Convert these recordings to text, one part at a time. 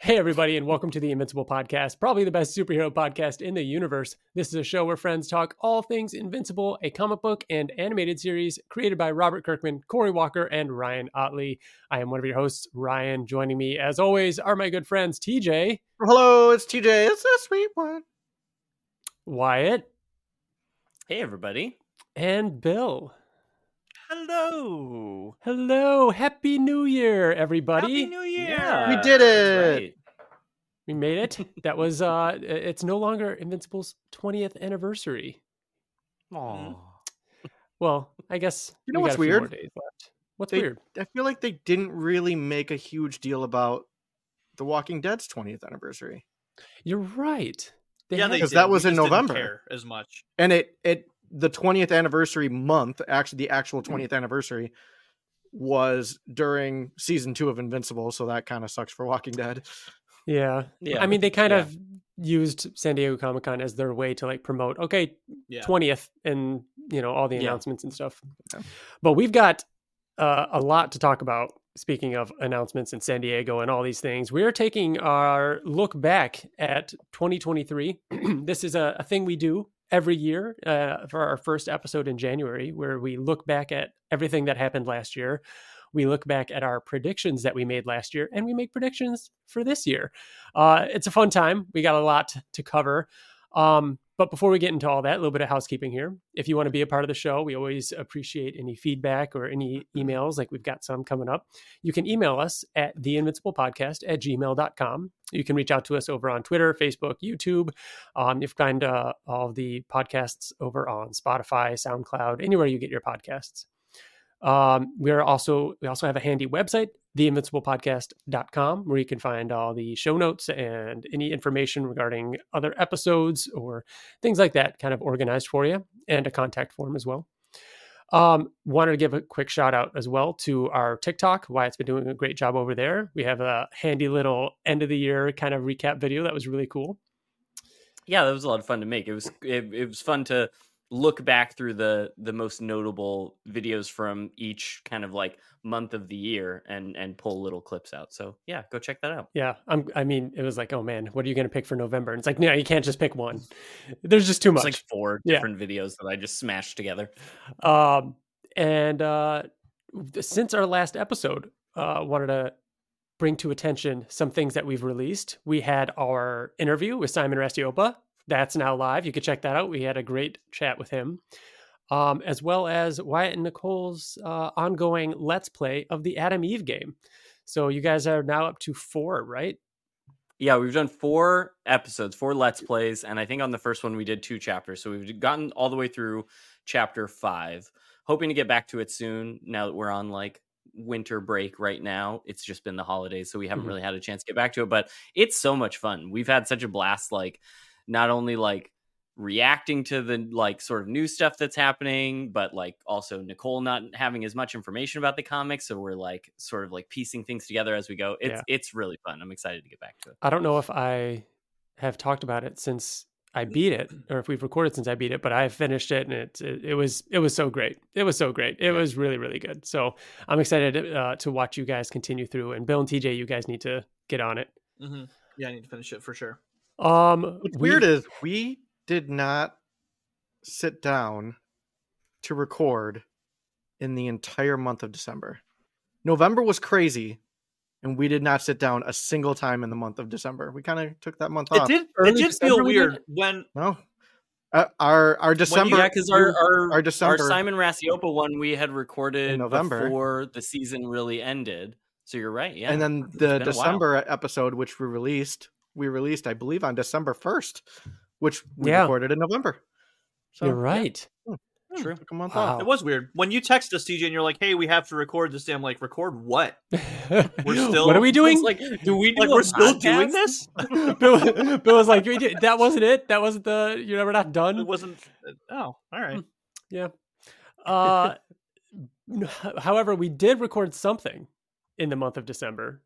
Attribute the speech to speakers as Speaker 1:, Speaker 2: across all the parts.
Speaker 1: Hey, everybody, and welcome to the Invincible Podcast, probably the best superhero podcast in the universe. This is a show where friends talk all things Invincible, a comic book and animated series created by Robert Kirkman, Corey Walker, and Ryan Otley. I am one of your hosts, Ryan. Joining me, as always, are my good friends TJ,
Speaker 2: Hello, it's TJ. It's a sweet one.
Speaker 1: Wyatt,
Speaker 3: Hey, everybody.
Speaker 1: and Bill.
Speaker 3: Hello.
Speaker 1: Hello, Happy New Year, everybody.
Speaker 3: Happy New Year.
Speaker 2: We did it.
Speaker 3: That's right.
Speaker 1: we made it. That was, uh, it's no longer Invincible's 20th anniversary.
Speaker 3: Mm-hmm.
Speaker 2: Aww.
Speaker 1: Well, I guess
Speaker 2: You know
Speaker 1: we
Speaker 2: what's
Speaker 1: got a few more
Speaker 2: weird?
Speaker 1: days left. What's
Speaker 2: They-
Speaker 1: weird?
Speaker 2: I feel like they didn't really make a huge deal about The Walking Dead's 20th anniversary,
Speaker 1: You're right.
Speaker 4: yeah,
Speaker 1: had-
Speaker 4: they
Speaker 2: 'Cause that
Speaker 4: did. We
Speaker 2: was in
Speaker 4: just didn't
Speaker 2: November.
Speaker 4: care as much.
Speaker 2: and it it the 20th anniversary month, actually the actual 20th anniversary, was during season two of Invincible. So that kind of sucks for Walking Dead.
Speaker 1: yeah.
Speaker 3: Yeah.
Speaker 1: I mean, they kind
Speaker 3: Yeah.
Speaker 1: of used San Diego Comic Con as their way to like promote, okay,
Speaker 4: Yeah.
Speaker 1: 20th and, you know, all the
Speaker 3: Yeah.
Speaker 1: announcements and stuff.
Speaker 2: Yeah.
Speaker 1: But we've got uh, a lot to talk about. Speaking of announcements in San Diego and all these things, we're taking our look back at 2023. this is a, a thing we do every year uh, for our first episode in January, where we look back at everything that happened last year. We look back at our predictions that we made last year, and we make predictions for this year. Uh, it's a fun time. We got a lot to cover. Um, but before we get into all that, a little bit of housekeeping here. If you want to be a part of the show, we always appreciate any feedback or any emails, like we've got some coming up. You can email us at theinvinciblepodcast at gmail.com. You can reach out to us over on Twitter, Facebook, YouTube. Um, you can find uh, all the podcasts over on Spotify, SoundCloud, anywhere you get your podcasts. Um, we're also we also have a handy website, theinvinciblepodcast.com, where you can find all the show notes and any information regarding other episodes or things like that, kind of organized for you, and a contact form as well. Um, wanted to give a quick shout out as well to our TikTok. Wyatt's been doing a great job over there. We have a handy little end of the year kind of recap video that was really cool.
Speaker 3: Yeah, that was a lot of fun to make. It was it, it was fun to look back through the the most notable videos from each kind of like month of the year and and pull little clips out. So, yeah, go check that out.
Speaker 1: Yeah, I'm, I mean, it was like, oh man, what are you going to pick for November? And it's like, no, you can't just pick one. There's just too much.
Speaker 3: It's like four
Speaker 1: Yeah.
Speaker 3: different videos that I just smashed together.
Speaker 1: Um, and uh, th- since our last episode, uh, wanted to bring to attention some things that we've released. We had our interview with Simon Rastiopa. That's now live. You can check that out. We had a great chat with him, um, as well as Wyatt and Nicole's uh, ongoing Let's Play of the Adam Eve game. So you guys are now up to four, right?
Speaker 3: Yeah, we've done four episodes, four let's plays, and I think on the first one we did two chapters. So we've gotten all the way through chapter five. Hoping to get back to it soon. Now that we're on like winter break right now, it's just been the holidays, so we haven't
Speaker 1: Mhm.
Speaker 3: really had a chance to get back to it. But it's so much fun. We've had such a blast, like not only like reacting to the like sort of new stuff that's happening but like also Nicole not having as much information about the comics so we're like sort of like piecing things together as we go it's it's really fun i'm excited to get back to it
Speaker 1: I don't know if I have talked about it since I
Speaker 2: Mm.
Speaker 1: beat it, or if we've recorded since I beat it. But I finished it, and it it, it was it was so great. It was so great. It was really really good. So I'm excited uh, to watch you guys continue through. And Bill and TJ, you guys need to get on it.
Speaker 4: hmm Yeah, I need to finish it for sure.
Speaker 1: Um,
Speaker 2: What's
Speaker 1: we-
Speaker 2: weird is we did not sit down to record in the entire month of December. November was crazy, and we did not sit down a single time in the month of December. We kind of took that month
Speaker 4: It
Speaker 2: off.
Speaker 4: did. It
Speaker 1: early
Speaker 4: did feel
Speaker 1: December we did
Speaker 4: weird when
Speaker 2: No, Uh, our our December.
Speaker 3: yeah, because our our,
Speaker 2: our December.
Speaker 3: our Simon Rasiopa one we had recorded
Speaker 2: In November.
Speaker 3: before the season really ended. So you're right. Yeah,
Speaker 2: and then
Speaker 3: It's
Speaker 2: the
Speaker 3: been a while.
Speaker 2: December episode, which we released, we released, I believe, on December first, which we
Speaker 1: Yeah.
Speaker 2: recorded in November. So
Speaker 1: you're right.
Speaker 2: yeah,
Speaker 3: True.
Speaker 2: took a month
Speaker 1: Wow.
Speaker 2: off.
Speaker 4: it was weird when you text us, TJ, and you're like, "Hey, we have to record this." Day. I'm like, "Record what?
Speaker 1: what are
Speaker 4: still-
Speaker 1: we
Speaker 4: it's
Speaker 1: doing?
Speaker 3: It's like, do we do
Speaker 4: Like
Speaker 3: a
Speaker 4: we're still doing
Speaker 3: podcast?
Speaker 4: this?
Speaker 1: Bill, Bill was like, "We did- that wasn't it. That wasn't the. You're never not done.
Speaker 4: It wasn't. Oh, all right.
Speaker 1: Uh, n- h- however, we did record something in the month of December,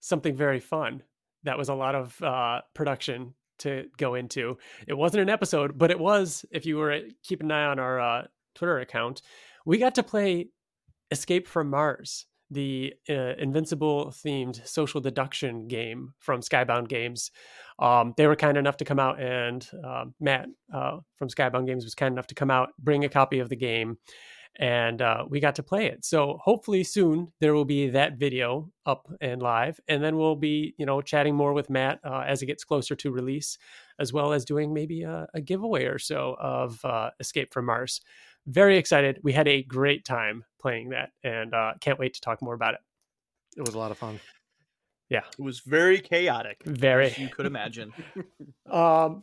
Speaker 1: something very fun. That was a lot of uh, production to go into. It wasn't an episode, but it was. If you were uh, keeping an eye on our uh, Twitter account, we got to play Escape from Mars. the uh, Invincible themed social deduction game from Skybound Games. Um, they were kind enough to come out, and uh, Matt uh, from Skybound Games was kind enough to come out, bring a copy of the game, and uh, we got to play it. So hopefully soon there will be that video up and live, and then we'll be you know chatting more with Matt uh, as it gets closer to release, as well as doing maybe a, a giveaway or so of uh, Escape from Mars. Very excited. We had a great time playing that, and uh, can't wait to talk more about it.
Speaker 2: It was a lot of fun.
Speaker 4: It was very chaotic,
Speaker 1: Very.
Speaker 4: as you could imagine.
Speaker 1: Um,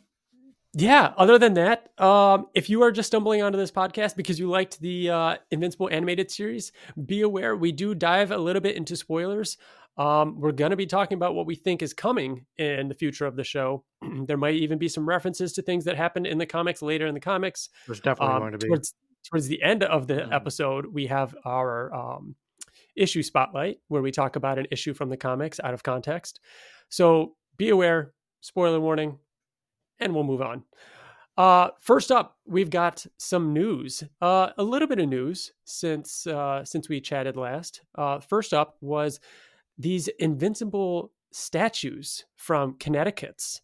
Speaker 1: yeah. Other than that, um, if you are just stumbling onto this podcast because you liked the uh, Invincible animated series, be aware we do dive a little bit into spoilers. Um, we're going to be talking about what we think is coming in the future of the show. there might even be some references to things that happened in the comics later in the comics.
Speaker 2: There's definitely
Speaker 1: Um,
Speaker 2: going to be. Mm-hmm.
Speaker 1: towards towards the end of the
Speaker 3: Mhm.
Speaker 1: episode we have our um, issue spotlight where we talk about an issue from the comics out of context so be aware spoiler warning and we'll move on uh, first up we've got some news uh, a little bit of news since uh, since we chatted last uh, first up was these invincible statues from connecticut's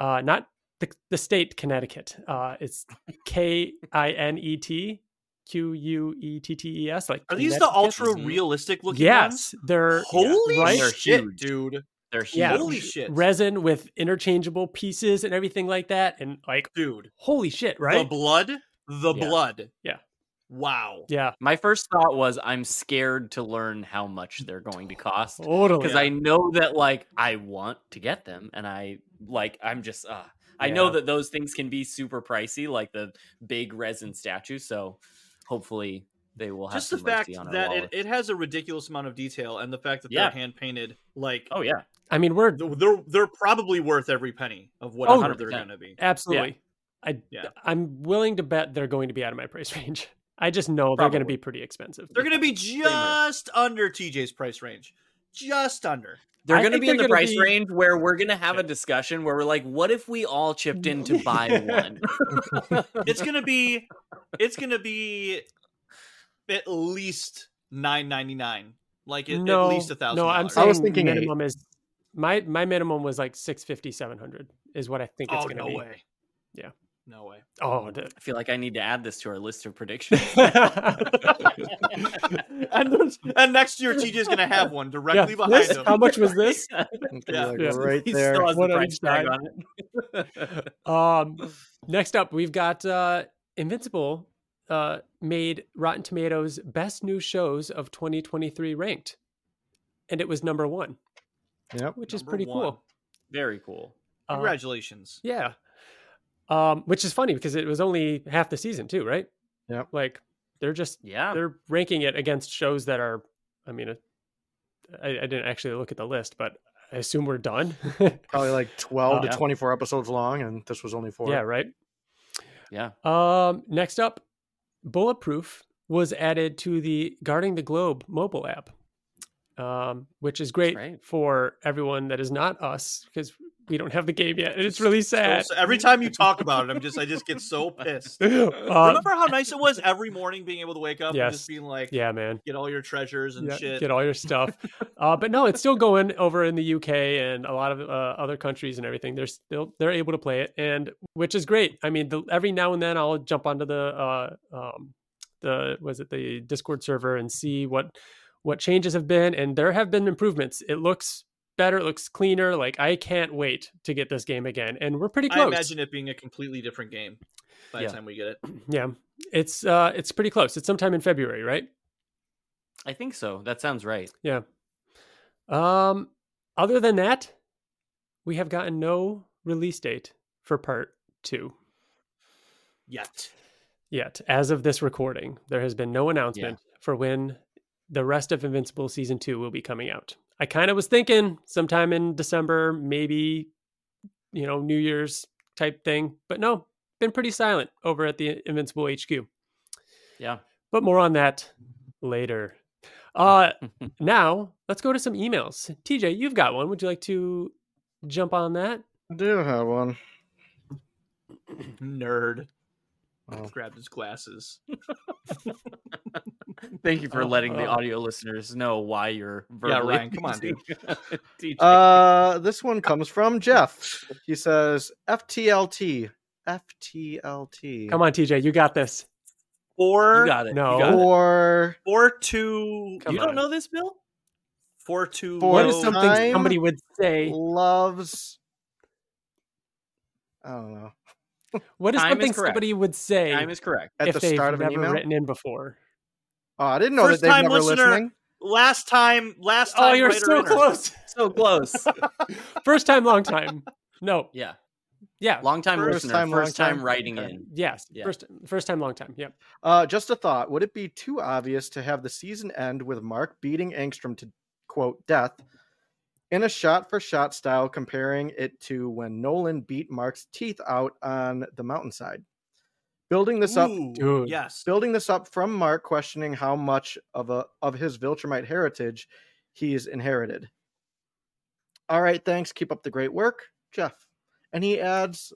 Speaker 1: uh, not the, the state Connecticut. Uh, it's K I N E T Q U E T T E S. Like
Speaker 4: Are these the
Speaker 1: Connecticut?
Speaker 4: ultra
Speaker 3: Mhm.
Speaker 4: realistic looking ones?
Speaker 1: Yes, they're
Speaker 4: Holy
Speaker 1: Right?
Speaker 3: They're
Speaker 4: shit,
Speaker 3: huge.
Speaker 4: dude!
Speaker 3: They're
Speaker 1: Yeah.
Speaker 3: huge.
Speaker 4: Holy shit,
Speaker 1: resin with interchangeable pieces and everything like that. And like,
Speaker 4: dude!
Speaker 1: holy shit,
Speaker 4: The
Speaker 1: right?
Speaker 4: blood, the
Speaker 1: Yeah.
Speaker 4: blood.
Speaker 1: Yeah.
Speaker 4: Wow.
Speaker 1: yeah,
Speaker 3: My first thought was I'm scared to learn how much they're going to cost
Speaker 1: totally.
Speaker 3: because I know that like I want to get them and I like I'm just uh I know
Speaker 1: Yeah.
Speaker 3: that those things can be super pricey like the big resin statue so hopefully they will have
Speaker 4: Just the
Speaker 3: some
Speaker 4: fact
Speaker 3: mercy on our
Speaker 4: that it,
Speaker 3: wallet.
Speaker 4: it has a ridiculous amount of detail, and the fact that
Speaker 3: Yeah.
Speaker 4: they're hand painted, like
Speaker 3: Oh yeah.
Speaker 1: I mean, we're
Speaker 4: th- they're they're probably worth every penny of what
Speaker 1: Oh,
Speaker 4: they're
Speaker 3: 100%.
Speaker 4: going to be.
Speaker 1: absolutely. I
Speaker 4: Yeah.
Speaker 1: I'm willing to bet they're going to be out of my price range. I just know they're going to
Speaker 3: Probably.
Speaker 1: be pretty expensive.
Speaker 4: They're going to be just under TJ's price range, just under.
Speaker 3: They're
Speaker 1: I
Speaker 3: going to
Speaker 1: think
Speaker 3: be in
Speaker 1: they're
Speaker 3: the
Speaker 1: gonna
Speaker 3: price
Speaker 1: be-
Speaker 3: range where we're going to have
Speaker 1: Yeah.
Speaker 3: a discussion where we're like, what if we all chipped in to buy one?
Speaker 4: It's going to be, it's going to be at least nine ninety nine, like at, at least a thousand.
Speaker 1: No, I'm
Speaker 2: I
Speaker 1: saying
Speaker 2: was thinking eight.
Speaker 1: minimum is my my minimum was like 650 700 is what I think it's
Speaker 4: oh
Speaker 1: going to
Speaker 4: no
Speaker 1: be.
Speaker 4: way.
Speaker 1: Yeah.
Speaker 4: no way.
Speaker 1: Oh, dude.
Speaker 3: I feel like I need to add this to our list of predictions.
Speaker 4: And there's- and next year TJ's going to have one
Speaker 1: Yeah,
Speaker 4: directly behind
Speaker 1: this-
Speaker 4: him.
Speaker 1: how much was this?
Speaker 4: Yeah.
Speaker 2: Like,
Speaker 1: Yeah.
Speaker 2: Right
Speaker 3: He
Speaker 2: there.
Speaker 3: still has the
Speaker 1: One on
Speaker 3: price
Speaker 1: each
Speaker 3: tag
Speaker 1: side.
Speaker 3: on it.
Speaker 1: Um, next up, we've got uh, Invincible uh, made Rotten Tomatoes best new shows of 2023 ranked, and it was number one,
Speaker 2: Yep.
Speaker 1: which is
Speaker 4: Number
Speaker 1: pretty
Speaker 4: one.
Speaker 1: cool.
Speaker 3: Very cool.
Speaker 1: Uh,
Speaker 4: Congratulations.
Speaker 1: yeah, um, which is funny because it was only half the season too, right?
Speaker 2: Yep.
Speaker 1: Like they're just
Speaker 3: Yeah.
Speaker 1: they're ranking it against shows that are. I mean, it- I, I didn't actually look at the list, but I assume we're done.
Speaker 2: Probably like 12
Speaker 1: Oh,
Speaker 2: to
Speaker 1: yeah.
Speaker 2: 24 episodes long, and this was only four.
Speaker 1: yeah, right.
Speaker 3: Yeah.
Speaker 1: Um, next up, Bulletproof was added to the Guarding the Globe mobile app, um, which is great
Speaker 3: right.
Speaker 1: for everyone that is not us because we don't have the game yet, and it's
Speaker 4: Just
Speaker 1: really
Speaker 4: So-
Speaker 1: sad.
Speaker 4: so every time you talk about it, I'm just I just get so pissed.
Speaker 1: Uh,
Speaker 4: Remember how nice it was every morning being able to wake up and
Speaker 1: Yes.
Speaker 4: just being like,
Speaker 1: yeah, man.
Speaker 4: get all your treasures and
Speaker 1: Yeah,
Speaker 4: shit.
Speaker 1: Get all your stuff. uh, but no, it's still going over in the UK and a lot of uh, other countries and everything. They're still they're able to play it, and which is great. I mean, the, every now and then I'll jump onto the uh, um, the was it the Discord server and see what what changes have been, and there have been improvements. It looks better. It looks cleaner. Like I can't wait to get this game again, and we're pretty
Speaker 4: I
Speaker 1: close.
Speaker 4: imagine it being a completely different game by
Speaker 3: Yeah.
Speaker 4: the time we get it.
Speaker 1: yeah, it's uh, it's pretty close. It's sometime in February, right?
Speaker 3: I think so. That sounds right.
Speaker 1: Yeah. Um. Other than that, we have gotten no release date for part two
Speaker 4: Yet.
Speaker 1: yet. As of this recording, there has been no announcement for when the rest of Invincible season two will be coming out. I kind of was thinking sometime in December, maybe, you know, New Year's type thing, but no, been pretty silent over at the Invincible HQ.
Speaker 3: Yeah.
Speaker 1: But more on that later. Uh, now let's go to some emails. TJ, you've got one. Would you like to jump on that?
Speaker 2: I do have one.
Speaker 4: Nerd.
Speaker 2: Oh.
Speaker 1: Oh.
Speaker 4: Grabbed his glasses.
Speaker 3: Thank you for
Speaker 1: Oh,
Speaker 3: letting the
Speaker 1: oh.
Speaker 3: audio listeners know why you're
Speaker 4: Yeah,
Speaker 3: verbally
Speaker 4: Ryan, come on, dude.
Speaker 3: abusing DJ.
Speaker 2: Uh, this one comes from Jeff. He says, "FTLT, FTLT."
Speaker 1: Come on, TJ, you got this.
Speaker 4: Four,
Speaker 3: you got it.
Speaker 1: No.
Speaker 3: You got it.
Speaker 2: Or
Speaker 4: four, two,
Speaker 1: Come
Speaker 3: You don't
Speaker 1: on.
Speaker 3: know this, Bill?
Speaker 4: four, two. oh,
Speaker 2: Four
Speaker 1: What
Speaker 4: low.
Speaker 1: is something
Speaker 2: time?
Speaker 1: somebody would say?
Speaker 2: loves. I don't know.
Speaker 1: What is
Speaker 3: Time is
Speaker 1: something
Speaker 3: correct.
Speaker 1: somebody would say
Speaker 3: Time is correct.
Speaker 2: At
Speaker 1: if
Speaker 2: the
Speaker 1: they've
Speaker 2: start of an
Speaker 1: never
Speaker 2: email.
Speaker 1: written in before?
Speaker 2: Oh, I didn't know
Speaker 4: First
Speaker 2: that they've
Speaker 4: time
Speaker 2: never
Speaker 4: listener.
Speaker 2: listening.
Speaker 4: Last time, last
Speaker 1: Oh,
Speaker 4: time.
Speaker 1: you're
Speaker 4: writer
Speaker 1: so
Speaker 4: winner.
Speaker 1: close.
Speaker 3: So close.
Speaker 1: First time, long time. No,
Speaker 3: yeah.
Speaker 1: yeah,
Speaker 3: Long time
Speaker 2: First
Speaker 3: listener,
Speaker 2: time, long
Speaker 3: first time,
Speaker 2: time.
Speaker 3: writing
Speaker 2: Okay.
Speaker 3: in.
Speaker 1: yes.
Speaker 3: Yeah.
Speaker 1: First, first time, long time. Yep.
Speaker 2: Uh, just a thought. Would it be too obvious to have the season end with Mark beating Angstrom to quote death in a shot for shot style, comparing it to when Nolan beat Mark's teeth out on the mountainside? Building this up
Speaker 4: Ooh,
Speaker 1: Dude.
Speaker 4: Yes.
Speaker 2: building this up from Mark questioning how much of a of his Viltrumite heritage he's inherited. All right, thanks. Keep up the great work, Jeff. And he adds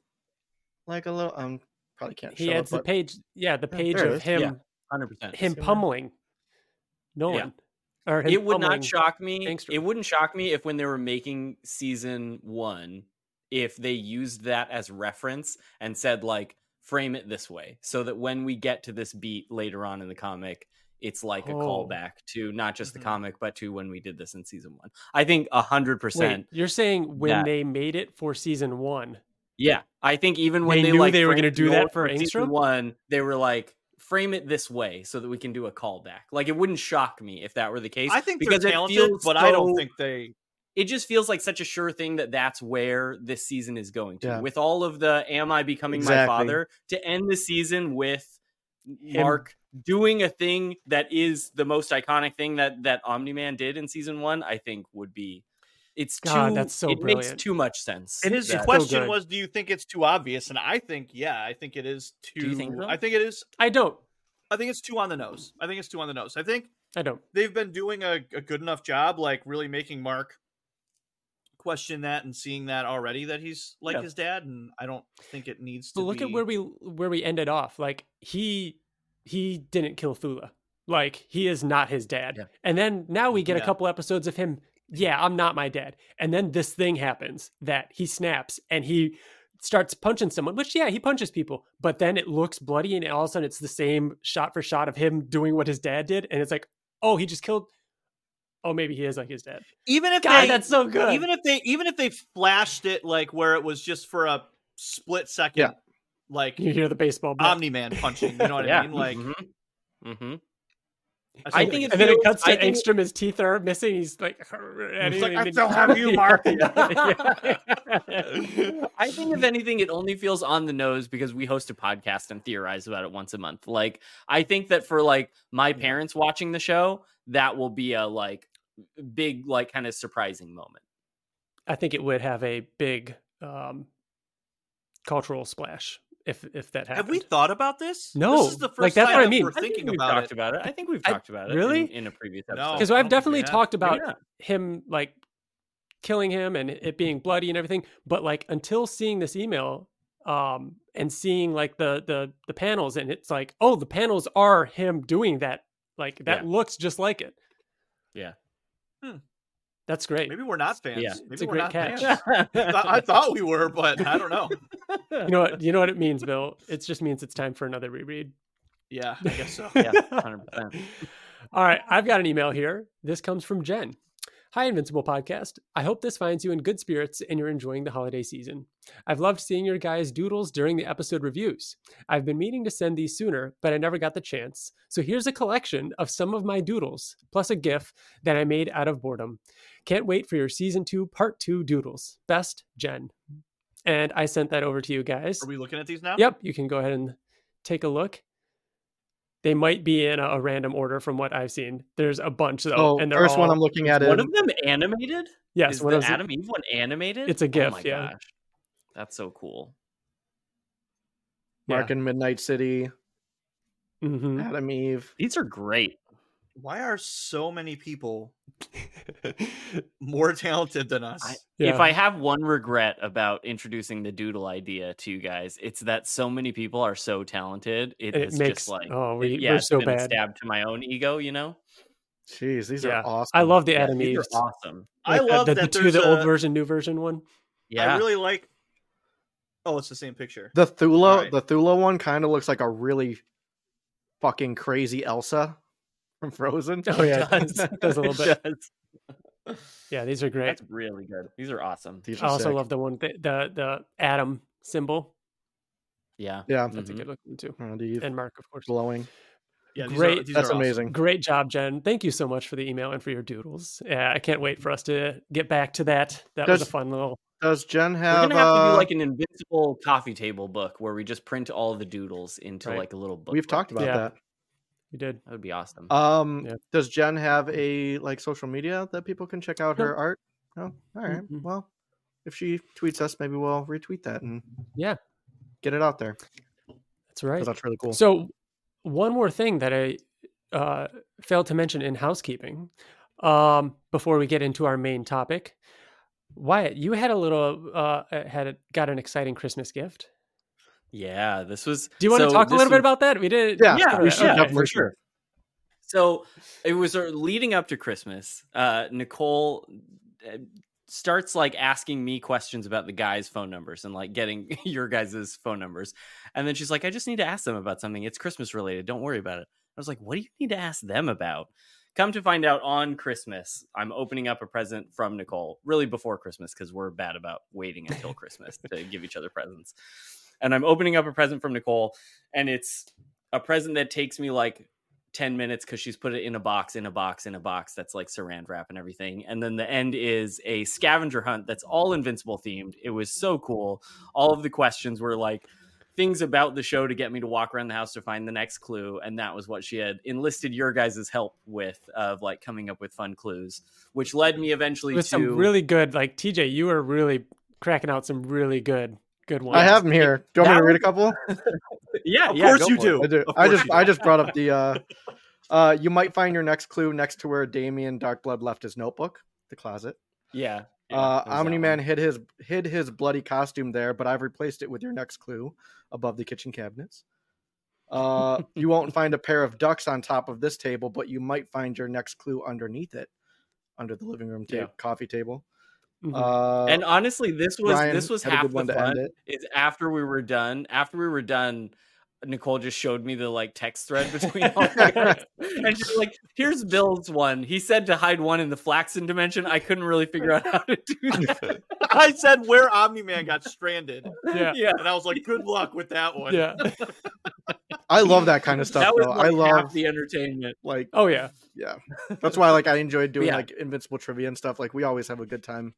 Speaker 2: like a little um probably can't
Speaker 1: He
Speaker 2: show
Speaker 1: adds
Speaker 2: it,
Speaker 1: the
Speaker 2: but
Speaker 1: page. Yeah, the
Speaker 2: Yeah,
Speaker 1: page
Speaker 2: there it
Speaker 1: of
Speaker 2: is.
Speaker 1: him,
Speaker 3: Yeah. 100%.
Speaker 1: him
Speaker 2: See what-
Speaker 1: pummeling Nolan. Or him
Speaker 3: it would
Speaker 1: pummeling-
Speaker 3: not shock me.
Speaker 1: Angstrom.
Speaker 3: It wouldn't shock me if when they were making season one, if they used that as reference and said like frame it this way, so that when we get to this beat later on in the comic, it's like a
Speaker 1: Oh. Mm-hmm.
Speaker 3: callback to not just
Speaker 4: Mhm.
Speaker 3: the comic, but to when we did this in season one. I think a hundred
Speaker 1: Wait,
Speaker 3: percent.
Speaker 1: you're saying when
Speaker 3: that-
Speaker 1: they made it for season one?
Speaker 3: Yeah, I think even when
Speaker 1: They
Speaker 3: they,
Speaker 1: knew
Speaker 3: like
Speaker 1: they were
Speaker 3: framed
Speaker 1: gonna do
Speaker 3: Nolan
Speaker 1: that for
Speaker 3: season
Speaker 1: Angstrom?
Speaker 3: one, they were like frame it this way so that we can do a callback. Like it wouldn't shock me if that were the case.
Speaker 4: I think
Speaker 3: because
Speaker 4: they're
Speaker 3: it
Speaker 4: talented,
Speaker 3: feels
Speaker 4: but I don't
Speaker 3: so-
Speaker 4: think they.
Speaker 3: it just feels like such a sure thing that that's where this season is going to.
Speaker 2: Yeah.
Speaker 3: With all of the "Am I becoming my
Speaker 2: Exactly.
Speaker 3: father?" to end the season with Mark doing a thing that is the most iconic thing that that Omni Man did in season one. I think would be it's
Speaker 1: God,
Speaker 3: too
Speaker 1: that's so
Speaker 3: it
Speaker 1: brilliant.
Speaker 3: makes too much sense.
Speaker 4: And his
Speaker 1: so
Speaker 3: that-
Speaker 4: question
Speaker 1: good.
Speaker 4: was, "Do you think it's too obvious?" And I think, yeah, I think it is too.
Speaker 3: you think so?
Speaker 4: I think it is.
Speaker 1: I don't.
Speaker 4: I think it's too on the nose. I think it's too on the nose. I think
Speaker 1: I don't.
Speaker 4: they've been doing a, a good enough job, like really making Mark question that and seeing that already that he's like
Speaker 3: Yeah.
Speaker 4: his dad, and I don't think it needs to.
Speaker 1: But look at
Speaker 4: be-
Speaker 1: where we where we ended off. Like he he didn't kill Thula. Like he is not his dad.
Speaker 3: Yeah.
Speaker 1: And then now we get
Speaker 4: Yeah.
Speaker 1: a couple episodes of him. Yeah, I'm not my dad. And then this thing happens that he snaps and he starts punching someone. Which yeah, he punches people. But then it looks bloody, and all of a sudden it's the same shot for shot of him doing what his dad did, and it's like, oh, he just killed. Oh, maybe he is like his dad.
Speaker 4: even if
Speaker 1: God,
Speaker 4: they,
Speaker 1: that's so good.
Speaker 4: even if they even if they flashed it like where it was just for a split second,
Speaker 2: Yeah.
Speaker 4: like
Speaker 1: you hear the baseball. bat.
Speaker 4: Omni Man punching. You know what I mean? Like
Speaker 3: Mhm. Mhm.
Speaker 4: still
Speaker 3: I think it
Speaker 1: and then Mm-hmm. it
Speaker 3: feels-
Speaker 1: cuts to
Speaker 3: I think-
Speaker 1: Engstrom. His teeth are missing. He's like, and
Speaker 4: like,
Speaker 1: he-
Speaker 4: "I
Speaker 1: and-
Speaker 4: still have you, Mark."
Speaker 1: Yeah, yeah.
Speaker 3: I think if anything, it only feels on the nose because we host a podcast and theorize about it once a month. Like I think that for like my parents watching the show, that will be a like big, like kind of surprising moment.
Speaker 1: I think it would have a big um, cultural splash if if that happened.
Speaker 4: Have we thought about this?
Speaker 1: No.
Speaker 4: this is the first
Speaker 1: Like, that's
Speaker 4: time
Speaker 1: what I
Speaker 4: that
Speaker 1: mean.
Speaker 4: we're
Speaker 1: I think
Speaker 4: thinking
Speaker 3: we've
Speaker 4: about
Speaker 3: talked
Speaker 4: it.
Speaker 3: about it. I think we've
Speaker 1: I-
Speaker 3: talked about it
Speaker 1: really?
Speaker 3: in, in a previous
Speaker 4: No.
Speaker 3: episode.
Speaker 1: Because
Speaker 4: I
Speaker 1: I've
Speaker 4: don't think
Speaker 1: definitely
Speaker 4: we have.
Speaker 1: talked about
Speaker 3: not.
Speaker 1: him like killing him and it being bloody and everything, but like until seeing this email um and seeing like the the the panels and it's like oh the panels are him doing that like that
Speaker 3: Yeah.
Speaker 1: looks just like it
Speaker 3: Yeah.
Speaker 4: Hmm.
Speaker 1: that's great
Speaker 4: Maybe we're not fans.
Speaker 3: Yeah.
Speaker 4: Maybe
Speaker 1: It's a
Speaker 4: we're
Speaker 1: great
Speaker 4: not
Speaker 1: catch.
Speaker 4: fans. I I thought we were, but I don't know.
Speaker 1: you know what you know what it means bill it just means it's time for another reread
Speaker 4: Yeah, I guess so.
Speaker 3: Yeah, 100%.
Speaker 1: All right, I've got an email here. This comes from Jen. Hi, Invincible Podcast. I hope this finds you in good spirits and you're enjoying the holiday season. I've loved seeing your guys' doodles during the episode reviews. I've been meaning to send these sooner, but I never got the chance. So here's a collection of some of my doodles, plus a GIF that I made out of boredom. Can't wait for your season two, part two doodles. Best, Jen. And I sent that over to you guys.
Speaker 4: Are we looking at these now?
Speaker 1: Yep, you can go ahead and take a look. They might be in a, a random order from what I've seen. There's a bunch though,
Speaker 2: oh,
Speaker 1: and they're
Speaker 2: first one
Speaker 1: all-
Speaker 2: I'm looking at is
Speaker 3: one of them animated?
Speaker 1: yes,
Speaker 3: Is
Speaker 1: one
Speaker 3: the
Speaker 1: of those-
Speaker 3: Adam Eve one animated?
Speaker 1: It's a
Speaker 3: Oh
Speaker 1: GIF,
Speaker 3: my
Speaker 1: yeah.
Speaker 3: gosh. That's so cool.
Speaker 2: Mark and Midnight City,
Speaker 1: Mhm. Mm-hmm.
Speaker 2: Adam Eve.
Speaker 3: These are great.
Speaker 4: why are so many people more talented than us?
Speaker 3: I-
Speaker 1: Yeah.
Speaker 3: If I have one regret about introducing the doodle idea to you guys, it's that so many people are so talented. It,
Speaker 1: it
Speaker 3: it's
Speaker 1: makes
Speaker 3: just like,
Speaker 1: oh we,
Speaker 3: it- yeah,
Speaker 1: we're
Speaker 3: it's
Speaker 1: so
Speaker 3: been a
Speaker 1: bad.
Speaker 3: stab to my own ego, you know?
Speaker 2: Jeez, these
Speaker 1: Yeah.
Speaker 2: are awesome.
Speaker 1: I love the
Speaker 3: Yeah,
Speaker 1: Adam
Speaker 3: these are
Speaker 1: Eves.
Speaker 3: awesome.
Speaker 4: I
Speaker 1: Like, uh,
Speaker 4: love
Speaker 1: the,
Speaker 4: that
Speaker 1: the two,
Speaker 4: there's
Speaker 1: the
Speaker 4: a-
Speaker 1: old version, new version one.
Speaker 3: Yeah.
Speaker 4: I really like. Oh, it's the same picture.
Speaker 2: the Thula.
Speaker 4: Right.
Speaker 2: The Thula one kind of looks like a really fucking crazy Elsa from Frozen.
Speaker 1: Oh yeah, it
Speaker 3: does.
Speaker 1: does, it does a little
Speaker 3: It
Speaker 1: bit.
Speaker 3: does.
Speaker 1: Yeah, these are great.
Speaker 3: That's really good. These are awesome.
Speaker 2: These
Speaker 1: I
Speaker 2: are
Speaker 1: also
Speaker 2: sick.
Speaker 1: love the one th- the the Adam symbol.
Speaker 3: Yeah.
Speaker 2: Yeah,
Speaker 1: That's
Speaker 3: Mhm.
Speaker 1: a good looking too.
Speaker 2: Oh, do you
Speaker 1: And Mark, of course.
Speaker 2: glowing?
Speaker 4: Yeah, these are-
Speaker 1: Great.
Speaker 4: these
Speaker 2: That's
Speaker 4: are awesome.
Speaker 2: amazing.
Speaker 1: Great job, Jen. Thank you so much for the email and for your doodles. Yeah, I can't wait for us to get back to that. That was a
Speaker 2: Does-
Speaker 1: fun little.
Speaker 2: Does Jen
Speaker 3: We're
Speaker 2: have?
Speaker 3: gonna have to
Speaker 2: uh,
Speaker 3: do like an invincible coffee table book where we just print all the doodles into
Speaker 1: Right.
Speaker 3: like a little book.
Speaker 2: we've talked about
Speaker 1: Yeah.
Speaker 2: that.
Speaker 1: We did.
Speaker 3: That would be awesome.
Speaker 2: Um,
Speaker 1: Yeah.
Speaker 2: does Jen have a like social media that people can check out
Speaker 1: No.
Speaker 2: her art? No. All right.
Speaker 1: Mm-mm.
Speaker 2: Well, if she tweets us, maybe we'll retweet that and
Speaker 1: Yeah.
Speaker 2: get it out there
Speaker 1: That's right.
Speaker 2: because that's really cool.
Speaker 1: So, one more thing that I uh, failed to mention in housekeeping um, before we get into our main topic, Wyatt, you had a little uh, had a, got an exciting Christmas gift.
Speaker 3: yeah, this was.
Speaker 1: Do you want to
Speaker 3: so
Speaker 1: talk a
Speaker 3: this
Speaker 1: little
Speaker 3: was-
Speaker 1: bit about that? We did.
Speaker 2: Yeah,
Speaker 3: Yeah,
Speaker 2: we
Speaker 3: yeah,
Speaker 2: should
Speaker 3: okay.
Speaker 2: definitely
Speaker 3: for sure. So it was uh, leading up to Christmas. Uh, Nicole uh, starts like asking me questions about the guys' phone numbers and like getting your guys' phone numbers. And then she's like, I just need to ask them about something. It's Christmas related. Don't worry about it. I was like, what do you need to ask them about? Come to find out on Christmas, I'm opening up a present from Nicole, really before Christmas, because we're bad about waiting until Christmas to give each other presents. And I'm opening up a present from Nicole, and it's a present that takes me like 10 minutes because she's put it in a box, in a box, in a box that's like saran wrap and everything. And then the end is a scavenger hunt that's all invincible themed. It was so cool. All of the questions were like things about the show to get me to walk around the house to find the next clue. And that was what she had enlisted your guys' help with of like coming up with fun clues, which led me eventually
Speaker 1: with
Speaker 3: to
Speaker 1: some really good, like TJ, you were really cracking out some really good, good ones.
Speaker 2: I have them here. Do you want me
Speaker 3: Oh, That
Speaker 2: to read a couple?
Speaker 3: yeah,
Speaker 4: Of
Speaker 3: yeah,
Speaker 4: course
Speaker 3: go
Speaker 4: you
Speaker 3: for
Speaker 2: I
Speaker 3: it.
Speaker 4: do.
Speaker 2: do.
Speaker 4: Of
Speaker 2: I
Speaker 4: course
Speaker 2: just
Speaker 4: you
Speaker 2: I just brought up the uh uh you might find your next clue next to where Damien Darkblood left his notebook, the closet.
Speaker 3: Yeah.
Speaker 2: uh
Speaker 3: yeah,
Speaker 2: Omni
Speaker 3: there's that
Speaker 2: Man
Speaker 3: one.
Speaker 2: hid his hid his bloody costume there, but I've replaced it with your next clue above the kitchen cabinets. Uh you won't find a pair of ducks on top of this table, but you might find your next clue underneath it, under the living room ta-
Speaker 3: Yeah. Mm-hmm.
Speaker 2: coffee table.
Speaker 1: Mhm.
Speaker 2: Uh
Speaker 3: and honestly, this was
Speaker 2: Ryan
Speaker 3: this was
Speaker 2: had a
Speaker 3: half
Speaker 2: good
Speaker 3: the
Speaker 2: one to
Speaker 3: fun.
Speaker 2: end it.
Speaker 3: is after we were done. After we were done, Nicole just showed me the like text thread between all of us, and she's like, "Here's Bill's one. He said to hide one in the flaxen dimension. I couldn't really figure out how to do that.
Speaker 4: I said where Omni Man got stranded,
Speaker 1: Yeah.
Speaker 3: yeah,
Speaker 4: and I was like, "Good luck with that one."
Speaker 1: Yeah.
Speaker 2: I love that kind of stuff
Speaker 3: that was
Speaker 2: though.
Speaker 3: like
Speaker 2: I love
Speaker 3: half the entertainment.
Speaker 2: like
Speaker 1: Oh yeah.
Speaker 2: yeah that's why like i enjoyed doing
Speaker 3: Yeah.
Speaker 2: like invincible trivia and stuff like we always have a good time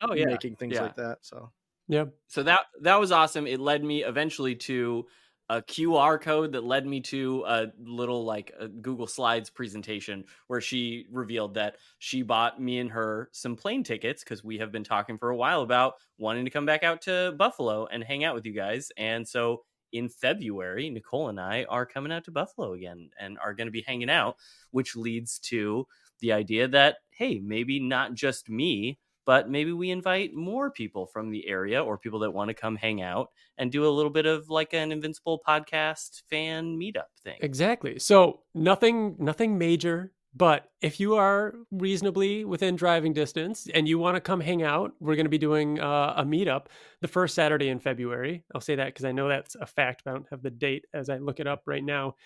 Speaker 3: Oh yeah,
Speaker 2: making things
Speaker 3: yeah.
Speaker 2: like that so
Speaker 1: Yeah.
Speaker 3: so that that was awesome. It led me eventually to a QR code that led me to a little like a Google Slides presentation where she revealed that she bought me and her some plane tickets because we have been talking for a while about wanting to come back out to Buffalo and hang out with you guys. And so in February, Nicole and I are coming out to Buffalo again and are going to be hanging out, which leads to the idea that hey, maybe not just me, but maybe we invite more people from the area or people that want to come hang out and do a little bit of like an invincible podcast fan meetup thing
Speaker 1: Exactly. So nothing, nothing major. But if you are reasonably within driving distance and you want to come hang out, we're going to be doing uh, a meetup the first Saturday in February. I'll say that because I know that's a fact, but I don't have the date as I look it up right now.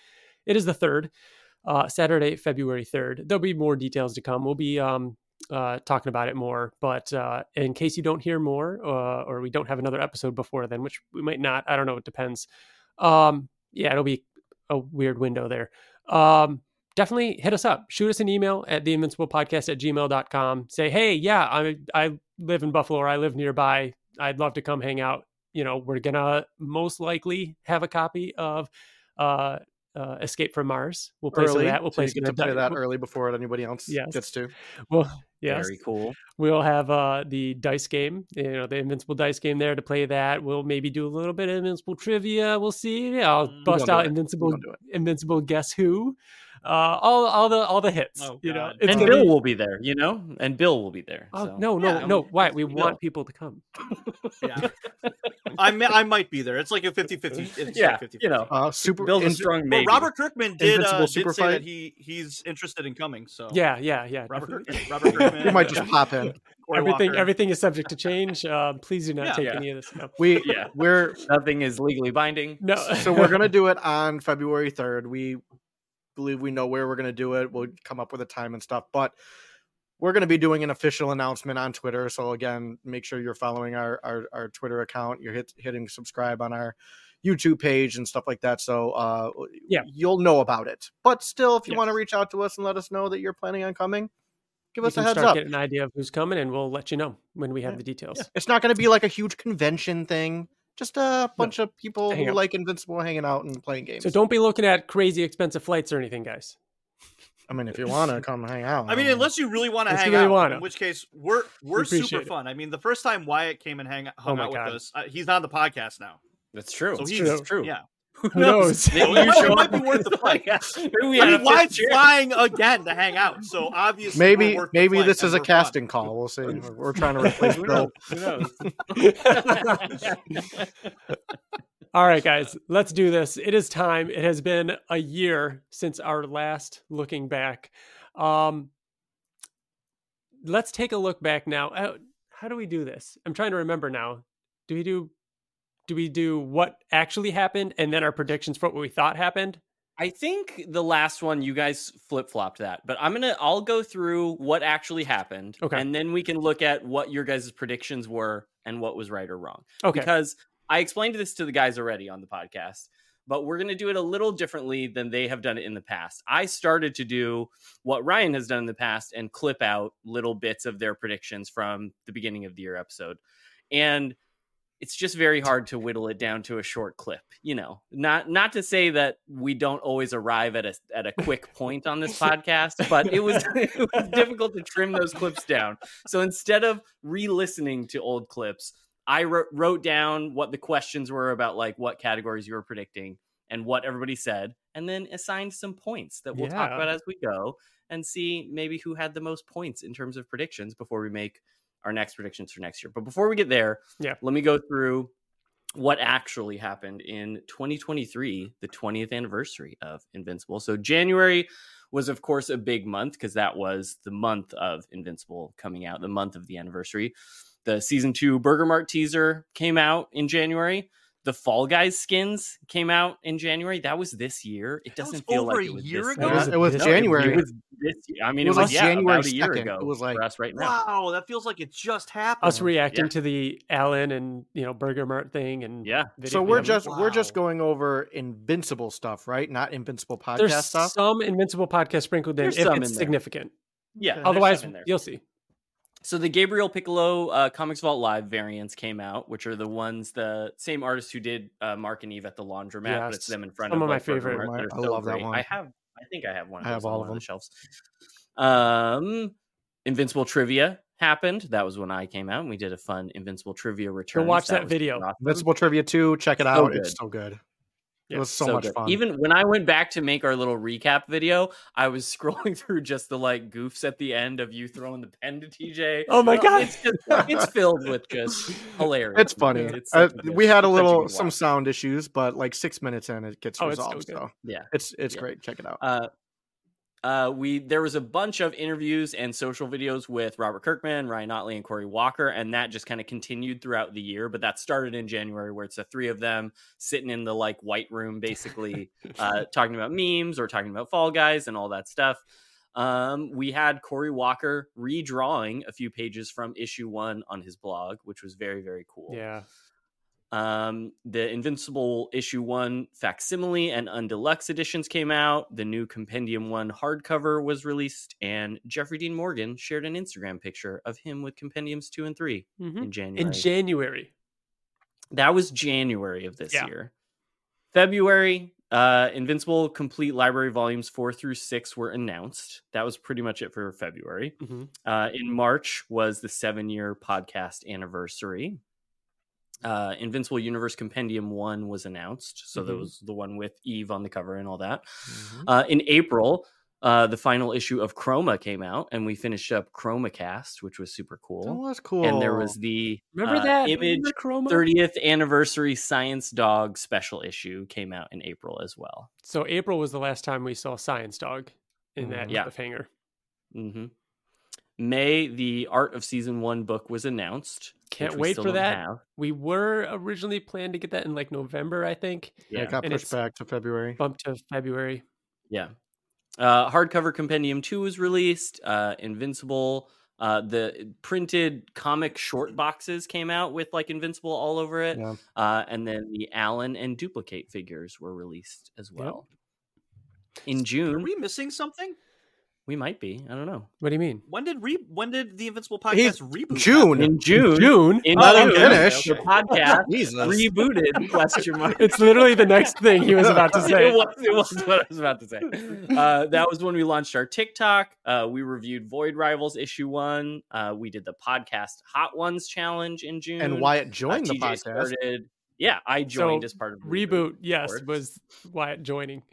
Speaker 1: It is the third uh, Saturday, February third. There'll be more details to come. We'll be um, uh, talking about it more. But uh, in case you don't hear more, uh, or we don't have another episode before then, which we might not. I don't know. It depends. Um, yeah, it'll be a weird window there. Um, definitely hit us up. Shoot us an email at theinvinciblepodcast at gmail.com. Say, hey, yeah, I I live in Buffalo or I live nearby. I'd love to come hang out. You know, we're gonna most likely have a copy of uh, uh, Escape from Mars. We'll play some of
Speaker 2: early
Speaker 1: that. We'll
Speaker 2: so
Speaker 1: play
Speaker 2: you
Speaker 1: some
Speaker 2: get to
Speaker 1: of
Speaker 2: play
Speaker 1: that.
Speaker 2: that early before anybody else
Speaker 1: Yes.
Speaker 2: gets to
Speaker 1: Well, yes.
Speaker 3: very cool
Speaker 1: We'll have uh, the dice game, you know, the Invincible dice game there to play that. We'll maybe do a little bit of Invincible trivia. We'll see. I'll
Speaker 4: Mm.
Speaker 1: bust
Speaker 2: gonna do
Speaker 1: out
Speaker 2: it.
Speaker 1: Invincible,
Speaker 2: We'll do it.
Speaker 1: Invincible Guess Who. uh, all all the all the hits.
Speaker 4: Oh,
Speaker 1: you know,
Speaker 4: God.
Speaker 1: It's
Speaker 3: and
Speaker 1: gonna
Speaker 3: Bill
Speaker 1: be-
Speaker 3: will be there, you know, and Bill will be there.
Speaker 1: Oh
Speaker 3: so.
Speaker 1: no, no,
Speaker 4: Yeah,
Speaker 1: no!
Speaker 4: I'm-
Speaker 1: Why? We
Speaker 4: no.
Speaker 1: want people to come.
Speaker 4: Yeah. I may, I might be there. It's like a 50-50. It's
Speaker 3: Yeah,
Speaker 4: like 50
Speaker 3: you know,
Speaker 2: Uh, super.
Speaker 3: Bill's a
Speaker 2: and-
Speaker 3: strong
Speaker 4: But
Speaker 3: maybe.
Speaker 4: Robert Kirkman did, uh,
Speaker 2: Invincible
Speaker 4: did say
Speaker 2: Super Fight?
Speaker 4: that he he's interested in coming. So
Speaker 1: Yeah, yeah, yeah.
Speaker 4: Robert
Speaker 1: definitely.
Speaker 4: Kirkman. Robert Kirkman. uh,
Speaker 2: we might just pop in.
Speaker 4: Cory
Speaker 1: everything
Speaker 4: Walker.
Speaker 1: everything is subject to change. Uh, please do not
Speaker 4: Yeah.
Speaker 1: take
Speaker 3: Yeah.
Speaker 1: any of this. No,
Speaker 2: We
Speaker 3: Yeah.
Speaker 2: we're
Speaker 3: nothing is legally binding.
Speaker 1: no.
Speaker 2: so we're gonna do it on February third. We believe we know where we're gonna do it. We'll come up with a time and stuff, but we're gonna be doing an official announcement on Twitter. So again, make sure you're following our our, our Twitter account. You're hit, hitting subscribe on our YouTube page and stuff like that. So uh,
Speaker 1: Yeah.
Speaker 2: you'll know about it. But still, if you
Speaker 1: Yes.
Speaker 2: want to reach out to us and let us know that you're planning on coming, give
Speaker 1: We
Speaker 2: us a
Speaker 1: can
Speaker 2: heads
Speaker 1: start
Speaker 2: up.
Speaker 1: getting an idea of who's coming, and we'll let you know when we have the details.
Speaker 2: It's not going to be like a huge convention thing. Just a bunch of people
Speaker 1: Hang
Speaker 2: who
Speaker 1: out.
Speaker 2: like Invincible hanging out and playing games.
Speaker 1: So don't be looking at crazy expensive flights or anything, guys.
Speaker 2: I mean, if you want to come hang out.
Speaker 4: I mean,
Speaker 2: don't know.
Speaker 4: unless you really want to
Speaker 1: Unless you
Speaker 4: hang
Speaker 1: really
Speaker 4: out,
Speaker 1: wanna.
Speaker 4: in which case we're we're
Speaker 1: appreciate
Speaker 4: super
Speaker 1: it.
Speaker 4: fun. I mean, the first time Wyatt came and hang hung
Speaker 1: my
Speaker 4: out
Speaker 1: God.
Speaker 4: with us, uh, he's not on the podcast now.
Speaker 3: That's true.
Speaker 4: So
Speaker 3: It's
Speaker 4: he's-
Speaker 3: It's true.
Speaker 4: yeah.
Speaker 3: Who
Speaker 1: Who knows?
Speaker 3: Maybe
Speaker 4: Well,
Speaker 3: you
Speaker 4: it
Speaker 3: show
Speaker 4: might
Speaker 3: up
Speaker 4: be worth the fight.
Speaker 3: Maybe we
Speaker 4: I
Speaker 3: had
Speaker 4: mean,
Speaker 3: a
Speaker 4: Wyatt's
Speaker 3: fifth chair.
Speaker 4: flying again to hang out, so obviously we're
Speaker 2: maybe
Speaker 4: worth the
Speaker 2: maybe
Speaker 4: flight
Speaker 2: this is a
Speaker 4: and we're fun.
Speaker 2: casting call. We'll see. We're, we're trying to replace
Speaker 3: Who
Speaker 2: Bill.
Speaker 3: knows? Who knows?
Speaker 1: All right, guys, let's do this. It is time. It has been a year since our last looking back. Um, let's take a look back now. How, how do we do this? I'm trying to remember now. Do we do do we do what actually happened and then our predictions for what we thought happened?
Speaker 3: I think the last one you guys flip flopped that, but I'm gonna I'll go through what actually happened,
Speaker 1: Okay.
Speaker 3: and then we can look at what your guys' predictions were and what was right or wrong.
Speaker 1: Okay.
Speaker 3: Because I explained this to the guys already on the podcast, but we're gonna do it a little differently than they have done it in the past. I started to do what Ryan has done in the past and clip out little bits of their predictions from the beginning of the year episode, and it's just very hard to whittle it down to a short clip you know not not to say that we don't always arrive at a at a quick point on this podcast but it was it was difficult to trim those clips down so instead of re-listening to old clips i wrote, wrote down what the questions were about like what categories you were predicting and what everybody said and then assigned some points that we'll talk
Speaker 1: Yeah.
Speaker 3: about as we go and see maybe who had the most points in terms of predictions before we make our next predictions for next year but before we get there let me go through what actually happened in 2023, the 20th anniversary of Invincible. So January was of course a big month because that was the month of Invincible coming out, the month of the anniversary. The season 2 Burger Mart teaser came out in January. The Fall Guys skins came out in January. That was this year. It
Speaker 4: That was
Speaker 3: doesn't feel
Speaker 4: over
Speaker 3: like
Speaker 4: a
Speaker 3: it was
Speaker 4: year
Speaker 3: this
Speaker 4: ago?
Speaker 1: It was-
Speaker 2: it was
Speaker 3: No,
Speaker 2: January.
Speaker 3: It was this year. I mean,
Speaker 2: It
Speaker 3: it
Speaker 2: was
Speaker 3: was,
Speaker 2: like
Speaker 3: yeah,
Speaker 2: January
Speaker 3: about a year
Speaker 2: 2nd.
Speaker 3: ago.
Speaker 2: It was like-
Speaker 3: for us right now.
Speaker 4: Wow, that feels like it just happened.
Speaker 1: Us reacting to the Allen and you know Burger Mart thing and
Speaker 3: Yeah.
Speaker 1: video
Speaker 2: So we're
Speaker 1: game.
Speaker 2: just we're just
Speaker 4: Wow.
Speaker 2: going over Invincible stuff, right? Not Invincible podcast
Speaker 1: there's
Speaker 2: stuff.
Speaker 1: some Invincible podcast sprinkled in
Speaker 3: There's
Speaker 1: if
Speaker 3: some
Speaker 1: it's
Speaker 3: in there.
Speaker 1: significant.
Speaker 3: Yeah.
Speaker 2: Okay.
Speaker 3: there's
Speaker 1: Otherwise,
Speaker 3: some in there.
Speaker 1: you'll see.
Speaker 3: So the Gabriel Piccolo uh, Comics Vault Live variants came out, which are the ones the same artists who did uh, Mark and Eve at the laundromat. But
Speaker 2: Yes.
Speaker 3: it's them in front
Speaker 1: Some of
Speaker 3: of,
Speaker 1: my
Speaker 3: like, Burger
Speaker 1: favorite.
Speaker 3: Mart.
Speaker 2: My-
Speaker 3: They're
Speaker 2: I
Speaker 3: so
Speaker 2: love that
Speaker 3: great.
Speaker 2: one.
Speaker 3: I have, I think I have one. Of
Speaker 2: I have
Speaker 3: those on
Speaker 2: all
Speaker 3: one
Speaker 2: of
Speaker 3: the shelves. Um, Invincible trivia happened. That was when I came out, and we did a fun Invincible trivia return.
Speaker 1: watch that video.
Speaker 2: Invincible trivia two. Check it
Speaker 3: So
Speaker 2: out.
Speaker 3: good.
Speaker 2: It's so good. It
Speaker 1: Yeah,
Speaker 2: was so, much
Speaker 3: good.
Speaker 2: fun.
Speaker 3: Even when I went back to make our little recap video, I was scrolling through just the like goofs at the end of you throwing the pen to TJ.
Speaker 1: Oh my God.
Speaker 3: It's just it's filled with just hilarious.
Speaker 2: it's funny.
Speaker 3: It's
Speaker 2: Uh,
Speaker 3: something
Speaker 2: we
Speaker 3: good.
Speaker 2: had a
Speaker 3: It's such
Speaker 2: little
Speaker 3: good
Speaker 2: some
Speaker 3: watch.
Speaker 2: sound issues, but like six minutes in, it gets
Speaker 1: Oh, it's so
Speaker 2: resolved.
Speaker 1: good.
Speaker 2: so
Speaker 3: Yeah.
Speaker 2: it's it's
Speaker 3: Yeah.
Speaker 2: great. Check it out.
Speaker 3: Uh, uh, we there was a bunch of interviews and social videos with Robert Kirkman, Ryan Notley, and Corey Walker, and that just kind of continued throughout the year. But that started in January, where it's the three of them sitting in the like white room, basically uh, talking about memes or talking about Fall Guys and all that stuff. Um, we had Corey Walker redrawing a few pages from issue one on his blog, which was very very cool.
Speaker 1: Yeah.
Speaker 3: Um, the Invincible issue one facsimile and undeluxe editions came out. The new Compendium one hardcover was released, and Jeffrey Dean Morgan shared an Instagram picture of him with Compendiums two and three
Speaker 1: Mhm.
Speaker 3: in January.
Speaker 1: In January.
Speaker 3: that was January of this
Speaker 1: Yeah.
Speaker 3: year. February, uh, Invincible complete library volumes four through six were announced. That was pretty much it for February.
Speaker 1: Mhm.
Speaker 3: Uh, in March was the seven year podcast anniversary. uh, Invincible Universe Compendium 1 was announced. So that
Speaker 1: Mhm.
Speaker 3: was the one with Eve on the cover and all that.
Speaker 1: Mm-hmm.
Speaker 3: Uh, in April, uh, the final issue of Chroma came out, and we finished up ChromaCast, which was super
Speaker 2: That
Speaker 3: cool.
Speaker 2: was cool.
Speaker 3: And there was the
Speaker 1: Remember
Speaker 3: uh,
Speaker 1: that
Speaker 3: image
Speaker 1: Remember Chroma?
Speaker 3: 30th anniversary Science Dog special issue came out in April as well.
Speaker 1: So April was the last time we saw Science Dog in that
Speaker 2: Mhm.
Speaker 3: Mm, Yeah.
Speaker 1: yeah. hanger.
Speaker 3: hmm May, the Art of Season 1 book was announced.
Speaker 1: Can't
Speaker 3: which we
Speaker 1: wait
Speaker 3: still
Speaker 1: for
Speaker 3: don't
Speaker 1: that.
Speaker 3: have.
Speaker 1: We were originally planned to get that in like November, I think.
Speaker 2: yeah, it got
Speaker 1: and
Speaker 2: pushed
Speaker 1: it's-
Speaker 2: back to February.
Speaker 1: Bumped to February.
Speaker 3: Yeah. Uh, hardcover Compendium 2 was released. Uh, Invincible. Uh, the printed comic short boxes came out with like Invincible all over it.
Speaker 2: Yeah.
Speaker 3: Uh, and then the Allen and Duplicate figures were released as
Speaker 1: Yep.
Speaker 3: well. In
Speaker 4: Are
Speaker 3: June,
Speaker 4: we missing something?
Speaker 3: we might be. I don't know.
Speaker 1: What do you mean?
Speaker 4: When did re- when did the Invincible podcast
Speaker 2: He's-
Speaker 4: reboot?
Speaker 2: June.
Speaker 3: In June,
Speaker 1: June.
Speaker 3: in
Speaker 2: Let
Speaker 4: Oh,
Speaker 2: him
Speaker 3: June,
Speaker 2: finish.
Speaker 3: the podcast
Speaker 2: Jesus.
Speaker 3: rebooted? Question mark.
Speaker 1: It's literally the next thing he was about to say.
Speaker 3: it, was, it was what I was about to say. Uh, that was when we launched our TikTok. Uh, we reviewed Void Rivals issue one. Uh, we did the podcast Hot Ones challenge in June.
Speaker 2: And Wyatt
Speaker 3: Uh,
Speaker 2: joined the
Speaker 3: TJ
Speaker 2: podcast.
Speaker 3: started- yeah, I joined
Speaker 1: So,
Speaker 3: as part of the
Speaker 1: Reboot, yes,
Speaker 3: course.
Speaker 1: was Wyatt joining.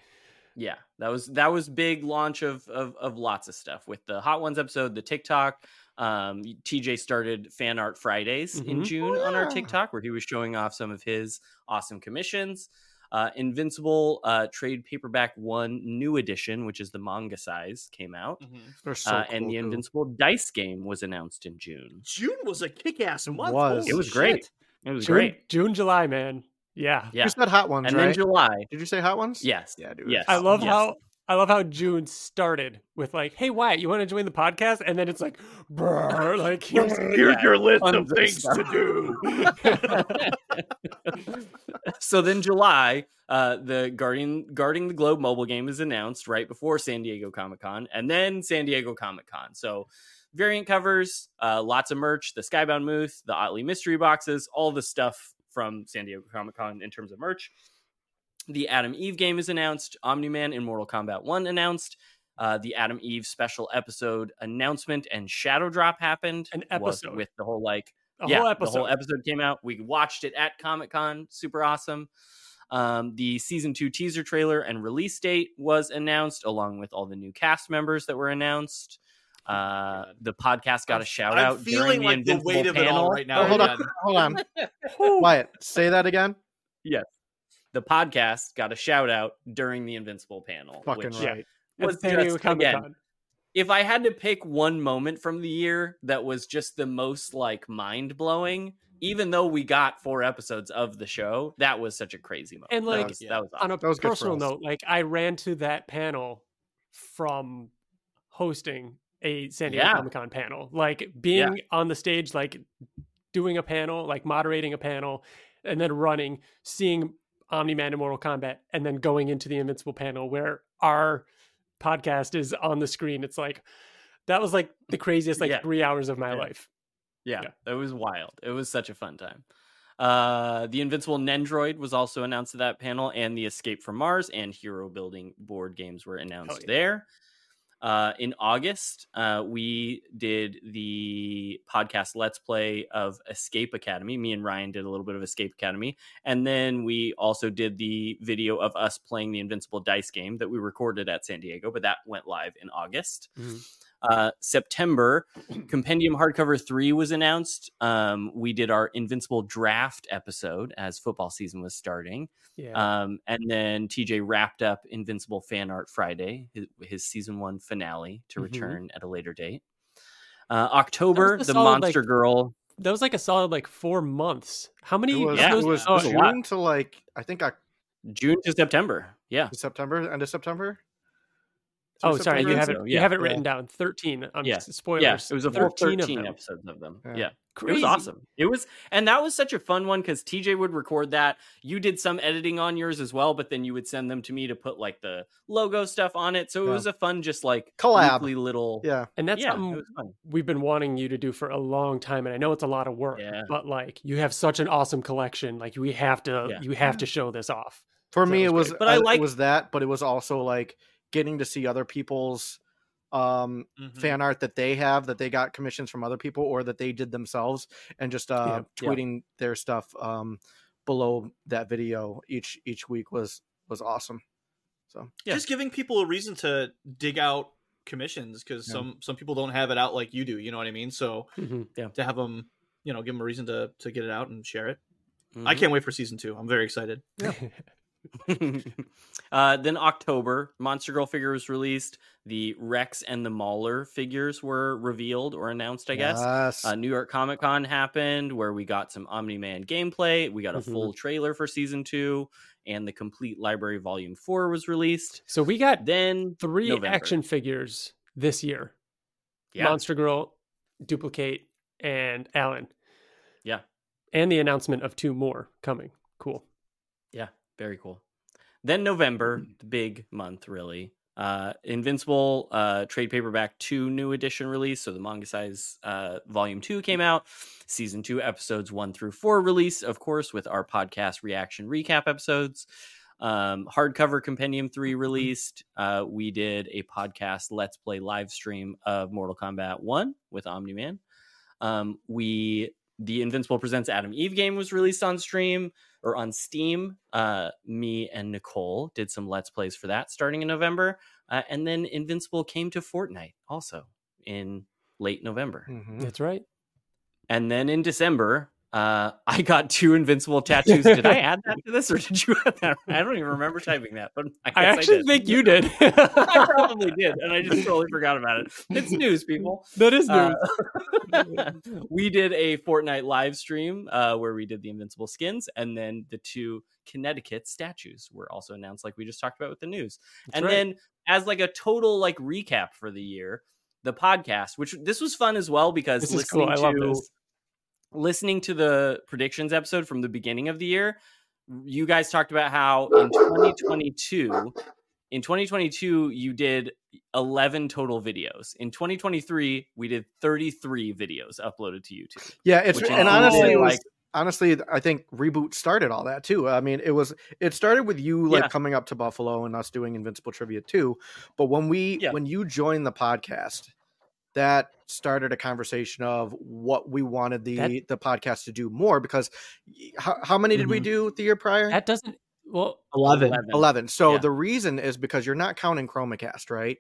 Speaker 3: Yeah, that was that was big launch of of, of lots of stuff with the Hot Ones episode, the TikTok. Um, TJ started Fan Art Fridays in
Speaker 1: Mhm.
Speaker 3: June on our
Speaker 2: Mm-hmm. Oh, yeah.
Speaker 3: TikTok, where he was showing off some of his awesome commissions. Uh, Invincible uh, trade paperback one new edition, which is the manga size, came out,
Speaker 4: Mhm.
Speaker 2: They're Mm, so
Speaker 3: uh, and
Speaker 2: cool,
Speaker 3: the
Speaker 2: too.
Speaker 3: Invincible dice game was announced in June.
Speaker 4: June was a kick-ass
Speaker 2: It
Speaker 4: month.
Speaker 2: was.
Speaker 4: Holy
Speaker 3: It was
Speaker 4: shit.
Speaker 3: great. It was
Speaker 1: June,
Speaker 3: great.
Speaker 1: June, July, man. Yeah.
Speaker 3: Yeah,
Speaker 2: You said hot ones,
Speaker 3: and
Speaker 2: right?
Speaker 3: then July.
Speaker 2: Did you say hot ones?
Speaker 3: Yes.
Speaker 2: Yeah, dude.
Speaker 3: Yes.
Speaker 1: I love
Speaker 3: Um, Yes.
Speaker 1: how I love how June started with like, "Hey Wyatt, you want to join the podcast?" and then it's like, "Brr," like here's-
Speaker 3: Here's
Speaker 4: your list
Speaker 3: of Tons of things to stuff.
Speaker 4: do.
Speaker 3: so then July, uh, the Guardian Guarding the Globe mobile game is announced right before San Diego Comic Con, and then San Diego Comic Con. So variant covers, uh, lots of merch, the Skybound Mooth, the Otley mystery boxes, all the stuff from San Diego Comic Con in terms of merch. The Adam Eve game is announced. Omni Man in Mortal Kombat One announced. Uh, the Adam Eve special episode announcement and Shadow Drop happened.
Speaker 1: An
Speaker 3: was-
Speaker 1: episode.
Speaker 3: with the whole like
Speaker 1: a
Speaker 3: yeah,
Speaker 1: whole episode.
Speaker 3: The whole episode came out. We watched it at Comic Con. Super awesome. Um, the season two teaser trailer and release date was announced, along with all the new cast members that were announced. Uh,
Speaker 4: Oh, God.
Speaker 3: the podcast got a shout
Speaker 4: I'm
Speaker 3: out during
Speaker 4: feeling
Speaker 3: the
Speaker 4: like the
Speaker 3: Invincible
Speaker 4: weight of it all
Speaker 3: panel. Oh,
Speaker 4: right now.
Speaker 2: Oh, hold on.
Speaker 4: man.
Speaker 2: Hold on. Wyatt, say that again.
Speaker 3: The podcast got a shout out during the Invincible panel.
Speaker 2: Fucking
Speaker 3: which
Speaker 1: yeah.
Speaker 2: right.
Speaker 1: At
Speaker 3: was
Speaker 1: San Diego
Speaker 3: just,
Speaker 1: Comic
Speaker 3: again,
Speaker 1: Con.
Speaker 3: if I had to pick one moment from the year that was just the most like mind blowing, even though we got four episodes of the show, that was such a crazy moment.
Speaker 1: And,
Speaker 3: That
Speaker 1: like,
Speaker 3: was- that was
Speaker 1: On
Speaker 3: awesome.
Speaker 1: a
Speaker 2: was good for
Speaker 1: personal
Speaker 2: us.
Speaker 1: note, like I ran to that panel from hosting a San Diego
Speaker 3: Yeah.
Speaker 1: Comic Con panel, like being on the stage, like doing a panel, like moderating a panel, and then running, seeing Omni Man in Mortal Kombat, and then going into the Invincible panel where our podcast is on the screen. It's like that was like the craziest like
Speaker 3: Yeah.
Speaker 1: three hours of my
Speaker 3: Yeah.
Speaker 1: life.
Speaker 3: Yeah,
Speaker 1: Yeah.
Speaker 3: it was wild. It was such a fun time. Uh, the Invincible Nendroid was also announced at that panel, and the Escape from Mars and Hero Building board games were announced
Speaker 1: yeah.
Speaker 3: there. Uh, in August, uh, we did the podcast Let's Play of Escape Academy. Me and Ryan did a little bit of Escape Academy. And then we also did the video of us playing the Invincible Dice game that we recorded at San Diego, but that went live in August.
Speaker 1: Mhm.
Speaker 3: Uh, September, Compendium Hardcover 3 was announced. Um, we did our Invincible Draft episode as football season was starting.
Speaker 2: Uh,
Speaker 1: Yeah.
Speaker 3: Um, and then TJ wrapped up Invincible Fan Art Friday, his, his season one finale, to
Speaker 1: Mhm.
Speaker 3: return at a later date. Uh, October,
Speaker 1: the
Speaker 3: the
Speaker 1: solid, like,
Speaker 3: Monster Girl.
Speaker 1: that was like a solid like four months. How many
Speaker 2: It was,
Speaker 3: Yeah.
Speaker 2: it was
Speaker 1: oh,
Speaker 3: was a lot.
Speaker 2: June to like I think Oc-
Speaker 3: June to September. Yeah.
Speaker 2: September, end of September. Through
Speaker 1: Oh, sorry, you
Speaker 2: September?
Speaker 3: I
Speaker 1: have it.
Speaker 3: think so,
Speaker 1: You
Speaker 3: yeah.
Speaker 1: have it
Speaker 2: Yeah.
Speaker 1: written down. Thirteen. Um,
Speaker 3: Yeah.
Speaker 1: s- Spoilers.
Speaker 3: Yeah. It was a full 13,
Speaker 1: of them.
Speaker 3: episodes of them.
Speaker 2: Yeah.
Speaker 3: yeah. It was
Speaker 1: Crazy.
Speaker 3: awesome. It was, and that was such a fun one because TJ would record that. You did some editing on yours as well, but then you would send them to me to put like the logo stuff on it. So it
Speaker 2: Yeah.
Speaker 3: was a fun, just like
Speaker 2: Collab.
Speaker 3: weekly little.
Speaker 2: Yeah.
Speaker 1: And that's
Speaker 3: yeah, it
Speaker 1: something
Speaker 3: was fun.
Speaker 1: we've been wanting you to do for a long time. And I know it's a lot of work,
Speaker 3: Yeah.
Speaker 1: but like you have such an awesome collection. Like we have to,
Speaker 3: Yeah.
Speaker 1: you have to show this off.
Speaker 2: For
Speaker 1: So
Speaker 2: me,
Speaker 1: it
Speaker 2: it
Speaker 1: was
Speaker 2: was,
Speaker 3: great. But I
Speaker 2: uh,
Speaker 3: like-
Speaker 2: it was that, but it was also like getting to see other people's um,
Speaker 3: Mm-hmm.
Speaker 4: Mhm.
Speaker 2: fan art that they have that they got commissions from other people or that they did themselves and just uh,
Speaker 3: Yeah.
Speaker 2: tweeting their stuff um, below that video each each week was was awesome. So
Speaker 3: Yeah.
Speaker 4: Just giving people a reason to dig out commissions because
Speaker 2: Yeah.
Speaker 4: some some people don't have it out like you do. You know what I mean? So
Speaker 1: Mhm.
Speaker 4: to have them, you know, give them a reason to to get it out and share it.
Speaker 3: Mm-hmm.
Speaker 4: I can't wait for season two. I'm very excited.
Speaker 3: uh, then October, Monster Girl figure was released. The Rex and the Mauler figures were revealed or announced, I guess.
Speaker 2: Yes.
Speaker 3: Uh, New York Comic Con happened where we got some Omni Man gameplay. We got a
Speaker 1: Mhm.
Speaker 3: full trailer for season two, and the complete library volume four was released.
Speaker 1: so we got
Speaker 3: Then,
Speaker 1: three
Speaker 3: November.
Speaker 1: action figures this year
Speaker 3: yeah,
Speaker 1: Monster Girl, Duplicate, and Alan.
Speaker 3: Yeah.
Speaker 1: And the announcement of two more coming. Cool.
Speaker 3: very cool. Then November, the big month, really. Uh, Invincible uh, trade paperback two new edition release. So the manga size uh, volume two came out. Season two episodes one through four release, of course, with our podcast reaction recap episodes. Um, hardcover compendium three released. Uh, we did a podcast let's play live stream of Mortal Kombat one with Omni Man. Um, we the Invincible Presents Adam Eve game was released on stream or on Steam. Uh, me and Nicole did some Let's Plays for that starting in November. Uh, and then Invincible came to Fortnite also in late November.
Speaker 2: Mhm.
Speaker 1: That's right.
Speaker 3: And then in December, uh, I got two Invincible tattoos. Did I add that to this or did you add that? I don't even remember typing that, but I, guess
Speaker 1: I actually
Speaker 3: did.
Speaker 1: think you did.
Speaker 3: I probably did, and I just totally forgot about it. It's news, people.
Speaker 1: that is new.
Speaker 3: Uh, we did a Fortnite live stream uh, where we did the Invincible skins, and then the two Connecticut statues were also announced, like we just talked about with the news.
Speaker 1: That's
Speaker 3: and
Speaker 1: right.
Speaker 3: then, as like a total like recap for the year, the podcast, which this was fun as well because
Speaker 1: this is
Speaker 3: listening
Speaker 1: cool. I love
Speaker 3: to
Speaker 1: this.
Speaker 3: listening to the predictions episode from the beginning of the year, you guys talked about how in 2022, in 2022, you did 11 total videos. In 2023, we did 33 videos uploaded to YouTube.
Speaker 2: Yeah, it's
Speaker 3: which
Speaker 2: and
Speaker 3: included,
Speaker 2: honestly, it was-
Speaker 3: like-
Speaker 2: honestly, I think reboot started all that too. I mean, it was it started with you like
Speaker 3: Yeah.
Speaker 2: coming up to Buffalo and us doing Invincible Trivia too. But when we
Speaker 3: Yeah.
Speaker 2: when you joined the podcast, that started a conversation of what we wanted the
Speaker 1: That-
Speaker 2: the podcast to do more because y- how, how many did we
Speaker 3: Mhm.
Speaker 2: do the year prior?
Speaker 1: That doesn't, well,
Speaker 4: 11.
Speaker 2: 11. So
Speaker 3: Yeah.
Speaker 2: the reason is because you're not counting Chromacast, right?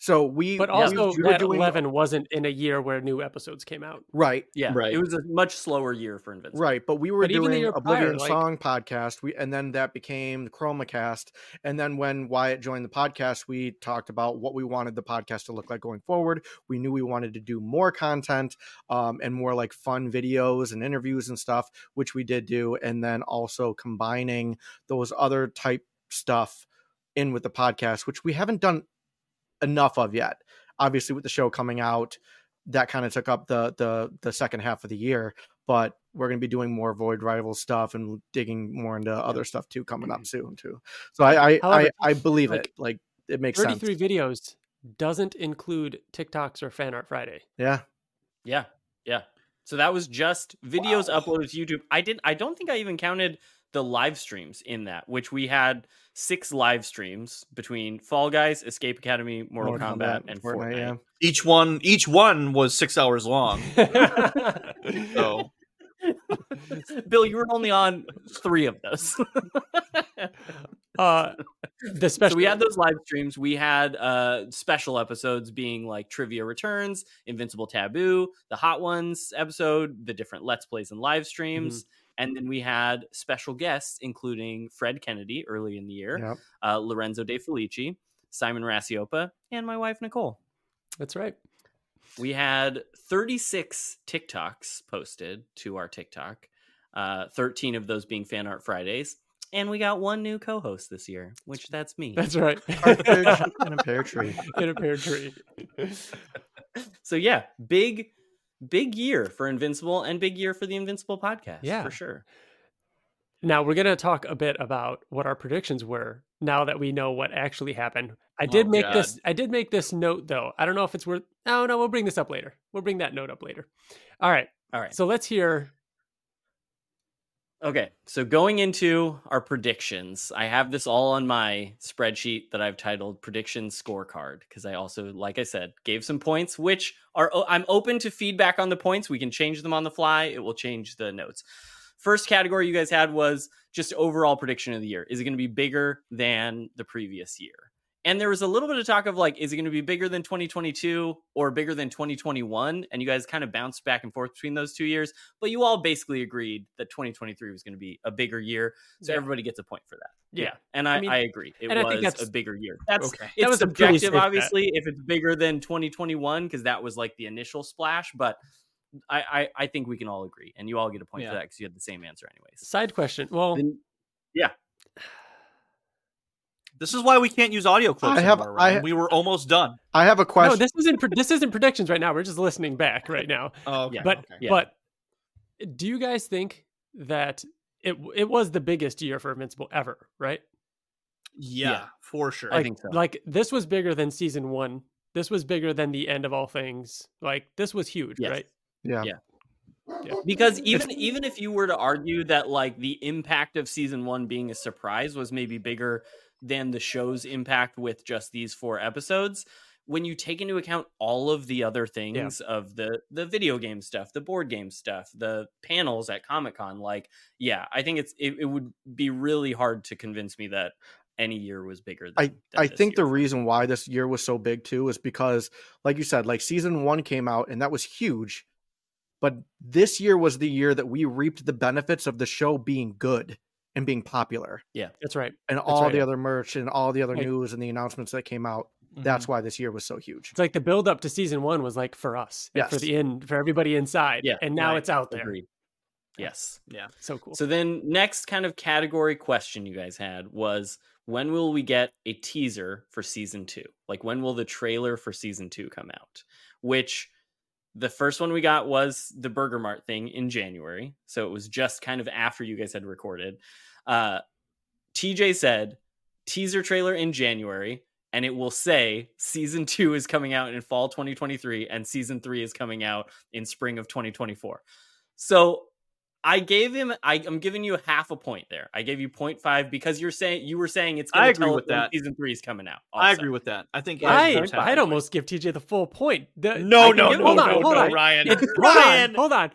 Speaker 2: So we
Speaker 1: but
Speaker 2: you-
Speaker 1: also
Speaker 2: you were
Speaker 1: that
Speaker 2: doing-
Speaker 1: 11 wasn't in a year where new episodes came out.
Speaker 2: right.
Speaker 3: Yeah,
Speaker 4: Right.
Speaker 3: It was a much slower year for Invincible.
Speaker 2: Right, but we were
Speaker 1: But even the
Speaker 2: doing
Speaker 1: year prior,
Speaker 2: Oblivion
Speaker 1: like-
Speaker 2: Song podcast, we and then that became the Chromacast, and then when Wyatt joined the podcast, we talked about what we wanted the podcast to look like going forward. We knew we wanted to do more content, um, and more like fun videos and interviews and stuff, which we did do, and then also combining those other type stuff in with the podcast, which we haven't done enough of yet. Obviously, with the show coming out, that kind of took up the the the second half of the year. But we're going to be doing more Void Rival stuff and digging more into other stuff too coming
Speaker 3: Mm-hmm.
Speaker 2: up soon too. So I I
Speaker 1: However,
Speaker 2: I, I believe
Speaker 1: like,
Speaker 2: it. Like it makes sense.
Speaker 1: 33 videos doesn't include TikToks or Fan Art Friday.
Speaker 2: Yeah.
Speaker 3: Yeah, yeah. So that was just videos uploaded to YouTube. I did. I don't think I even counted the live streams in that, which we had six live streams between Fall Guys, Escape Academy, Mortal, Kombat, and Fortnite.
Speaker 2: yeah.
Speaker 4: Each one each one was six hours long. So
Speaker 3: Bill, you were only on three of those.
Speaker 1: Uh, the special
Speaker 3: so we had those live streams. We had uh, special episodes being like Trivia Returns, Invincible Taboo, the Hot Ones episode, the different Let's Plays and live streams. And then we had special guests, including Fred Kennedy early in the year,
Speaker 2: Yep.
Speaker 3: uh, Lorenzo De Felici, Simon Rassiopa, and my wife, Nicole.
Speaker 1: That's right.
Speaker 3: We had 36 TikToks posted to our TikTok, uh, 13 of those being Fan Art Fridays. And we got one new co host this year, which that's me.
Speaker 1: That's right.
Speaker 2: Partridge in a pear tree.
Speaker 1: in a pear tree.
Speaker 3: So, yeah, big, big year for Invincible and big year for the Invincible podcast.
Speaker 1: Yeah.
Speaker 3: For sure.
Speaker 1: Now we're going to talk a bit about what our predictions were now that we know what actually happened. I did
Speaker 4: Oh,
Speaker 1: make this I did make this note though. I don't know if it's worth oh, No, no, we'll bring this up later. We'll bring that note up later. All right.
Speaker 3: All right.
Speaker 1: So let's hear
Speaker 3: Okay, so going into our predictions, I have this all on my spreadsheet that I've titled prediction scorecard because I also, like I said, gave some points which are o- I'm open to feedback on the points. We can change them on the fly. It will change the notes. First category you guys had was just overall prediction of the year. Is it going to be bigger than the previous year? And there was a little bit of talk of like, is it going to be bigger than 2022 or bigger than 2021? And you guys kind of bounced back and forth between those two years but you all basically agreed that 2023 was going to be a bigger year, so
Speaker 1: Yeah.
Speaker 3: everybody gets a point for that.
Speaker 1: Yeah.
Speaker 3: and
Speaker 1: I
Speaker 3: I, I,
Speaker 1: mean-
Speaker 3: agree. It
Speaker 1: and I think
Speaker 3: was
Speaker 1: that's-
Speaker 3: a bigger year. That's
Speaker 1: okay.
Speaker 3: it's
Speaker 1: that was a pretty safe
Speaker 3: subjective,
Speaker 1: bet.
Speaker 3: obviously. If it's bigger than 2021, because that was like the initial splash, but I, I I think we can all agree, and you all get a point
Speaker 4: Yeah.
Speaker 3: for that because you had the same answer anyways.
Speaker 1: Side question. Well,
Speaker 3: Then-
Speaker 4: This is why we can't use audio clips
Speaker 2: I have-
Speaker 4: anymore.
Speaker 2: I-
Speaker 4: Ryan. we were almost done.
Speaker 2: I have a
Speaker 1: no,
Speaker 2: question.
Speaker 1: this isn't pre- this isn't predictions right now. We're just listening back right now.
Speaker 4: Oh,
Speaker 3: Yeah.
Speaker 1: But
Speaker 4: okay.
Speaker 3: Yeah.
Speaker 1: but do you guys think that it it was the biggest year for Invincible ever? Right?
Speaker 4: yeah,
Speaker 3: Yeah.
Speaker 4: for sure.
Speaker 3: I
Speaker 1: Like-
Speaker 3: think so.
Speaker 1: Like this was bigger than season one. This was bigger than the end of all things. Like this was huge,
Speaker 3: Yes.
Speaker 1: right?
Speaker 2: Yeah.
Speaker 3: Yeah.
Speaker 1: Yeah.
Speaker 3: Because even even if you were to argue that like the impact of season 1 being a surprise was maybe bigger than the show's impact with just these four episodes, when you take into account all of the other things of the the video game stuff, the board game stuff, the panels at Comic-Con like yeah, I think it's it, it would be really hard to convince me that any year was bigger than
Speaker 2: I,
Speaker 3: than
Speaker 2: I
Speaker 3: this
Speaker 2: think the
Speaker 3: year.
Speaker 2: reason why this year was so big too is because, like you said, like season one came out and that was huge. But this year was the year that we reaped the benefits of the show being good and being popular
Speaker 1: That's right.
Speaker 2: and all
Speaker 1: right.
Speaker 2: the other merch and all the other
Speaker 1: Like-
Speaker 2: news and the announcements that came out.
Speaker 4: Mhm.
Speaker 2: That's why this year was so huge.
Speaker 1: Mm-hmm. It's like the build up to season one was like for us, and for
Speaker 2: Yes.
Speaker 1: the end, for everybody inside.
Speaker 3: Yeah,
Speaker 1: And now
Speaker 4: right.
Speaker 1: it's out there.
Speaker 3: Agreed. Yes.
Speaker 1: So cool.
Speaker 3: So then next kind of category question you guys had was when will we get a teaser for season 2? Like when will the trailer for season 2 come out? Which the first one we got was the Burger Mart thing in January. So it was just kind of after you guys had recorded. Uh TJ said teaser trailer in January and it will say season 2 is coming out in fall 2023 and season 3 is coming out in spring of 2024. So I gave him. I, I'm giving you half a point there. I gave you 0.5 because you're saying you were saying it's. Gonna
Speaker 4: I agree
Speaker 3: tell
Speaker 4: with
Speaker 3: us when
Speaker 4: that.
Speaker 3: Season three is coming out.
Speaker 4: I
Speaker 3: also.
Speaker 4: agree with that. I think
Speaker 1: I,
Speaker 4: everyone's happy.
Speaker 1: I'd almost give TJ the full point. The- I
Speaker 4: No,
Speaker 1: can
Speaker 4: no,
Speaker 1: give-
Speaker 4: no,
Speaker 1: hold on,
Speaker 4: no,
Speaker 1: hold
Speaker 4: no,
Speaker 1: on.
Speaker 4: Ryan.
Speaker 1: It's- hold
Speaker 4: Ryan.
Speaker 1: on, hold on.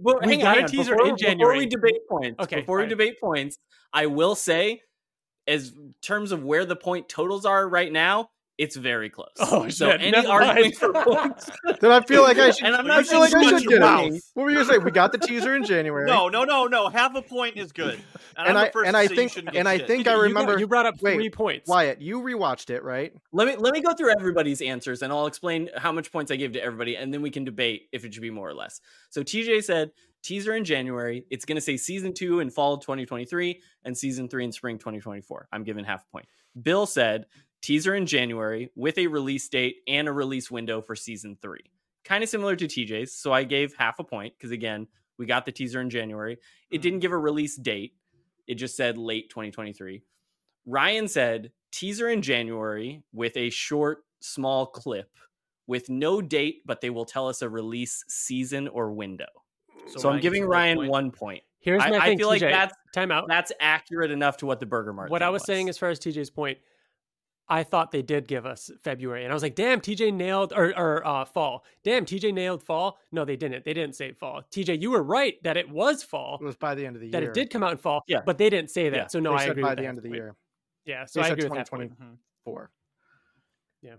Speaker 3: Well,
Speaker 1: We
Speaker 3: hang
Speaker 1: got
Speaker 3: on,
Speaker 1: a teaser
Speaker 3: before,
Speaker 1: in
Speaker 3: Before
Speaker 1: January.
Speaker 3: we debate points,
Speaker 1: Okay,
Speaker 3: before we
Speaker 1: fine.
Speaker 3: debate points, I will say, as terms of where the point totals are right now, it's very close.
Speaker 1: Oh,
Speaker 3: so
Speaker 1: shit,
Speaker 3: any
Speaker 1: never
Speaker 3: argument
Speaker 1: mind.
Speaker 3: for points?
Speaker 2: Then I feel like I should.
Speaker 3: and I'm
Speaker 4: you
Speaker 3: not
Speaker 2: I feel like
Speaker 3: saying
Speaker 2: I
Speaker 4: shut
Speaker 2: should
Speaker 4: your
Speaker 2: get
Speaker 4: mouth.
Speaker 2: it. What were you gonna say? We got the teaser in January.
Speaker 4: No, no, no, no. Half a point is good.
Speaker 2: And
Speaker 4: And, I'm
Speaker 2: I-
Speaker 4: the first
Speaker 2: and
Speaker 4: to
Speaker 2: I
Speaker 4: say you
Speaker 2: think-
Speaker 4: shouldn't
Speaker 2: and
Speaker 4: get
Speaker 2: I
Speaker 4: shit.
Speaker 2: think
Speaker 1: You-
Speaker 2: I
Speaker 1: you got-
Speaker 2: remember-
Speaker 1: you brought up
Speaker 2: wait,
Speaker 1: three points.
Speaker 2: Wyatt, you rewatched it, right?
Speaker 3: Let me let me go through everybody's answers and I'll explain how much points I gave to everybody and then we can debate if it should be more or less. So TJ said teaser in January, it's going to say season 2 in fall 2023 and season 3 in spring 2024. I'm giving half a point. Bill said teaser in January with a release date and a release window for season 3. Kind of similar to TJ's, so I gave half a point because again, we got the teaser in January. It
Speaker 4: Mhm.
Speaker 3: didn't give a release date. It just said late 2023. Ryan said teaser in January with a short, small clip with no date, but they will tell us a release season or window. So, I'm
Speaker 4: Ryan
Speaker 3: giving
Speaker 4: gets a
Speaker 3: Ryan
Speaker 4: point.
Speaker 3: one point.
Speaker 1: Here's
Speaker 3: I,
Speaker 1: my
Speaker 3: I
Speaker 1: thing,
Speaker 3: feel
Speaker 1: TJ.
Speaker 3: like that's
Speaker 1: Time out.
Speaker 3: that's accurate enough to what the Burger Mart.
Speaker 1: what I
Speaker 3: thing
Speaker 1: was saying as far as TJ's point, I thought they did give us February, and I was like, "Damn, TJ nailed or or uh, fall. Damn, TJ nailed fall. No, they didn't. They didn't say fall. TJ, you were right that it was fall,
Speaker 2: It was by the end of Mm, the
Speaker 1: that
Speaker 2: year.
Speaker 1: it did come out in fall.
Speaker 3: Yeah.
Speaker 1: but they didn't say that.
Speaker 3: Yeah.
Speaker 1: So
Speaker 2: They
Speaker 1: no, I
Speaker 2: said
Speaker 1: agree.
Speaker 2: by
Speaker 1: with
Speaker 2: the
Speaker 1: that
Speaker 2: end of the
Speaker 1: point.
Speaker 2: year.
Speaker 1: Yeah, so
Speaker 2: They
Speaker 1: I
Speaker 2: said
Speaker 1: agree with that point. Mm-hmm.
Speaker 2: 2020.
Speaker 4: Mhm.
Speaker 2: Four.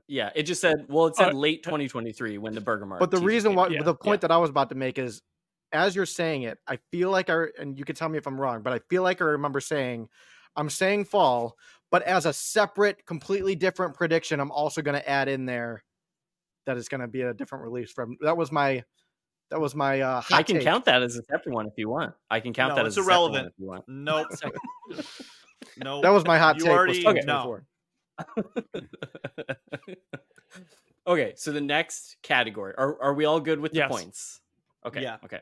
Speaker 3: yeah, it just said well, it said
Speaker 1: Uh,
Speaker 3: late 2023 when the Burger Mart.
Speaker 2: But the
Speaker 3: teaser
Speaker 2: reason
Speaker 3: came
Speaker 2: why
Speaker 3: out.
Speaker 1: Yeah.
Speaker 2: the point that I was about to make is as you're saying it, I feel like I and you can tell me if I'm wrong, but I feel like I remember saying I'm saying fall, but as a separate, completely different prediction, I'm also gonna add in there that it's gonna be a different release from that was my that was my uh hot
Speaker 3: I can
Speaker 2: take.
Speaker 3: count that as a separate one if you want. I can count
Speaker 4: No,
Speaker 3: that as
Speaker 4: it's
Speaker 3: a separate one
Speaker 4: irrelevant.
Speaker 3: if you want.
Speaker 4: Nope. no.
Speaker 2: that was my hot
Speaker 4: You
Speaker 2: take
Speaker 4: already-
Speaker 2: was
Speaker 4: Okay.
Speaker 2: 2024.
Speaker 3: okay, so the next category are are we all good with the
Speaker 1: Yes.
Speaker 3: points? Okay.
Speaker 4: Yeah.
Speaker 3: Okay.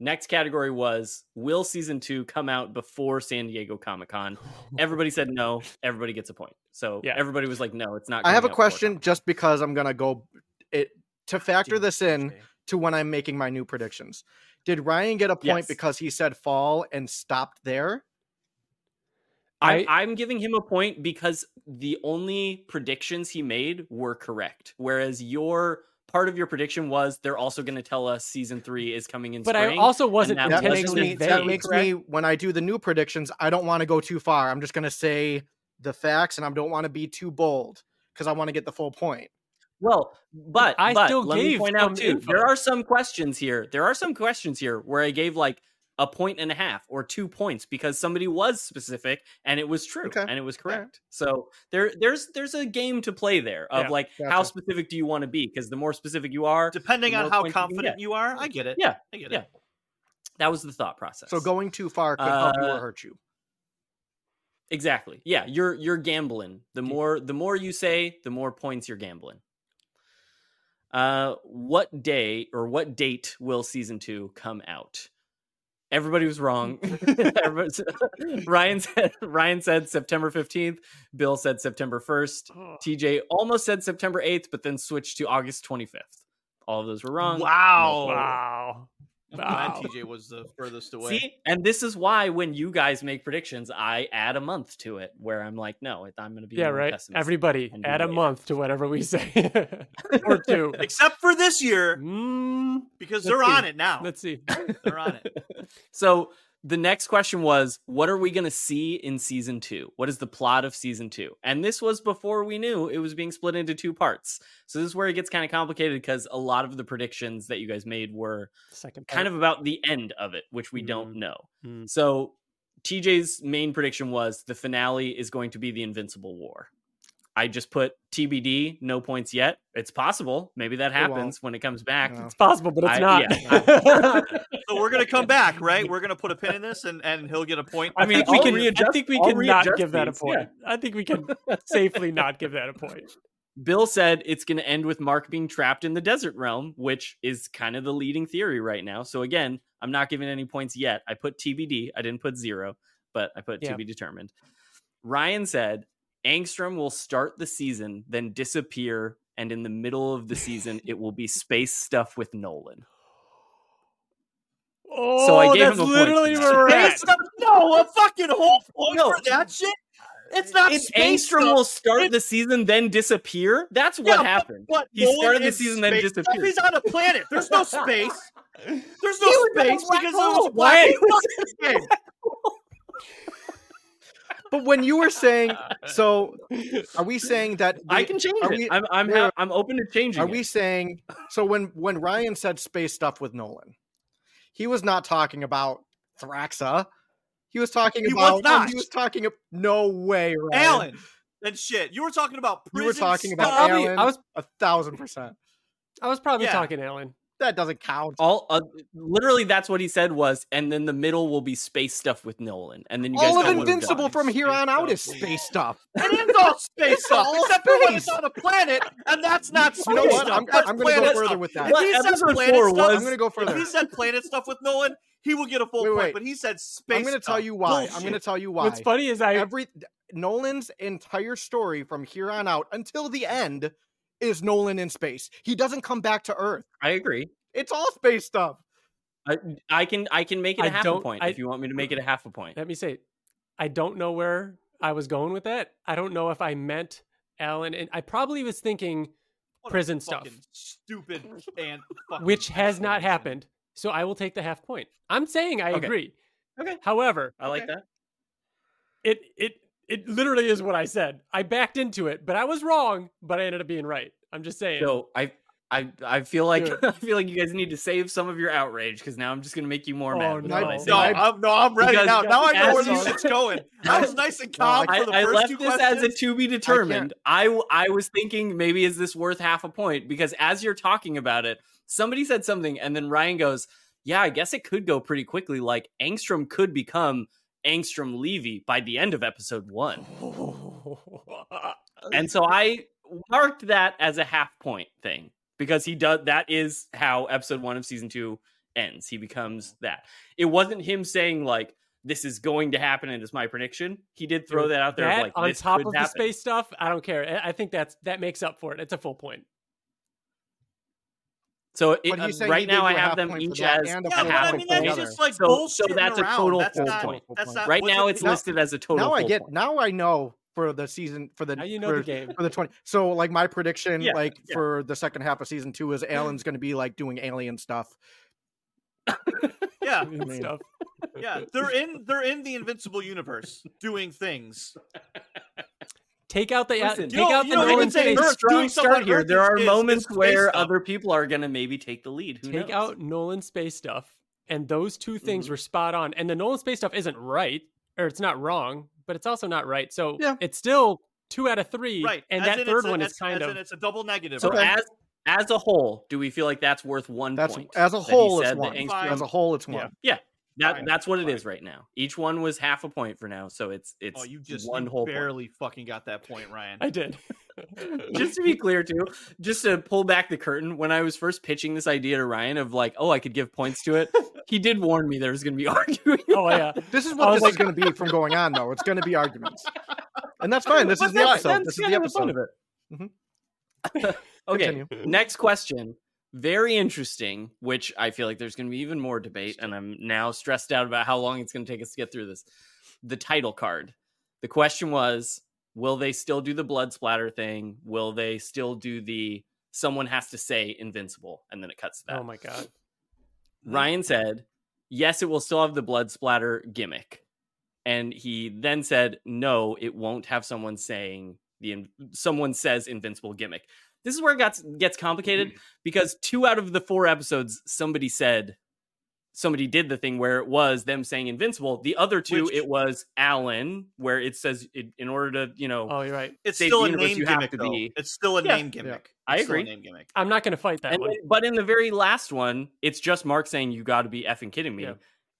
Speaker 3: Next category was will season 2 come out before San Diego Comic-Con? Everybody said no, everybody gets a point. So
Speaker 1: Yeah.
Speaker 3: everybody was like no, it's not
Speaker 2: I have a
Speaker 3: coming out before
Speaker 2: question just because I'm gonna go it to factor
Speaker 4: Damn,
Speaker 2: this in
Speaker 4: TJ.
Speaker 2: to when I'm making my new predictions. Did Ryan get a point
Speaker 3: Yes.
Speaker 2: because he said fall and stopped there?
Speaker 3: I,
Speaker 1: I-
Speaker 3: I'm giving him a point because the only predictions he made were correct, whereas your part of your prediction was they're also going to tell us season three is coming in
Speaker 1: But I
Speaker 3: spring.
Speaker 1: also wasn't
Speaker 3: that
Speaker 2: That makes
Speaker 1: intentionally
Speaker 2: me
Speaker 3: wasn't
Speaker 1: vague.
Speaker 2: that makes me when I do the new predictions, I don't want to go too far. I'm just going to say the facts and I don't want to be too bold cuz I want to get the full point.
Speaker 3: well, but
Speaker 1: I
Speaker 3: but
Speaker 1: still
Speaker 3: let
Speaker 1: gave
Speaker 3: me point out
Speaker 1: some
Speaker 3: too.
Speaker 1: info.
Speaker 3: There are some questions here. There are some questions here where I gave like a point and a half or two points because somebody was specific and it was true
Speaker 2: Okay.
Speaker 3: and it was
Speaker 2: right.
Speaker 3: correct. So there there's there's a game to play there of
Speaker 1: Yeah,
Speaker 3: like how
Speaker 2: gotcha.
Speaker 3: specific do you want to be? Because the more specific you are,
Speaker 4: Depending
Speaker 3: The
Speaker 4: on
Speaker 3: more
Speaker 4: how
Speaker 3: points you can
Speaker 4: confident
Speaker 3: get.
Speaker 4: you are, I get it.
Speaker 3: Yeah,
Speaker 4: I get
Speaker 3: yeah.
Speaker 4: it.
Speaker 3: that was the thought process.
Speaker 2: So going too far could help you or
Speaker 3: Uh,
Speaker 2: hurt you.
Speaker 3: Exactly. Yeah, you're you're gambling. The more the more you say, the more points you're gambling. Uh what day or what date will season 2 come out? Everybody was wrong. Everybody- Ryan said Ryan said September 15th, Bill said September 1st,
Speaker 1: Oh,
Speaker 3: TJ almost said September 8th but then switched to August 25th. All of those were wrong.
Speaker 4: Wow.
Speaker 1: Wow.
Speaker 4: And
Speaker 1: Wow.
Speaker 4: TJ was the furthest away.
Speaker 3: See, and this is why when you guys make predictions, I add a month to it where I'm like, no, I'm going to be
Speaker 1: Yeah,
Speaker 3: more
Speaker 1: right.
Speaker 3: pessimistic.
Speaker 1: Everybody
Speaker 3: and be
Speaker 1: add a
Speaker 3: late.
Speaker 1: month to whatever we say or two.
Speaker 4: Except for this year,
Speaker 1: Mm,
Speaker 4: because
Speaker 1: let's
Speaker 4: they're
Speaker 1: see.
Speaker 4: on it now.
Speaker 1: let's see.
Speaker 4: They're on it.
Speaker 3: So the next question was, what are we going to see in season two? What is the plot of season two? And this was before we knew it was being split into two parts. So this is where it gets kind of complicated because a lot of the predictions that you guys made were
Speaker 1: Second
Speaker 3: kind of about the end of it, which we
Speaker 1: Mm.
Speaker 3: don't
Speaker 2: Mm-hmm.
Speaker 3: know.
Speaker 1: Mm.
Speaker 3: So TJ's main prediction was the finale is going to be the Invincible War. I just put TBD, no points yet. It's possible. Maybe that
Speaker 2: won't.
Speaker 3: happens when it comes back.
Speaker 2: No.
Speaker 1: it's possible, but it's
Speaker 3: I-
Speaker 1: not.
Speaker 3: yeah.
Speaker 4: So we're gonna come back, right? We're gonna put a pin in this, and and he'll get a point. Oh,
Speaker 1: I
Speaker 3: mean,
Speaker 1: think we
Speaker 3: I'll
Speaker 1: can. I
Speaker 3: readjust-
Speaker 1: think we
Speaker 3: I'll
Speaker 1: can not
Speaker 3: readjust
Speaker 1: give that a
Speaker 3: these, yeah.
Speaker 1: point. I think we can safely not give that a point.
Speaker 3: Bill said it's going to end with Mark being trapped in the desert realm, which is kind of the leading theory right now. So again, I'm not giving any points yet. I put TBD. I didn't put zero, but I put
Speaker 1: Yeah.
Speaker 3: to be determined. Ryan said Angstrom will start the season, then disappear, and in the middle of the season, it will be space stuff with Nolan.
Speaker 1: Oh,
Speaker 3: I gave
Speaker 1: that's
Speaker 3: him a point for
Speaker 1: literally
Speaker 3: that.
Speaker 1: where we're at.
Speaker 4: Space stuff? No, a fucking whole point
Speaker 3: No.
Speaker 4: for that shit. It's not
Speaker 3: It's
Speaker 4: space
Speaker 3: Angstrom
Speaker 4: stuff.
Speaker 3: will start
Speaker 4: It-
Speaker 3: the season, then disappear. That's
Speaker 4: Yeah,
Speaker 3: what
Speaker 4: but-
Speaker 3: happened.
Speaker 4: What?
Speaker 3: He
Speaker 4: no one
Speaker 3: started the
Speaker 4: in
Speaker 3: season, then
Speaker 4: space stuff?
Speaker 3: disappeared.
Speaker 4: He's on a planet. There's no space. There's no
Speaker 3: was in a
Speaker 4: space
Speaker 3: black
Speaker 4: because it
Speaker 3: hole.
Speaker 4: was a
Speaker 3: Why
Speaker 4: black
Speaker 3: was
Speaker 4: hole.
Speaker 2: But when you were saying so are we saying that
Speaker 3: I
Speaker 2: the-
Speaker 3: can change
Speaker 2: are
Speaker 3: it.
Speaker 2: we-
Speaker 3: I'm I'm,
Speaker 2: we're-
Speaker 3: ha- I'm open to changing.
Speaker 2: Are
Speaker 3: it.
Speaker 2: we saying so when when Ryan said space stuff with Nolan, he was not talking about Thraxa. He was talking
Speaker 4: He was
Speaker 2: about
Speaker 4: not.
Speaker 2: he was talking ab- no way, Ryan.
Speaker 4: Alan and shit. You were talking about
Speaker 2: You
Speaker 4: prison.
Speaker 2: were talking about
Speaker 4: stuff.
Speaker 1: Probably-
Speaker 2: Alan
Speaker 1: I was-
Speaker 2: a thousand percent.
Speaker 1: I was probably
Speaker 4: Yeah.
Speaker 1: talking, Alan.
Speaker 2: That doesn't count.
Speaker 3: all uh, literally that's what he said was and then the middle will be space stuff with nolan and then you guys
Speaker 2: All of
Speaker 3: know what we've
Speaker 2: Invincible
Speaker 3: done.
Speaker 2: from here
Speaker 4: Space
Speaker 2: on out is
Speaker 4: stuff.
Speaker 2: space stuff.
Speaker 4: It is all space stuff,
Speaker 2: all
Speaker 4: except for when it's
Speaker 2: space.
Speaker 4: on a planet, and that's not space
Speaker 2: You know what?
Speaker 4: stuff.
Speaker 2: I'm,
Speaker 4: That's
Speaker 2: I'm going to go
Speaker 4: Oh, planet
Speaker 2: further
Speaker 4: stuff.
Speaker 2: with
Speaker 4: If
Speaker 2: that.
Speaker 3: What
Speaker 4: he said
Speaker 3: episode
Speaker 4: planet
Speaker 3: four
Speaker 4: stuff,
Speaker 2: I'm going to go
Speaker 4: If
Speaker 2: further.
Speaker 4: he said planet stuff with Nolan, he will get a full
Speaker 2: Wait,
Speaker 4: point.
Speaker 2: wait.
Speaker 4: But he said space.
Speaker 2: I'm going to tell
Speaker 4: stuff.
Speaker 2: you why. I'm
Speaker 4: Bullshit.
Speaker 2: going to tell you why.
Speaker 1: What's funny is I
Speaker 2: Every Nolan's entire story from here on out until the end is Nolan in space. He doesn't come back to Earth.
Speaker 3: i agree
Speaker 2: It's all space stuff.
Speaker 3: i can i can make it a
Speaker 1: I
Speaker 3: half a
Speaker 1: don't-
Speaker 3: point
Speaker 1: I-
Speaker 3: if you want me to make it a half a point
Speaker 1: let me say, I don't know where I was going with that. I don't know if I meant Alan, and I probably was thinking,
Speaker 4: What a
Speaker 1: prison stuff.
Speaker 4: fucking Stupid and fucking
Speaker 1: which has not
Speaker 4: explanation.
Speaker 1: happened. So I will take the half point. I'm saying I
Speaker 3: Okay.
Speaker 1: agree.
Speaker 3: Okay.
Speaker 1: However,
Speaker 3: i like
Speaker 2: Okay.
Speaker 3: that
Speaker 1: it it it literally is what I said. I backed into it, but I was wrong. But I ended up being right. I'm just saying.
Speaker 3: so i I, I feel like
Speaker 1: Good.
Speaker 3: I feel like you guys need to save some of your outrage because now I'm just gonna make you more
Speaker 1: Oh,
Speaker 3: mad. with
Speaker 1: no.
Speaker 3: what I, said.
Speaker 4: No,
Speaker 2: I-
Speaker 4: I'm no, I'm ready
Speaker 3: Because-
Speaker 4: now. Now I know where
Speaker 1: Asshole.
Speaker 4: this shit's going. I was nice and
Speaker 2: No, I
Speaker 4: calm
Speaker 3: I,
Speaker 4: for the
Speaker 3: I
Speaker 4: first
Speaker 3: left
Speaker 4: two
Speaker 3: this
Speaker 4: questions.
Speaker 3: as a to be determined. I, w- I was thinking maybe is this worth half a point because as you're talking about it, somebody said something and then Ryan goes, "Yeah, I guess it could go pretty quickly. Like Angstrom could become Angstrom Levy by the end of episode one." And so I marked that as a half point thing because he does that is how episode 1 of season 2 ends. He becomes that. It wasn't him saying like this is going to happen and it's my prediction. He did throw
Speaker 1: Dude,
Speaker 3: that out there of,
Speaker 1: that
Speaker 3: like
Speaker 1: on
Speaker 3: this
Speaker 1: top
Speaker 3: could
Speaker 1: of the
Speaker 3: happen.
Speaker 1: space stuff, I don't care. I I think that's that makes up for it. It's a full point.
Speaker 3: So it,
Speaker 2: But he's
Speaker 3: uh,
Speaker 2: saying
Speaker 3: right
Speaker 2: he gave you
Speaker 3: now I
Speaker 2: a half
Speaker 3: have them
Speaker 2: point for
Speaker 3: each
Speaker 2: that
Speaker 3: as
Speaker 2: and
Speaker 3: a
Speaker 4: No,
Speaker 2: a
Speaker 4: but
Speaker 3: half
Speaker 4: I
Speaker 2: point
Speaker 4: mean
Speaker 2: for the
Speaker 4: that's
Speaker 3: point.
Speaker 2: other.
Speaker 4: just like
Speaker 3: So- so
Speaker 4: bullshitting
Speaker 3: that's a
Speaker 4: around.
Speaker 3: total
Speaker 4: that's
Speaker 3: full
Speaker 4: not,
Speaker 2: point.
Speaker 4: That's not
Speaker 3: Right
Speaker 4: what's
Speaker 3: now
Speaker 4: it-
Speaker 3: it's
Speaker 4: no,
Speaker 3: listed as a total.
Speaker 2: now I
Speaker 3: full
Speaker 2: get
Speaker 3: point.
Speaker 2: now I know for the season for the
Speaker 1: Now you know
Speaker 2: for,
Speaker 1: the game.
Speaker 2: for the 20 so like my prediction
Speaker 3: Yeah,
Speaker 2: like
Speaker 3: yeah.
Speaker 2: for the second half of season 2 is Alan's going to be like doing alien stuff.
Speaker 4: Yeah,
Speaker 1: and
Speaker 2: mean-
Speaker 1: stuff.
Speaker 4: yeah. They're in they're in the invincible universe doing things.
Speaker 1: Take out the uh,
Speaker 3: Listen,
Speaker 1: take
Speaker 4: you know-
Speaker 1: out
Speaker 4: you
Speaker 1: the
Speaker 4: know,
Speaker 3: I
Speaker 1: Nolan
Speaker 3: would
Speaker 4: even
Speaker 3: say
Speaker 4: say
Speaker 1: face.
Speaker 4: Earth
Speaker 3: strong
Speaker 4: doing stuff
Speaker 3: start
Speaker 4: on
Speaker 3: here.
Speaker 4: Earth
Speaker 3: There are
Speaker 4: is- is-
Speaker 3: moments
Speaker 4: is
Speaker 3: where
Speaker 4: based on-
Speaker 3: other people are going to maybe take the lead. Who
Speaker 1: Take
Speaker 3: knows?
Speaker 1: out Nolan space stuff, and those two things
Speaker 4: Mm-hmm.
Speaker 1: were spot on. And the Nolan space stuff isn't right, or it's not wrong, but it's also not right. So
Speaker 2: Yeah.
Speaker 1: it's still two out of three,
Speaker 4: Right.
Speaker 1: and
Speaker 4: as
Speaker 1: that
Speaker 4: in
Speaker 1: third
Speaker 4: it's a-
Speaker 1: one
Speaker 4: as-
Speaker 1: is kind
Speaker 4: as
Speaker 1: of
Speaker 4: in it's a double negative.
Speaker 3: So
Speaker 4: right?
Speaker 3: as as a whole, do we feel like that's worth one
Speaker 2: That's
Speaker 3: point?
Speaker 2: as a
Speaker 3: that he
Speaker 2: whole
Speaker 3: said
Speaker 2: it's
Speaker 3: that
Speaker 2: one.
Speaker 3: Engstrom-
Speaker 2: As a whole it's
Speaker 1: Yeah.
Speaker 2: one.
Speaker 3: that
Speaker 4: Fine,
Speaker 3: that's what it
Speaker 4: fine.
Speaker 3: is right now. Each one was half a point for now, so it's it's
Speaker 4: oh, you just
Speaker 3: one
Speaker 4: you
Speaker 3: whole point.
Speaker 4: barely fucking got that point, Ryan.
Speaker 1: I did.
Speaker 3: just to be clear too just to pull back the curtain when i was first pitching this idea to ryan of like oh i could give points to it he did warn me there was going to be arguing
Speaker 1: oh yeah,
Speaker 2: This
Speaker 1: I
Speaker 2: is what
Speaker 1: was
Speaker 2: this
Speaker 1: like-
Speaker 2: is going to be from going on though. It's going to be arguments. And that's fine. This
Speaker 3: But
Speaker 2: is the
Speaker 3: that's-
Speaker 2: episode.
Speaker 3: that's
Speaker 2: This is the
Speaker 3: kind of fun
Speaker 2: episode.
Speaker 3: of it okay
Speaker 2: Oh, Continue.
Speaker 3: next question very interesting which i feel like there's going to be even more debate and i'm now stressed out about how long it's going to take us to get through this the title card the question was will they still do the blood splatter thing will they still do the someone has to say invincible and then it cuts to that
Speaker 1: oh my god,
Speaker 3: Ryan said, Yes, it will still have the blood splatter gimmick. And he then said, No, it won't have someone saying the in- someone says invincible gimmick. This is where it got, gets complicated
Speaker 4: Mm-hmm.
Speaker 3: because two out of the four episodes, somebody said, somebody did the thing where it was them saying invincible. The other two,
Speaker 4: Which-
Speaker 3: it was Alan, where it says it, in order to, you know,
Speaker 1: oh you're right.
Speaker 4: It's
Speaker 3: Save
Speaker 4: still
Speaker 3: the
Speaker 4: a
Speaker 3: universe
Speaker 4: name
Speaker 3: you have
Speaker 4: gimmick.
Speaker 3: to
Speaker 4: though.
Speaker 3: be.
Speaker 4: It's still a
Speaker 3: Yeah.
Speaker 4: name gimmick.
Speaker 3: I
Speaker 4: It's still a
Speaker 3: agree.
Speaker 4: name gimmick.
Speaker 1: I'm not going to fight that
Speaker 3: and
Speaker 1: one.
Speaker 3: then- but in the very last one, it's just Mark saying, You got to be effing kidding me.
Speaker 1: Yeah.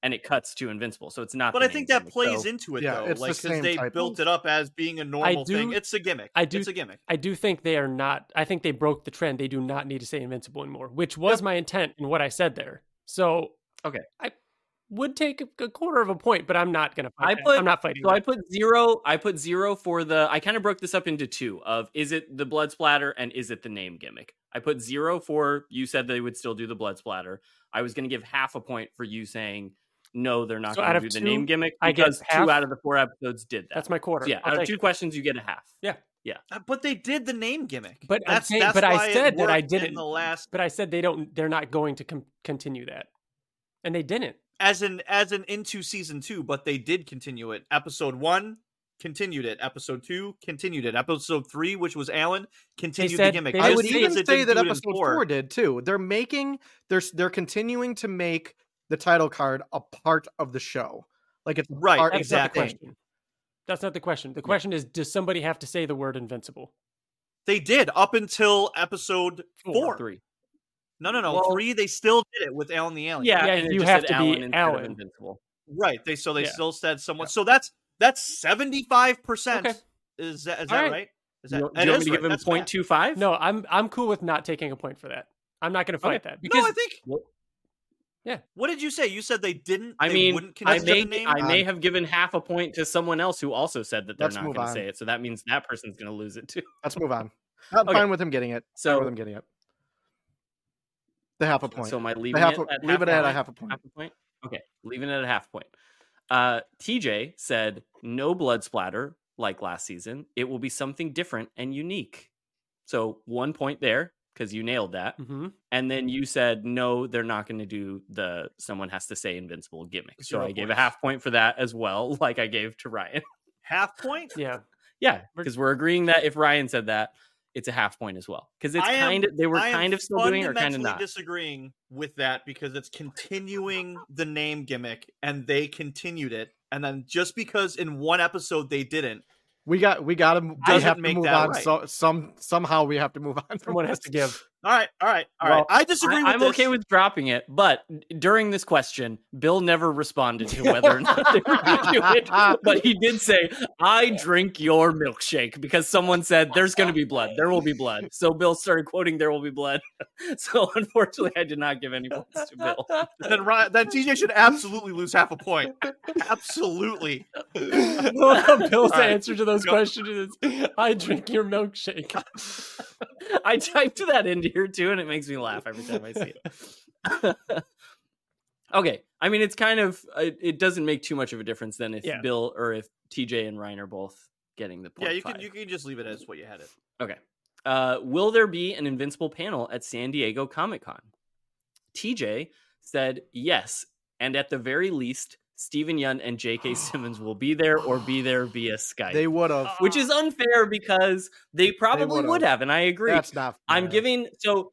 Speaker 3: And it cuts to invincible. So it's not.
Speaker 4: But
Speaker 3: the
Speaker 4: I
Speaker 3: name
Speaker 4: think that
Speaker 3: gimmick,
Speaker 4: plays
Speaker 3: so-
Speaker 4: into it
Speaker 2: Yeah,
Speaker 4: though,
Speaker 2: it's the
Speaker 4: like
Speaker 2: same
Speaker 4: because they
Speaker 2: type.
Speaker 4: built it up as being a normal thing.
Speaker 1: do-
Speaker 4: It's a gimmick.
Speaker 1: I do-
Speaker 4: It's a gimmick.
Speaker 1: I do think they are not. I think they broke the trend. They do not need to say invincible anymore, which was my intent in what I said there. So
Speaker 3: Okay.
Speaker 1: I would take a- a quarter of a point, but I'm not going to
Speaker 3: I
Speaker 1: fight. that.
Speaker 3: put-
Speaker 1: I'm not fighting.
Speaker 3: So I
Speaker 1: that.
Speaker 3: put zero. I put zero for the. I kind of broke this up into two. Of is it the blood splatter and is it the name gimmick? I put zero for you said they would still do the blood splatter. I was going to give half a point for you saying no, they're not
Speaker 1: So
Speaker 3: going
Speaker 1: out
Speaker 3: to
Speaker 1: of
Speaker 3: do the
Speaker 1: two,
Speaker 3: name gimmick
Speaker 1: I get
Speaker 3: because
Speaker 1: half?
Speaker 3: two out of the four episodes did that.
Speaker 1: That's my quarter.
Speaker 3: So yeah.
Speaker 1: I'll
Speaker 3: out of
Speaker 1: take
Speaker 3: two
Speaker 1: it.
Speaker 3: questions, you get a half.
Speaker 4: Uh, But they did the name gimmick.
Speaker 1: But I'm
Speaker 4: that's,
Speaker 1: saying-
Speaker 4: that's
Speaker 1: but I
Speaker 4: why it
Speaker 1: said that I
Speaker 4: worked
Speaker 1: didn't.
Speaker 4: in the last
Speaker 1: But I said they don't. They're not going to com- continue that, and they didn't.
Speaker 4: as in as in into season two. But they did continue it. Episode one continued it. Episode two continued it. Episode three, which was Alan, continued the
Speaker 1: said
Speaker 4: gimmick.
Speaker 1: they
Speaker 2: I
Speaker 1: Just
Speaker 2: would
Speaker 1: say
Speaker 2: even say
Speaker 4: they didn't
Speaker 2: that
Speaker 4: do it in
Speaker 2: episode four. did too. They're making they're s- they're continuing to make the title card a part of the show. Like it's a
Speaker 4: Right,
Speaker 2: part of
Speaker 1: That's
Speaker 2: the
Speaker 4: exactly.
Speaker 1: not the
Speaker 2: thing.
Speaker 1: question. That's not the question. The question is, does somebody have to say the word invincible?
Speaker 4: They did up until episode four.
Speaker 3: three.
Speaker 4: No, no, no.
Speaker 3: Well-
Speaker 4: three. They still did it with Alan the Alien.
Speaker 3: Yeah,
Speaker 1: Yeah,
Speaker 3: and it
Speaker 1: you
Speaker 3: just
Speaker 1: have
Speaker 3: said
Speaker 1: to be
Speaker 3: Alan instead of
Speaker 1: Alan.
Speaker 3: Invincible.
Speaker 4: Right. They so they
Speaker 1: Yeah.
Speaker 4: still said someone. So that's that's seventy five percent.
Speaker 1: Okay.
Speaker 4: Is that is
Speaker 1: All
Speaker 4: that
Speaker 1: right.
Speaker 4: right? Is that,
Speaker 3: do you,
Speaker 4: that
Speaker 3: do you want
Speaker 4: is
Speaker 3: me to
Speaker 4: right.
Speaker 3: give him
Speaker 4: That's
Speaker 3: point
Speaker 4: math.
Speaker 3: two five?
Speaker 1: No, I'm I'm cool with not taking a point for that. I'm not going to fight that because
Speaker 4: no, I think.
Speaker 3: Well-
Speaker 1: Yeah.
Speaker 4: What did you say? You said they didn't.
Speaker 3: I
Speaker 4: they
Speaker 3: mean,
Speaker 4: wouldn't
Speaker 3: I
Speaker 4: consider the
Speaker 3: may,
Speaker 4: name?
Speaker 3: I may
Speaker 2: Um,
Speaker 3: have given half a point to someone else who also said that they're
Speaker 2: Let's
Speaker 3: not
Speaker 2: move
Speaker 3: going to
Speaker 2: on.
Speaker 3: say it. So that means that person's going to lose it too.
Speaker 2: Let's move on. I'm
Speaker 3: Okay.
Speaker 2: fine with him getting it. Fine
Speaker 3: So
Speaker 2: with him getting it. The half a point.
Speaker 3: So am I leaving
Speaker 2: the half
Speaker 3: it
Speaker 2: a,
Speaker 3: at
Speaker 2: leave it at a
Speaker 3: point?
Speaker 2: half a point.
Speaker 3: half a point? Okay, leaving it at a half point. Uh, TJ said no blood splatter like last season. It will be something different and unique. So one point there because you nailed that.
Speaker 2: Mm.
Speaker 1: hmm
Speaker 3: And then you said no, they're not going to do the someone has to say invincible gimmick. So
Speaker 4: Zero
Speaker 3: I gave a
Speaker 4: points.
Speaker 3: half point for that as well, like I gave to Ryan.
Speaker 4: half point.
Speaker 1: yeah,
Speaker 3: yeah,
Speaker 1: We're-
Speaker 3: because we're agreeing that if Ryan said that, it's a half point as well. Because it's
Speaker 4: I am-
Speaker 3: kind of they were
Speaker 4: I am
Speaker 3: kind of still doing it or kind of
Speaker 4: fundamentally
Speaker 3: not.
Speaker 4: disagreeing with that because it's continuing the name gimmick, and they continued it. And then just because in one episode they didn't,
Speaker 2: We got we got to
Speaker 4: Doesn't
Speaker 2: have to
Speaker 4: make
Speaker 2: move
Speaker 4: that
Speaker 2: on.
Speaker 4: right.
Speaker 2: So some somehow we have to move on. From
Speaker 1: someone has
Speaker 2: this.
Speaker 1: to give.
Speaker 4: all right, all right, all right.
Speaker 2: Well,
Speaker 4: I disagree
Speaker 3: I,
Speaker 4: with
Speaker 3: am
Speaker 4: this.
Speaker 3: okay with dropping it, but during this question, Bill never responded to whether or not they were going to do it. But he did say, "I drink your milkshake" because someone said there's going to be blood. There will be blood. So Bill started quoting, "There will be blood." So unfortunately, I did not give any points to Bill.
Speaker 4: then Ryan, then TJ should absolutely lose half a point. Absolutely.
Speaker 1: Bill's
Speaker 4: All right,
Speaker 1: answer to those
Speaker 4: go.
Speaker 1: questions is, "I drink your milkshake."
Speaker 3: I typed that into here too, and it makes me laugh every time I see it. okay, I mean it's kind of uh, it, it doesn't make too much of a difference then if
Speaker 1: Yeah.
Speaker 3: Bill or if TJ and Ryan are both getting the point.
Speaker 4: Yeah, you can you can just leave it as what you had it.
Speaker 3: Uh, will there be an Invincible panel at San Diego Comic Con? TJ said yes, and at the very least, Stephen Yun and J.K. Simmons will be there or be there via Skype,
Speaker 2: They would
Speaker 4: Uh,
Speaker 2: have.
Speaker 3: which is unfair because they probably
Speaker 2: would've.
Speaker 3: would have, and I agree.
Speaker 2: That's not.
Speaker 3: I'm
Speaker 2: fair.
Speaker 3: giving so.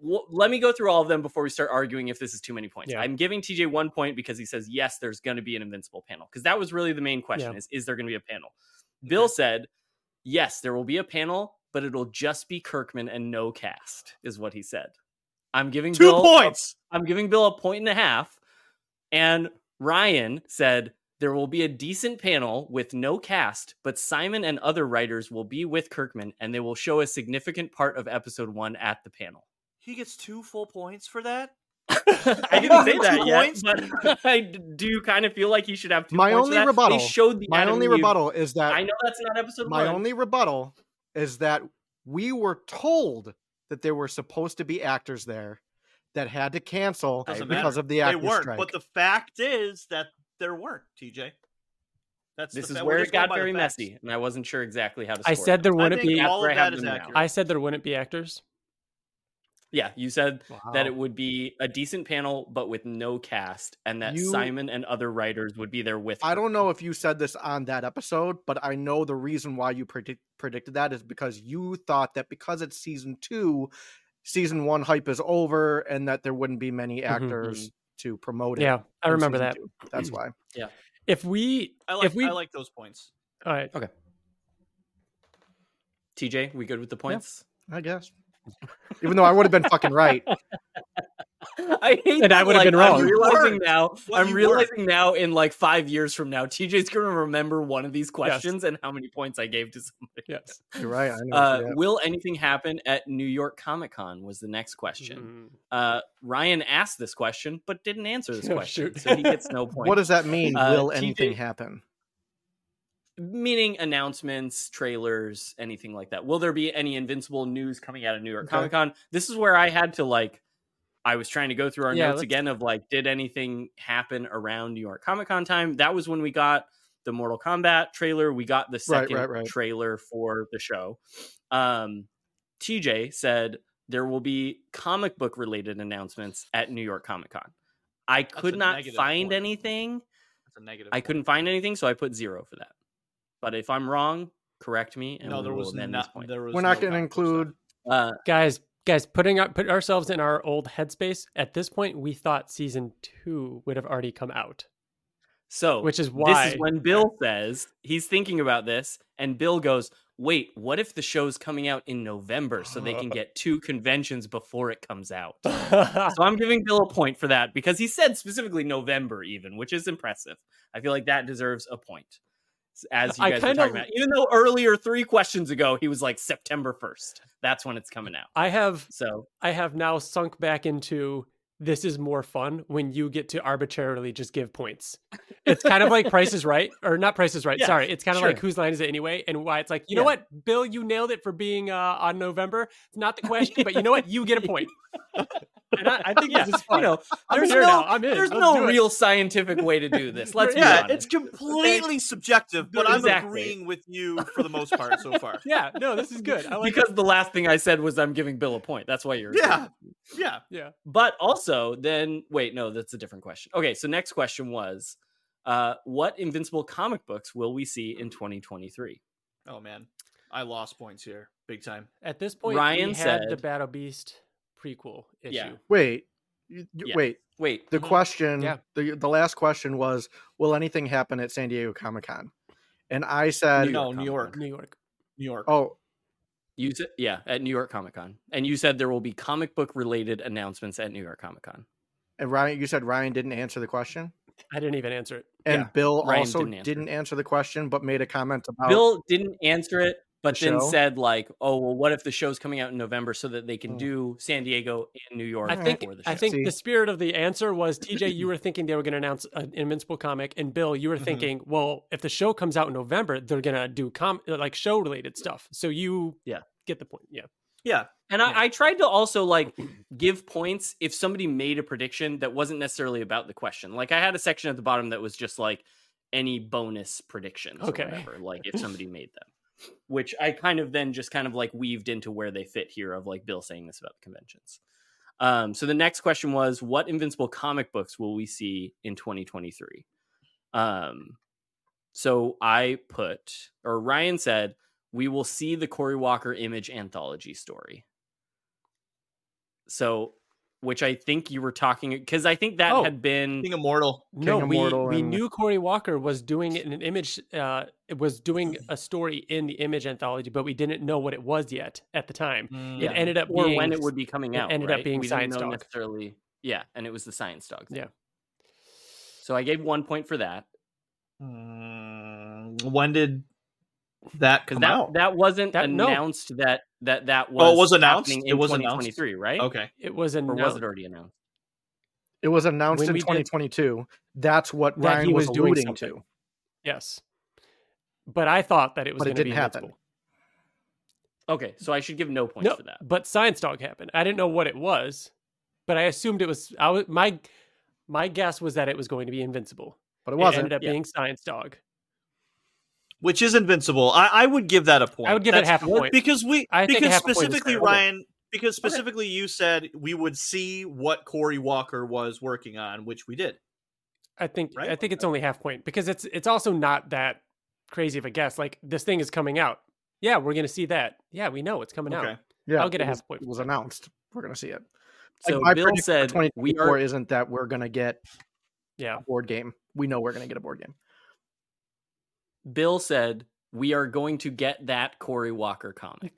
Speaker 3: W- let me go through all of them before we start arguing if this is too many points.
Speaker 1: Yeah.
Speaker 3: I'm giving TJ one point because he says yes, there's going to be an invincible panel because that was really the main question:
Speaker 1: Yeah.
Speaker 3: is is there going to be a panel? Bill said yes, there will be a panel, but it'll just be Kirkman and no cast is what he said. I'm giving
Speaker 2: two
Speaker 3: Bill a-
Speaker 2: points.
Speaker 3: I'm giving Bill a point and a half, and Ryan said. There will be a decent panel with no cast, but Simon and other writers will be with Kirkman and they will show a significant part of episode one at the panel.
Speaker 4: He gets two full points for that.
Speaker 3: I didn't
Speaker 4: Give
Speaker 3: say
Speaker 4: him
Speaker 3: that
Speaker 4: two
Speaker 3: yet,
Speaker 4: points.
Speaker 3: but I do kind of feel like he should have two
Speaker 2: My
Speaker 3: points for
Speaker 2: only
Speaker 3: that.
Speaker 2: rebuttal-
Speaker 3: They showed the
Speaker 2: My
Speaker 3: Adam
Speaker 2: only
Speaker 3: Eve-
Speaker 2: rebuttal is that
Speaker 3: I know that's not episode
Speaker 2: my
Speaker 3: one.
Speaker 2: only rebuttal is that we were told that there were supposed to be actors there that had to cancel
Speaker 4: Doesn't
Speaker 2: because
Speaker 4: matter.
Speaker 2: of the
Speaker 4: They
Speaker 2: actor
Speaker 4: weren't,
Speaker 2: strike.
Speaker 4: but the fact is that there weren't. TJ, that's
Speaker 3: this
Speaker 4: the
Speaker 3: is
Speaker 4: fact. We're
Speaker 3: where it
Speaker 4: just going
Speaker 3: got
Speaker 4: by the
Speaker 3: very
Speaker 4: facts.
Speaker 3: messy, and I wasn't sure exactly how to.
Speaker 1: I
Speaker 3: score
Speaker 1: said
Speaker 3: it.
Speaker 1: there
Speaker 4: I
Speaker 1: wouldn't
Speaker 4: think
Speaker 1: be.
Speaker 4: all
Speaker 3: After
Speaker 4: of
Speaker 3: I have
Speaker 4: that is
Speaker 3: them now.
Speaker 4: accurate.
Speaker 1: I said there wouldn't be actors.
Speaker 3: Yeah, you said
Speaker 2: Wow.
Speaker 3: that it would be a decent panel, but with no cast, and that
Speaker 2: You-
Speaker 3: Simon and other writers would be there with.
Speaker 2: I don't
Speaker 3: Kirkman.
Speaker 2: know if you said this on that episode, but I know the reason why you predict, predicted that is because you thought that because it's season two, season one hype is over, and that there wouldn't be many actors to promote it.
Speaker 1: Mm-hmm, Yeah, I
Speaker 2: in
Speaker 1: remember
Speaker 2: season
Speaker 1: that.
Speaker 2: two. That's why.
Speaker 1: If we,
Speaker 4: I like
Speaker 1: if we,
Speaker 4: I like those points.
Speaker 1: all right,
Speaker 3: TJ, we good with the points?
Speaker 2: I guess. Even though I would have been fucking right.
Speaker 3: I
Speaker 1: And
Speaker 3: hate that,
Speaker 1: I would've been
Speaker 3: like,
Speaker 1: wrong.
Speaker 3: I'm
Speaker 4: You
Speaker 3: realizing
Speaker 4: weren't.
Speaker 3: now.
Speaker 4: Well,
Speaker 3: I'm
Speaker 4: you
Speaker 3: realizing now. In like five years from now, TJ's going to remember one of these questions and how many points I gave to somebody.
Speaker 1: yes.
Speaker 2: You're right. I know.
Speaker 3: Uh,
Speaker 2: yeah.
Speaker 3: will anything happen at New York Comic Con? Was the next question.
Speaker 1: Mm.
Speaker 4: Mm-hmm.
Speaker 3: Uh, Ryan asked this question but didn't answer this
Speaker 1: Oh,
Speaker 3: question,
Speaker 1: shoot.
Speaker 3: so he gets no point.
Speaker 2: What does that mean?
Speaker 3: Uh,
Speaker 2: Will
Speaker 3: TJ
Speaker 2: anything happen?
Speaker 3: meaning announcements, trailers, anything like that. Will there be any Invincible news coming out of New York
Speaker 2: Okay.
Speaker 3: Comic Con? This is where I had to like, I was trying to go through our
Speaker 1: Yeah,
Speaker 3: notes
Speaker 1: let's-
Speaker 3: again of like, did anything happen around New York Comic Con time? That was when we got the Mortal Kombat trailer. We got the
Speaker 2: Right,
Speaker 3: second
Speaker 2: right, right.
Speaker 3: trailer for the show. Um, TJ said there will be comic book related announcements at New York Comic Con. I could
Speaker 4: a
Speaker 3: not
Speaker 4: negative
Speaker 3: find
Speaker 4: point.
Speaker 3: anything.
Speaker 4: That's a negative.
Speaker 3: I couldn't find anything, so I put zero for that. But if I'm wrong, correct me. And
Speaker 4: no,
Speaker 3: we
Speaker 4: there
Speaker 3: will
Speaker 4: was
Speaker 3: amend
Speaker 4: not.
Speaker 3: This point.
Speaker 4: There was
Speaker 2: We're not
Speaker 4: no
Speaker 2: going to
Speaker 4: comic book stuff.
Speaker 2: include.
Speaker 3: Uh,
Speaker 1: guys, guys, putting our, put ourselves in our old headspace. At this point, we thought season two would have already come out,
Speaker 4: Oh,
Speaker 3: so
Speaker 1: which is why.
Speaker 3: this is when Bill says he's thinking about this, and Bill goes, "Wait, what if the show's coming out in November, so they can get two conventions before it comes out?" So I'm giving Bill a point for that because he said specifically November, even, which is impressive. I feel like that deserves a point. As you
Speaker 1: I
Speaker 3: guys were
Speaker 1: kind
Speaker 3: talking
Speaker 1: of-
Speaker 3: about, even though earlier three questions ago he was like September first, that's when it's coming out.
Speaker 1: I have
Speaker 3: So
Speaker 1: I have now sunk back into this is more fun when you get to arbitrarily just give points. It's kind of like Price is Right, or not Price is Right.
Speaker 3: Yeah,
Speaker 1: sorry, it's kind of like
Speaker 3: sure.
Speaker 1: whose line is it anyway, and why it's like you know
Speaker 3: Yeah.
Speaker 1: what, Bill, you nailed it for being uh, on November. It's not the question, but you know what, you get a point. And I, I think
Speaker 3: yeah,
Speaker 1: this is fun.
Speaker 3: you know,
Speaker 1: I'm
Speaker 3: there's
Speaker 1: here
Speaker 3: no,
Speaker 1: now. I'm in.
Speaker 3: there's
Speaker 1: Let's
Speaker 3: no
Speaker 1: do it.
Speaker 3: real scientific way to do this. Let's be
Speaker 4: Yeah,
Speaker 3: honest.
Speaker 4: it's completely subjective, but I'm
Speaker 3: Exactly.
Speaker 4: agreeing with you for the most part so far.
Speaker 1: yeah, no, this is good. I like
Speaker 3: because the last thing I said was I'm giving Bill a point. That's why you're
Speaker 4: Yeah, yeah.
Speaker 3: But also, then wait, no, that's a different question. Okay, so next question was, uh, what Invincible comic books will we see in 2023?
Speaker 4: Oh man, I lost points here, big time.
Speaker 1: at this point.
Speaker 3: Ryan
Speaker 1: we had the
Speaker 3: said-
Speaker 1: Battle Beast prequel issue.
Speaker 3: Yeah.
Speaker 2: Wait. You- you-
Speaker 3: Yeah.
Speaker 2: Wait.
Speaker 3: Wait,
Speaker 2: The
Speaker 1: Mhm.
Speaker 2: question,
Speaker 1: Yeah.
Speaker 2: the the last question was, will anything happen at San Diego Comic Con? And I
Speaker 3: New
Speaker 2: said,
Speaker 4: no,
Speaker 3: York
Speaker 4: New York,
Speaker 1: New York.
Speaker 4: New York.
Speaker 2: oh,
Speaker 3: you said yeah at New York Comic Con, and you said there will be comic book related announcements at New York Comic Con.
Speaker 2: and Ryan, you said Ryan didn't answer the question,
Speaker 1: I didn't even answer it.
Speaker 2: and Bill
Speaker 3: Ryan
Speaker 2: also
Speaker 3: didn't
Speaker 2: didn't
Speaker 3: answer.
Speaker 2: answer. the question, but made a comment about
Speaker 3: Bill didn't answer it, but
Speaker 2: The
Speaker 3: then
Speaker 2: show?
Speaker 3: said like, "Oh well, what if the show's coming out in November so that they can
Speaker 2: Oh.
Speaker 3: do San Diego and New York?"
Speaker 1: I think
Speaker 3: before the show.
Speaker 1: I think
Speaker 2: See.
Speaker 1: the spirit of the answer was TJ. You were thinking they were going to announce an Invincible comic, and Bill, you were
Speaker 3: Mm-hmm.
Speaker 4: Mhm.
Speaker 1: thinking, well, if the show comes out in November, they're going to do com like show related stuff. So you
Speaker 3: Yeah.
Speaker 1: get the point. Yeah,
Speaker 4: Yeah,
Speaker 3: And I, I tried to also like give points if somebody made a prediction that wasn't necessarily about the question. Like I had a section at the bottom that was just like any bonus predictions
Speaker 1: Okay.
Speaker 3: or whatever, like if somebody made them. Which I kind of then just kind of like weaved into where they fit here of like Bill saying this about the conventions. Um, so the next question was what invincible comic books will we see in 2023? Um, so I put or Ryan said we will see the Cory Walker image anthology story. So, which I think you were talking because I think that
Speaker 1: Oh.
Speaker 3: had been
Speaker 4: Being immortal.
Speaker 1: No,
Speaker 2: King
Speaker 1: we,
Speaker 2: Immortal
Speaker 1: we
Speaker 2: and-
Speaker 1: knew Corey Walker was doing it in an image, uh, it was doing a story in the image anthology, but we didn't know what it was yet at the time.
Speaker 4: Mm.
Speaker 1: It ended up
Speaker 3: or
Speaker 1: being
Speaker 3: when it would be coming
Speaker 1: it
Speaker 3: out.
Speaker 1: ended up
Speaker 3: right?
Speaker 1: being
Speaker 3: we didn't
Speaker 1: Science
Speaker 3: know
Speaker 1: Dog.
Speaker 3: necessarily. Yeah, and it was the science dog. thing.
Speaker 1: Yeah.
Speaker 3: So I gave one point for that
Speaker 4: Mm, When did that
Speaker 3: because
Speaker 4: come
Speaker 3: that
Speaker 4: out?
Speaker 3: that wasn't
Speaker 1: That- no.
Speaker 3: announced that that that was
Speaker 4: Oh, it was announced?
Speaker 3: happening
Speaker 4: It
Speaker 3: in
Speaker 4: was announced?
Speaker 3: 2023, right?
Speaker 4: okay.
Speaker 1: It was
Speaker 3: Or
Speaker 1: announced
Speaker 3: was it already announced?
Speaker 2: It was announced
Speaker 1: When
Speaker 2: in
Speaker 1: we did-
Speaker 2: 2022. That's what
Speaker 1: That
Speaker 2: Ryan
Speaker 1: he
Speaker 2: was,
Speaker 1: was doing
Speaker 2: alluding
Speaker 1: something.
Speaker 2: to.
Speaker 1: yes, but I thought that it was
Speaker 2: But it
Speaker 1: going to be
Speaker 2: didn't happen.
Speaker 1: Invincible.
Speaker 3: Okay, so I should give no points
Speaker 1: No,
Speaker 3: for that.
Speaker 1: but Science Dog happened. I didn't know what it was, but I assumed it was. I was my my guess was that it was going to be Invincible.
Speaker 2: But it
Speaker 1: It,
Speaker 2: wasn't.
Speaker 1: ended up
Speaker 3: yeah.
Speaker 1: being Science Dog.
Speaker 4: Which is invincible. I, I would give that a point.
Speaker 1: I would give it half a
Speaker 3: what-
Speaker 1: point.
Speaker 4: because we
Speaker 1: I think
Speaker 4: because
Speaker 1: half a point is
Speaker 4: specifically
Speaker 1: fair.
Speaker 4: Ryan because specifically you said we would see what Corey Walker was working on, which we did.
Speaker 1: I think
Speaker 4: right?
Speaker 1: I think it's only half point because it's it's also not that crazy of a guess. Like this thing is coming out. Yeah, we're gonna see that. Yeah, we know it's coming
Speaker 4: Okay.
Speaker 1: out.
Speaker 2: yeah,
Speaker 1: I'll get a
Speaker 2: it was-
Speaker 1: half point
Speaker 2: It
Speaker 1: for
Speaker 2: was
Speaker 1: that.
Speaker 2: announced. We're gonna see it.
Speaker 3: So
Speaker 2: like, my
Speaker 3: Bill
Speaker 2: prediction for
Speaker 3: said we
Speaker 2: 2024
Speaker 3: are
Speaker 2: isn't that we're gonna get
Speaker 1: Yeah,
Speaker 2: a board game. We know we're gonna get a board game.
Speaker 3: Bill said we are going to get that Cory Walker comic.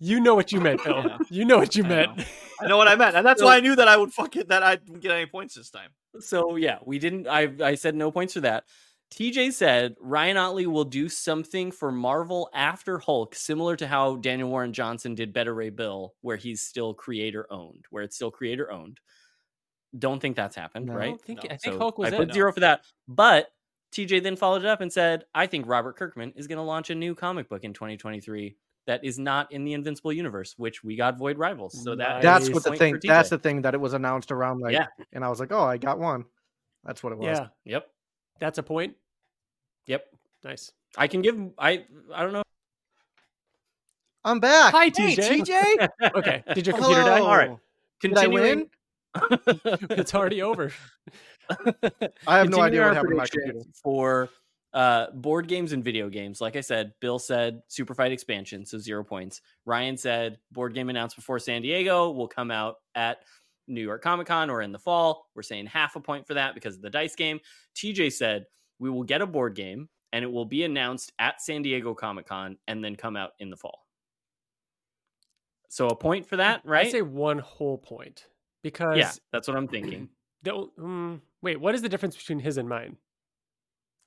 Speaker 1: you know what you meant, Bill.
Speaker 4: Yeah.
Speaker 1: You know what you
Speaker 4: I
Speaker 1: meant.
Speaker 4: know. I know what I meant, and that's
Speaker 3: So-
Speaker 4: why I knew that I would fuck it that I didn't get any points this time.
Speaker 3: So yeah, we didn't I I said no points for that. TJ said Ryan Otley will do something for Marvel after Hulk, similar to how Daniel Warren Johnson did Better Ray Bill, where he's still creator owned, where it's still creator owned. Don't think that's happened,
Speaker 2: No.
Speaker 1: I
Speaker 3: right?
Speaker 1: don't think
Speaker 4: No.
Speaker 1: I think
Speaker 3: So
Speaker 1: Hulk was
Speaker 3: I
Speaker 1: it.
Speaker 3: put zero for that. But TJ then followed it up and said, I think Robert Kirkman is going to launch a new comic book in 2023 that is not in the Invincible universe, which we got Void Rivals. So that
Speaker 1: Nice.
Speaker 2: That's
Speaker 1: Nice.
Speaker 2: what the
Speaker 3: point
Speaker 2: thing.
Speaker 3: for TJ.
Speaker 2: That's the thing that it was announced around like.
Speaker 3: Yeah.
Speaker 2: And I was like, oh, I got one. That's what it was.
Speaker 1: Yeah,
Speaker 3: Yep.
Speaker 1: that's a point.
Speaker 3: Yep.
Speaker 1: Nice.
Speaker 3: I can give I I don't know.
Speaker 2: I'm back.
Speaker 1: Hi,
Speaker 2: Hey,
Speaker 1: TJ.
Speaker 2: TJ.
Speaker 1: Okay. Did your computer die?
Speaker 2: Hello.
Speaker 3: All right.
Speaker 2: Did I
Speaker 3: Continuing.
Speaker 2: win?
Speaker 1: It's already over.
Speaker 2: I have no
Speaker 3: Continuing
Speaker 2: idea
Speaker 3: our
Speaker 2: what happened to my
Speaker 3: predictions
Speaker 2: computer.
Speaker 3: For uh, board games and video games, like I said, Bill said Super Fight expansion, so zero points. Ryan said board game announced before San Diego will come out at New York Comic Con or in the fall. We're saying half a point for that because of the dice game. TJ said we will get a board game and it will be announced at San Diego Comic Con and then come out in the fall. So a point for that,
Speaker 1: I
Speaker 3: right?
Speaker 1: say one whole point because
Speaker 3: Yeah, that's what I'm thinking.
Speaker 1: the, o- mm, wait, what is the difference between his and mine?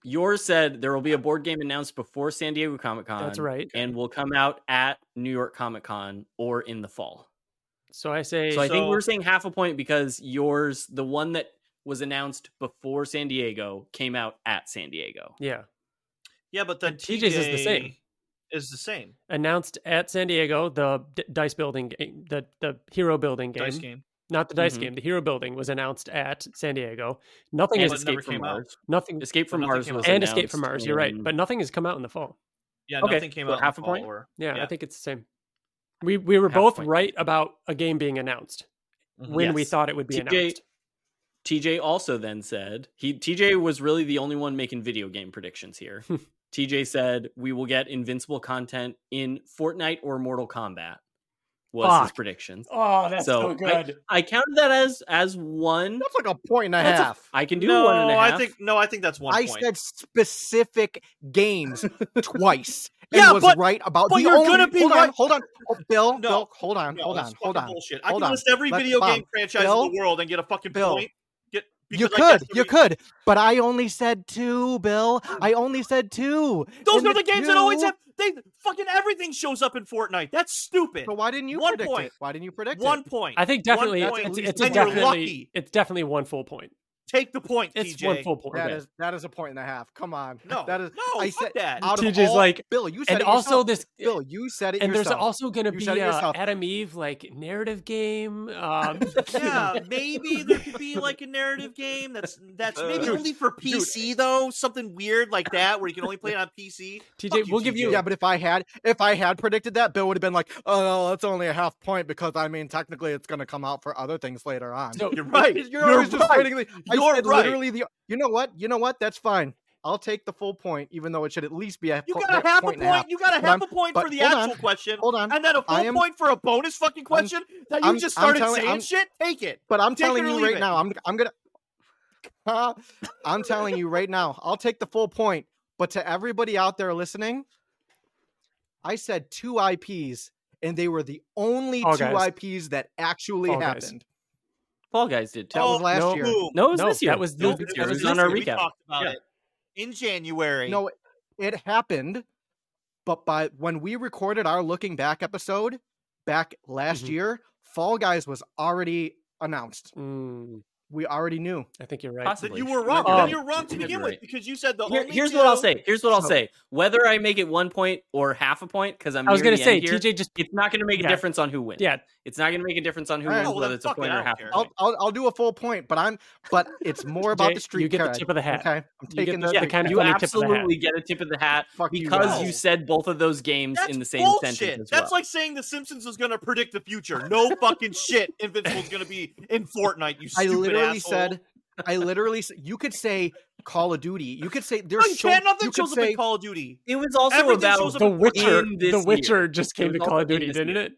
Speaker 3: Yours said there will be a board game announced before San Diego Comic Con.
Speaker 1: That's right.
Speaker 3: And will come out at New York Comic Con or in the fall.
Speaker 1: So I say
Speaker 3: So I think we're
Speaker 4: So-
Speaker 3: saying half a point because yours, the one that was announced before San Diego, came out at San Diego.
Speaker 1: yeah.
Speaker 4: Yeah, but then
Speaker 1: And TJ's is the same.
Speaker 4: TJ Is the same
Speaker 1: Announced at San Diego, the d- dice building game, the the hero building game,
Speaker 4: dice game.
Speaker 1: not the dice
Speaker 3: Mhm.
Speaker 1: game, the hero building was announced at San Diego. Nothing is
Speaker 3: And
Speaker 4: but it never
Speaker 3: Escape from
Speaker 4: came out.
Speaker 3: Mars.
Speaker 1: nothing
Speaker 3: Escape from
Speaker 4: nothing
Speaker 3: Mars
Speaker 4: came
Speaker 3: was
Speaker 4: out.
Speaker 1: and Escape from
Speaker 3: announced
Speaker 1: Mars. You're right,
Speaker 3: in-
Speaker 1: but nothing has come out in the fall.
Speaker 4: Yeah,
Speaker 3: Okay,
Speaker 4: nothing came
Speaker 3: so
Speaker 4: out. in
Speaker 3: half
Speaker 4: the
Speaker 3: a
Speaker 4: fall
Speaker 3: point?
Speaker 4: Or,
Speaker 1: Yeah, I
Speaker 4: Yeah.
Speaker 1: think it's the same. We we were
Speaker 3: Half
Speaker 1: both
Speaker 3: point.
Speaker 1: right about a game being announced
Speaker 4: Mhm.
Speaker 1: when we
Speaker 3: Yes.
Speaker 1: thought it would be
Speaker 3: TJ
Speaker 1: announced.
Speaker 3: TJ also then said he TJ was really the only one making video game predictions here. TJ said we will get invincible content in Fortnite or Mortal Kombat was his
Speaker 1: Fuck.
Speaker 3: predictions.
Speaker 1: Oh, that's so,
Speaker 3: so I-
Speaker 1: good.
Speaker 3: I, counted that as as one.
Speaker 2: That's like a point and a
Speaker 3: That's a-
Speaker 2: half.
Speaker 3: I can do
Speaker 4: no,
Speaker 3: one and a half.
Speaker 4: I think no, I think that's one
Speaker 2: I said
Speaker 4: point.
Speaker 2: specific games twice. And
Speaker 4: Yeah,
Speaker 2: was
Speaker 4: but-
Speaker 2: right about
Speaker 4: but
Speaker 2: the
Speaker 4: you're
Speaker 2: only-
Speaker 4: gonna be
Speaker 2: hold
Speaker 4: right-
Speaker 2: On, hold on, Oh, Bill,
Speaker 4: No,
Speaker 2: Bill, hold on,
Speaker 4: No,
Speaker 2: hold
Speaker 4: that's
Speaker 2: on, hold
Speaker 4: fucking
Speaker 2: on.
Speaker 4: Bullshit.
Speaker 2: Hold
Speaker 4: I
Speaker 2: on.
Speaker 4: can list every
Speaker 2: Let's-
Speaker 4: video
Speaker 2: Bob,
Speaker 4: game franchise
Speaker 2: Bill,
Speaker 4: in the world and get a fucking
Speaker 2: Bill,
Speaker 4: point. Get,
Speaker 2: You
Speaker 4: because I guessed
Speaker 2: could, you
Speaker 4: every-
Speaker 2: could, but I only said two, Bill. I only said two.
Speaker 4: Those
Speaker 2: And
Speaker 4: are the games that always
Speaker 2: two-
Speaker 4: have. They fucking everything shows up in Fortnite. That's stupid.
Speaker 2: So why didn't you
Speaker 4: One
Speaker 2: predict
Speaker 4: point.
Speaker 2: it? Why didn't you predict
Speaker 4: One
Speaker 2: it?
Speaker 4: point.
Speaker 1: I think
Speaker 4: One
Speaker 1: definitely it's,
Speaker 4: point.
Speaker 1: it's,
Speaker 2: least
Speaker 1: it's a
Speaker 2: one. And you're
Speaker 1: definitely
Speaker 4: lucky.
Speaker 1: it's definitely one full point.
Speaker 4: Take the point,
Speaker 1: It's
Speaker 4: TJ.
Speaker 1: one full point.
Speaker 2: That
Speaker 1: Okay.
Speaker 2: is that is a point and a half. Come on.
Speaker 4: no,
Speaker 2: That is
Speaker 4: no.
Speaker 2: I
Speaker 4: fuck
Speaker 2: said-
Speaker 4: that.
Speaker 2: out of
Speaker 1: TJ's
Speaker 2: all-
Speaker 1: like-
Speaker 2: Bill, you said
Speaker 1: and
Speaker 2: it
Speaker 1: also
Speaker 2: yourself.
Speaker 1: this
Speaker 2: Bill, you said it
Speaker 1: and there's
Speaker 2: yourself.
Speaker 1: also going to
Speaker 2: You
Speaker 1: be
Speaker 2: said it
Speaker 1: uh,
Speaker 2: yourself.
Speaker 1: Adam Eve like narrative game. Um,
Speaker 4: yeah, maybe there could be like a narrative game that's that's maybe
Speaker 2: Dude,
Speaker 4: only for PC though, something weird like that where you can only play it on PC. Fuck
Speaker 1: TJ,
Speaker 4: you,
Speaker 1: we'll give
Speaker 4: TJ.
Speaker 1: you.
Speaker 2: Yeah, but if I had if I had predicted that, Bill would have been like, "Oh, no, that's only a half point because I mean, technically, it's going to come out for other things later on."
Speaker 1: So,
Speaker 4: You're
Speaker 2: right,
Speaker 4: right.
Speaker 2: you're,
Speaker 4: You're
Speaker 2: always just
Speaker 4: right.
Speaker 2: fighting. The, I
Speaker 4: You're
Speaker 2: said
Speaker 4: right.
Speaker 2: literally the. You know what? You know what? That's fine. I'll take the full point, even though it should at least be a
Speaker 4: You
Speaker 2: po-
Speaker 4: got a
Speaker 2: a
Speaker 4: half a
Speaker 2: point
Speaker 4: point.
Speaker 2: and a half.
Speaker 4: You got a
Speaker 2: But I'm-
Speaker 4: half a point
Speaker 2: but
Speaker 4: for the
Speaker 2: hold on.
Speaker 4: actual question,
Speaker 2: Hold on,
Speaker 4: and then a full
Speaker 2: I am-
Speaker 4: point for a bonus fucking question that you
Speaker 2: I'm-
Speaker 4: just
Speaker 2: I'm
Speaker 4: started
Speaker 2: telling-
Speaker 4: saying
Speaker 2: I'm-
Speaker 4: shit. Take it.
Speaker 2: but I'm
Speaker 4: Take it
Speaker 2: telling
Speaker 4: or
Speaker 2: you
Speaker 4: leave
Speaker 2: right
Speaker 4: it.
Speaker 2: now, I'm I'm gonna. I'm telling you right now, I'll take the full point. But to everybody out there listening, I said two IPs, and they were the only
Speaker 1: Fall
Speaker 2: two
Speaker 1: Guys.
Speaker 2: IPs that actually
Speaker 1: Fall Guys.
Speaker 2: happened.
Speaker 3: Fall Guys did too.
Speaker 2: That was
Speaker 4: Oh,
Speaker 2: last
Speaker 1: no.
Speaker 2: year.
Speaker 4: Boom.
Speaker 3: no, it was
Speaker 1: No,
Speaker 3: this year.
Speaker 1: that was this-
Speaker 3: No, it was
Speaker 1: that
Speaker 3: this year. It
Speaker 1: was
Speaker 3: was on our
Speaker 4: We
Speaker 3: recap.
Speaker 4: talked about
Speaker 3: Yeah.
Speaker 4: it in January.
Speaker 2: No, it happened, but by when we recorded our looking back episode back last
Speaker 1: Mhm.
Speaker 2: year, Fall Guys was already announced.
Speaker 1: Mm,
Speaker 2: We already knew.
Speaker 1: I think you're right.
Speaker 3: Possibly.
Speaker 4: But you were wrong.
Speaker 1: Um,
Speaker 4: Then you're wrong to
Speaker 3: you could be
Speaker 4: begin
Speaker 3: right.
Speaker 4: with because you said the
Speaker 3: Here-
Speaker 4: only
Speaker 3: here's what I'll
Speaker 4: two-
Speaker 3: say. Here's what I'll
Speaker 2: So-
Speaker 3: say. Whether I make it one point or half a point, because I'm
Speaker 1: I was
Speaker 3: going
Speaker 1: going to say
Speaker 3: to here,
Speaker 1: TJ just
Speaker 3: it's not going to make
Speaker 1: Yeah.
Speaker 3: a difference on who wins.
Speaker 1: yeah.
Speaker 3: It's not going to make a difference on who
Speaker 2: Alright,
Speaker 3: wins,
Speaker 4: well, then
Speaker 3: whether it's a
Speaker 4: fuck it,
Speaker 3: point
Speaker 4: I
Speaker 3: or
Speaker 4: don't
Speaker 3: half
Speaker 4: care.
Speaker 3: a
Speaker 2: I'll,
Speaker 3: point.
Speaker 2: I'll I'll do a full point, but I'm but it's more about the
Speaker 1: TJ,
Speaker 2: street
Speaker 1: you get
Speaker 2: cred,
Speaker 1: the tip of the hat.
Speaker 2: Okay, I'm
Speaker 1: You
Speaker 2: taking
Speaker 1: get the,
Speaker 2: the
Speaker 1: the kind of
Speaker 3: You
Speaker 1: funny tip of the hat.
Speaker 3: absolutely get a tip of the hat
Speaker 2: fuck you
Speaker 3: because
Speaker 2: guys.
Speaker 3: you
Speaker 4: guys.
Speaker 3: said both of those games
Speaker 4: That's
Speaker 3: in the same
Speaker 4: bullshit.
Speaker 3: sentence. As
Speaker 4: That's
Speaker 3: well.
Speaker 4: like saying The Simpsons was going to predict the future. No fucking shit. Invincible's going to be in Fortnite. You
Speaker 2: I
Speaker 4: stupid
Speaker 2: literally
Speaker 4: asshole.
Speaker 2: said. I literally s- you could say Call of Duty. You could say
Speaker 4: No,
Speaker 2: there's
Speaker 4: you
Speaker 2: so,
Speaker 4: can't. Nothing
Speaker 2: you could
Speaker 4: shows up
Speaker 2: say
Speaker 4: in Call of Duty.
Speaker 3: it was also
Speaker 4: Everything
Speaker 3: about
Speaker 4: shows up
Speaker 1: The
Speaker 4: in Fortnite.
Speaker 1: Witcher,
Speaker 3: in this
Speaker 1: the
Speaker 3: year.
Speaker 1: Witcher just
Speaker 3: It
Speaker 1: came to
Speaker 3: was
Speaker 1: Call
Speaker 3: also
Speaker 1: of
Speaker 3: in
Speaker 1: Duty,
Speaker 3: this
Speaker 1: didn't
Speaker 3: year.
Speaker 1: it?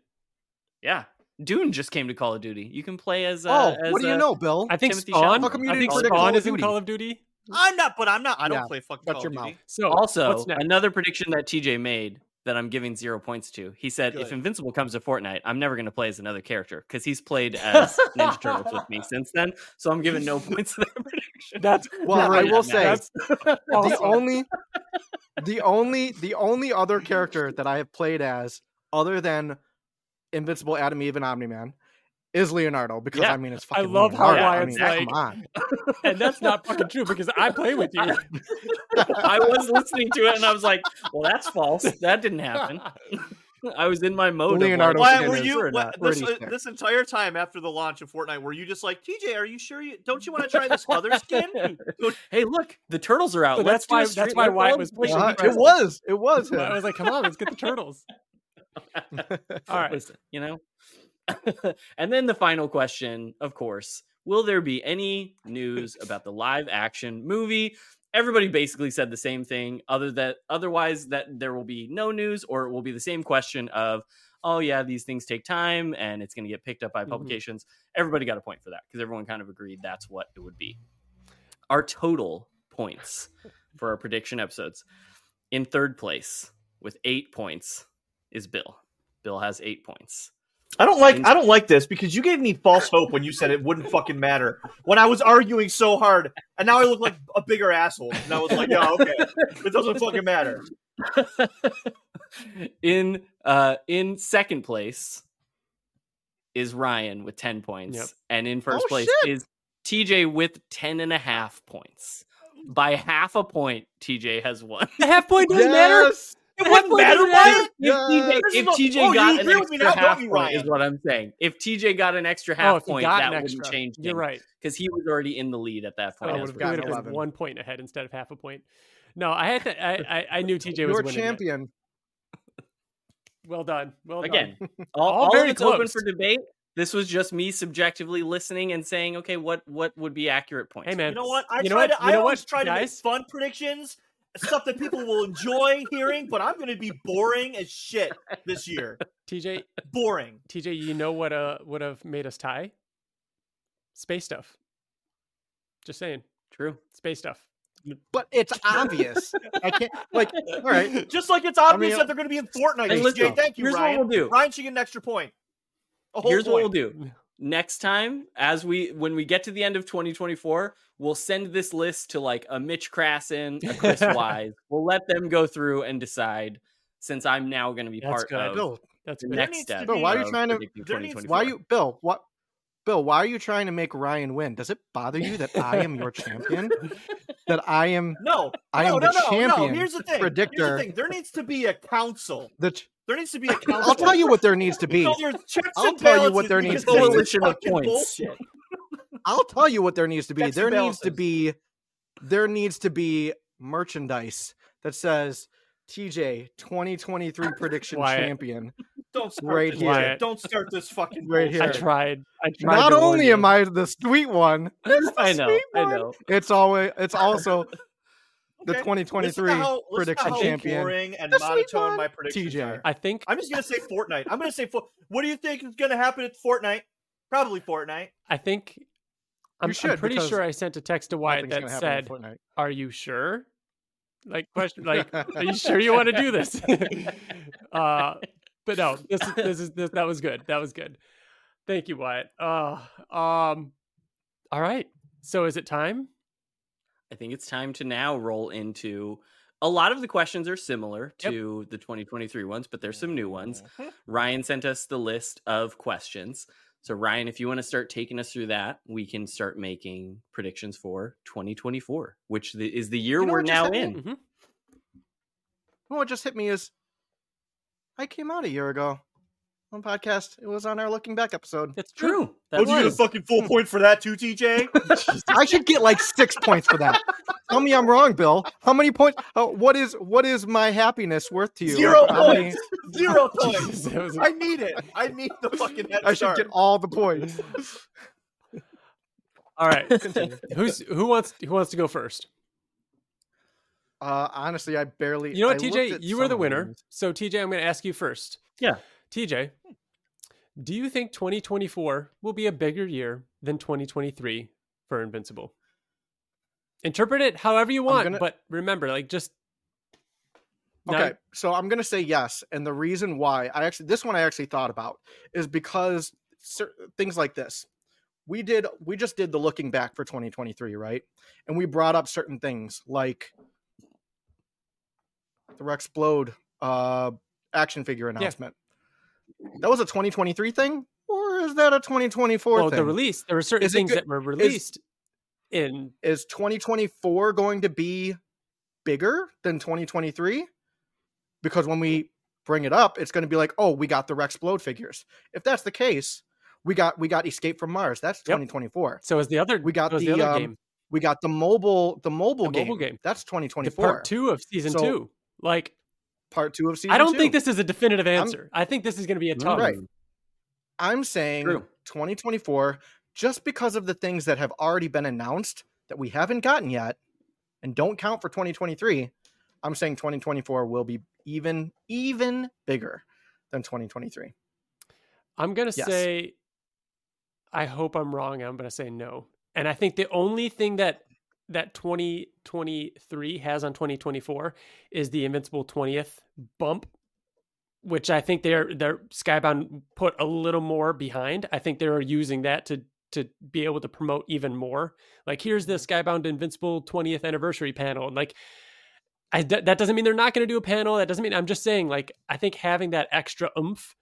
Speaker 3: yeah. Dune just came to Call of Duty. You can play as
Speaker 2: oh,
Speaker 3: uh, as,
Speaker 2: what do you
Speaker 3: uh,
Speaker 2: know, Bill?
Speaker 1: I think
Speaker 3: Timothy
Speaker 1: Spawn.
Speaker 3: Chalamet.
Speaker 2: How come you
Speaker 1: I
Speaker 2: didn't
Speaker 1: think
Speaker 2: predict
Speaker 1: Spawn
Speaker 2: Call of
Speaker 1: is in
Speaker 2: Duty?
Speaker 1: Call of Duty.
Speaker 4: I'm not, but I'm not. I don't
Speaker 2: Yeah,
Speaker 4: play fucking
Speaker 2: shut
Speaker 4: Call
Speaker 2: your
Speaker 4: of Duty.
Speaker 2: mouth.
Speaker 1: So
Speaker 3: Also,
Speaker 1: what's next?
Speaker 3: another prediction that TJ made that I'm giving zero points to. He said, if
Speaker 4: Good.
Speaker 3: Invincible comes to Fortnite, I'm never going to play as another character because he's played as Ninja Turtles with me since then. So I'm giving no points to that prediction.
Speaker 1: That's
Speaker 2: Well, I
Speaker 3: Right,
Speaker 2: will
Speaker 3: Matt.
Speaker 2: say
Speaker 1: that's
Speaker 2: the only the only the only other character that I have played as other than Invincible Adam Eve and Omni Man is Leonardo because
Speaker 3: Yeah,
Speaker 2: I mean it's
Speaker 1: I
Speaker 2: fucking
Speaker 1: love how
Speaker 2: Leonardo. I
Speaker 1: Wyatt's
Speaker 2: mean,
Speaker 1: like-
Speaker 2: come on.
Speaker 1: and that's not fucking true because I play with you.
Speaker 3: I was listening to it and I was like, well, that's false. That didn't happen. I was in my mode.
Speaker 2: Leonardo
Speaker 3: Of like,
Speaker 2: Why
Speaker 4: Why
Speaker 2: Fortnite
Speaker 4: were
Speaker 2: is
Speaker 4: you
Speaker 2: we're
Speaker 4: why-
Speaker 2: not- we're
Speaker 4: this,
Speaker 2: already
Speaker 4: uh,
Speaker 2: there.
Speaker 4: this entire time after the launch of Fortnite? Were you just like TJ? Are you sure? you Don't you want to try this other skin?
Speaker 3: hey, look, the turtles are out.
Speaker 1: So
Speaker 3: Let's
Speaker 1: that's
Speaker 3: do a
Speaker 1: why-
Speaker 3: street-
Speaker 1: that's why
Speaker 3: let's
Speaker 1: Wyatt
Speaker 3: all
Speaker 1: was
Speaker 3: play
Speaker 1: playing
Speaker 2: Uh,
Speaker 3: Ninja
Speaker 2: it
Speaker 3: Turtles.
Speaker 2: was it was him.
Speaker 1: I was like, come on, let's get the turtles. All right.
Speaker 3: Listen, you know? and then the final question, of course, will there be any news about the live action movie? Everybody basically said the same thing, other that otherwise that there will be no news, or it will be the same question of, oh yeah, these things take time and it's gonna get picked up by
Speaker 1: Mhm.
Speaker 3: publications. Everybody got a point for that because everyone kind of agreed that's what it would be. Our total points for our prediction episodes. In third place with eight points is Bill. Bill has eight points.
Speaker 4: I don't like I don't like this because you gave me false hope when you said it wouldn't fucking matter when I was arguing so hard and now I look like a bigger asshole and I was like yeah okay it doesn't fucking matter
Speaker 3: in uh in second place is Ryan with 10 points.
Speaker 1: Yep.
Speaker 3: And in first
Speaker 2: Oh,
Speaker 3: place is TJ with 10 and a half points. By half a point, TJ has won.
Speaker 1: The half point doesn't matter.
Speaker 2: Yes!
Speaker 3: It
Speaker 1: wouldn't matter,
Speaker 3: If,
Speaker 2: Yes!
Speaker 3: TJ,
Speaker 4: This is
Speaker 3: if
Speaker 4: what-
Speaker 3: TJ
Speaker 4: oh, you
Speaker 3: got an
Speaker 4: agree with me
Speaker 3: extra
Speaker 4: now, don't
Speaker 3: half
Speaker 4: you,
Speaker 3: point,
Speaker 4: Ryan?
Speaker 3: is what I'm saying. If TJ got an extra half
Speaker 1: oh, if he
Speaker 3: point,
Speaker 1: got
Speaker 3: that
Speaker 1: an
Speaker 3: wouldn't
Speaker 1: extra,
Speaker 3: change
Speaker 1: you're
Speaker 3: things,
Speaker 1: right.
Speaker 3: Because he was already in the lead at that point.
Speaker 1: I
Speaker 2: I
Speaker 1: would
Speaker 3: as
Speaker 2: would've
Speaker 1: have
Speaker 3: we
Speaker 2: gotten
Speaker 1: gotten
Speaker 3: were-
Speaker 2: 11.
Speaker 1: one point ahead instead of half a point. No, I had to. I, I, I knew TJ was
Speaker 2: You're
Speaker 1: winning. it.
Speaker 2: champion.
Speaker 1: Well done. Well done.
Speaker 3: Again, all,
Speaker 1: All
Speaker 3: all, of
Speaker 1: very
Speaker 3: it's open
Speaker 1: close.
Speaker 3: for debate. This was just me subjectively listening and saying, okay, what what would be accurate points?
Speaker 1: Hey man,
Speaker 4: you know what I
Speaker 1: you know
Speaker 4: try
Speaker 1: what?
Speaker 4: to I
Speaker 1: you know
Speaker 4: always
Speaker 1: what,
Speaker 4: try to make
Speaker 1: guys?
Speaker 4: fun predictions stuff that people will enjoy hearing but I'm gonna be boring as shit this year
Speaker 1: TJ,
Speaker 4: boring
Speaker 1: TJ, you know what uh would have made us tie? Space stuff. Just saying,
Speaker 3: True.
Speaker 1: space stuff.
Speaker 2: But it's obvious. I can't like all right.
Speaker 4: just like it's obvious
Speaker 2: mean,
Speaker 4: that they're gonna be in
Speaker 3: And
Speaker 4: Fortnite TJ
Speaker 3: listen,
Speaker 4: thank you
Speaker 3: here's
Speaker 4: Ryan
Speaker 3: what we'll do.
Speaker 4: Ryan should get an extra point a whole
Speaker 3: Here's
Speaker 4: point.
Speaker 3: what we'll do. Next time, as we when we get to the end of 2024, we'll send this list to like a Mitch Crasson, a Chris Wise. We'll let them go through and decide. Since I'm now going to be
Speaker 1: That's
Speaker 3: part
Speaker 1: good.
Speaker 3: of
Speaker 2: Bill,
Speaker 1: That's
Speaker 3: the
Speaker 1: good.
Speaker 3: next
Speaker 4: needs to
Speaker 3: step.
Speaker 4: be- Bill, why
Speaker 2: are you
Speaker 3: of
Speaker 2: trying to-
Speaker 3: predicting
Speaker 4: there needs-
Speaker 2: why
Speaker 3: 2024.
Speaker 2: you Bill, what Bill, why are you trying to make Ryan win? Does it bother you that I am your champion? That I am
Speaker 4: No,
Speaker 2: I
Speaker 4: no,
Speaker 2: am
Speaker 4: no,
Speaker 2: the
Speaker 4: no,
Speaker 2: champion
Speaker 4: No. Here's the thing. Here's
Speaker 2: predictor.
Speaker 4: the thing. There needs to be a council.
Speaker 2: the. Ch-
Speaker 4: There needs to be a council.
Speaker 2: I'll tell you what there needs to be.
Speaker 4: No, there's checks
Speaker 2: I'll
Speaker 4: and
Speaker 2: tell you
Speaker 4: balances
Speaker 2: what there needs
Speaker 4: because
Speaker 2: to be.
Speaker 4: this is
Speaker 3: Coalition of
Speaker 4: fucking
Speaker 3: points.
Speaker 4: bullshit.
Speaker 2: I'll tell you what there needs to be.
Speaker 4: Checks
Speaker 2: there
Speaker 4: and
Speaker 2: needs to
Speaker 4: balances.
Speaker 2: be there needs to be merchandise that says TJ 2023 prediction
Speaker 1: Wyatt.
Speaker 2: champion.
Speaker 4: Don't start
Speaker 2: Right
Speaker 4: this
Speaker 1: here.
Speaker 4: shit. Don't start this fucking
Speaker 2: Right
Speaker 4: bullshit.
Speaker 1: I
Speaker 2: here.
Speaker 1: tried. I tried.
Speaker 2: Not
Speaker 1: to warn
Speaker 2: only
Speaker 1: you.
Speaker 2: am I the sweet one,
Speaker 3: I know.
Speaker 2: sweet
Speaker 3: I
Speaker 2: one.
Speaker 3: know.
Speaker 2: it's always it's also the
Speaker 4: Okay?
Speaker 2: 2023
Speaker 4: Listen to how- listen to
Speaker 2: prediction
Speaker 4: how
Speaker 2: champion.
Speaker 4: Boring and
Speaker 2: The sweet
Speaker 4: monotone
Speaker 2: one,
Speaker 4: my predictions
Speaker 2: TJ.
Speaker 4: are.
Speaker 1: I think
Speaker 4: I'm just gonna say Fortnite. I'm gonna say Fort. What do you think is gonna happen at Fortnite? Probably Fortnite.
Speaker 1: I think I'm, I'm
Speaker 2: should,
Speaker 1: pretty
Speaker 2: because
Speaker 1: sure I sent a text to Wyatt that
Speaker 2: Nothing's gonna happen
Speaker 1: said,
Speaker 2: in Fortnite.
Speaker 1: "Are you sure?" Like question, like, "Are you sure you want to do this?" uh, but no, this is- this is this, that was good. That was good. Thank you, Wyatt. Uh, um, all right. So is it time?
Speaker 3: I think it's time to now roll into a lot of the questions are similar
Speaker 1: Yep.
Speaker 3: to the 2023 ones, but there's some new ones.
Speaker 2: Oh.
Speaker 4: Oh,
Speaker 3: Ryan sent us the list of questions. So Ryan, if you want to start taking us through that, we can start making predictions for 2024, which the, is the year
Speaker 2: You know
Speaker 3: we're
Speaker 2: what just
Speaker 3: now
Speaker 2: happened?
Speaker 3: in.
Speaker 1: Mhm.
Speaker 2: You know what just hit me is I came out a year ago on podcast. It was on our looking back episode.
Speaker 1: It's true.
Speaker 3: True. That
Speaker 4: Oh, did you get a
Speaker 3: was.
Speaker 4: fucking full point for that too, TJ?
Speaker 2: I should get like six points for that. Tell me I'm wrong, Bill. How many points? Uh, what is what is my happiness worth to you?
Speaker 4: Zero
Speaker 2: How many-
Speaker 4: points. Zero points.
Speaker 1: Jesus, that was-
Speaker 4: I need it. I need the fucking head
Speaker 2: I should
Speaker 4: start.
Speaker 2: get all the points.
Speaker 1: all right. Who's who wants who wants to go first?
Speaker 2: Uh, honestly, I barely.
Speaker 1: You know what,
Speaker 2: I looked
Speaker 1: TJ?
Speaker 2: at
Speaker 1: You
Speaker 2: some
Speaker 1: were the
Speaker 2: of
Speaker 1: winner.
Speaker 2: these.
Speaker 1: So, TJ, I'm going to ask you first.
Speaker 3: Yeah.
Speaker 1: TJ, do you think 2024 will be a bigger year than 2023 for Invincible? Interpret it however you want,
Speaker 2: gonna-
Speaker 1: but remember, like, just. not-
Speaker 2: Okay, so I'm gonna say yes, and the reason why I actually this one I actually thought about is because cer- things like this. We did we just did the looking back for 2023, right? And we brought up certain things like the Rexplode uh, action figure announcement. That was a 2023 thing, or is that a 2024
Speaker 1: well,
Speaker 2: thing?
Speaker 1: the release, there were certain
Speaker 2: Is it
Speaker 1: things
Speaker 2: good-
Speaker 1: that were released in.
Speaker 2: is 2024 going to be bigger than 2023? Because when we bring it up, it's going to be like, oh, we got the Rexplode figures. If that's the case, we got we got Escape from Mars. That's
Speaker 1: Yep.
Speaker 2: 2024.
Speaker 1: So, is the other.
Speaker 2: We got
Speaker 1: so is
Speaker 2: the,
Speaker 1: other
Speaker 2: um,
Speaker 1: game,
Speaker 2: We got the mobile the mobile,
Speaker 1: The
Speaker 2: game.
Speaker 1: mobile game.
Speaker 2: That's
Speaker 1: the
Speaker 2: 2024.
Speaker 1: part two of season
Speaker 2: So-
Speaker 1: two. Like,
Speaker 2: Part two of season.
Speaker 1: I don't
Speaker 2: two.
Speaker 1: think this is a definitive answer. i think this is going to be a
Speaker 3: Mm.
Speaker 1: tough.
Speaker 2: Right. I'm saying
Speaker 3: True.
Speaker 2: 2024 just because of the things that have already been announced that we haven't gotten yet and don't count for 2023 i'm saying 2024 will be even even bigger than 2023
Speaker 1: I'm gonna
Speaker 2: Yes.
Speaker 1: say I hope I'm wrong. I'm gonna say no. And I think the only thing that that 2023 has on 2024 is the Invincible 20th bump, which I think they're they're Skybound put a little more behind. I think they're using that to to be able to promote even more. Like here's the Skybound Invincible 20th anniversary panel. And like I, that that doesn't mean they're not going to do a panel. That doesn't mean I'm just saying like I think having that extra oomph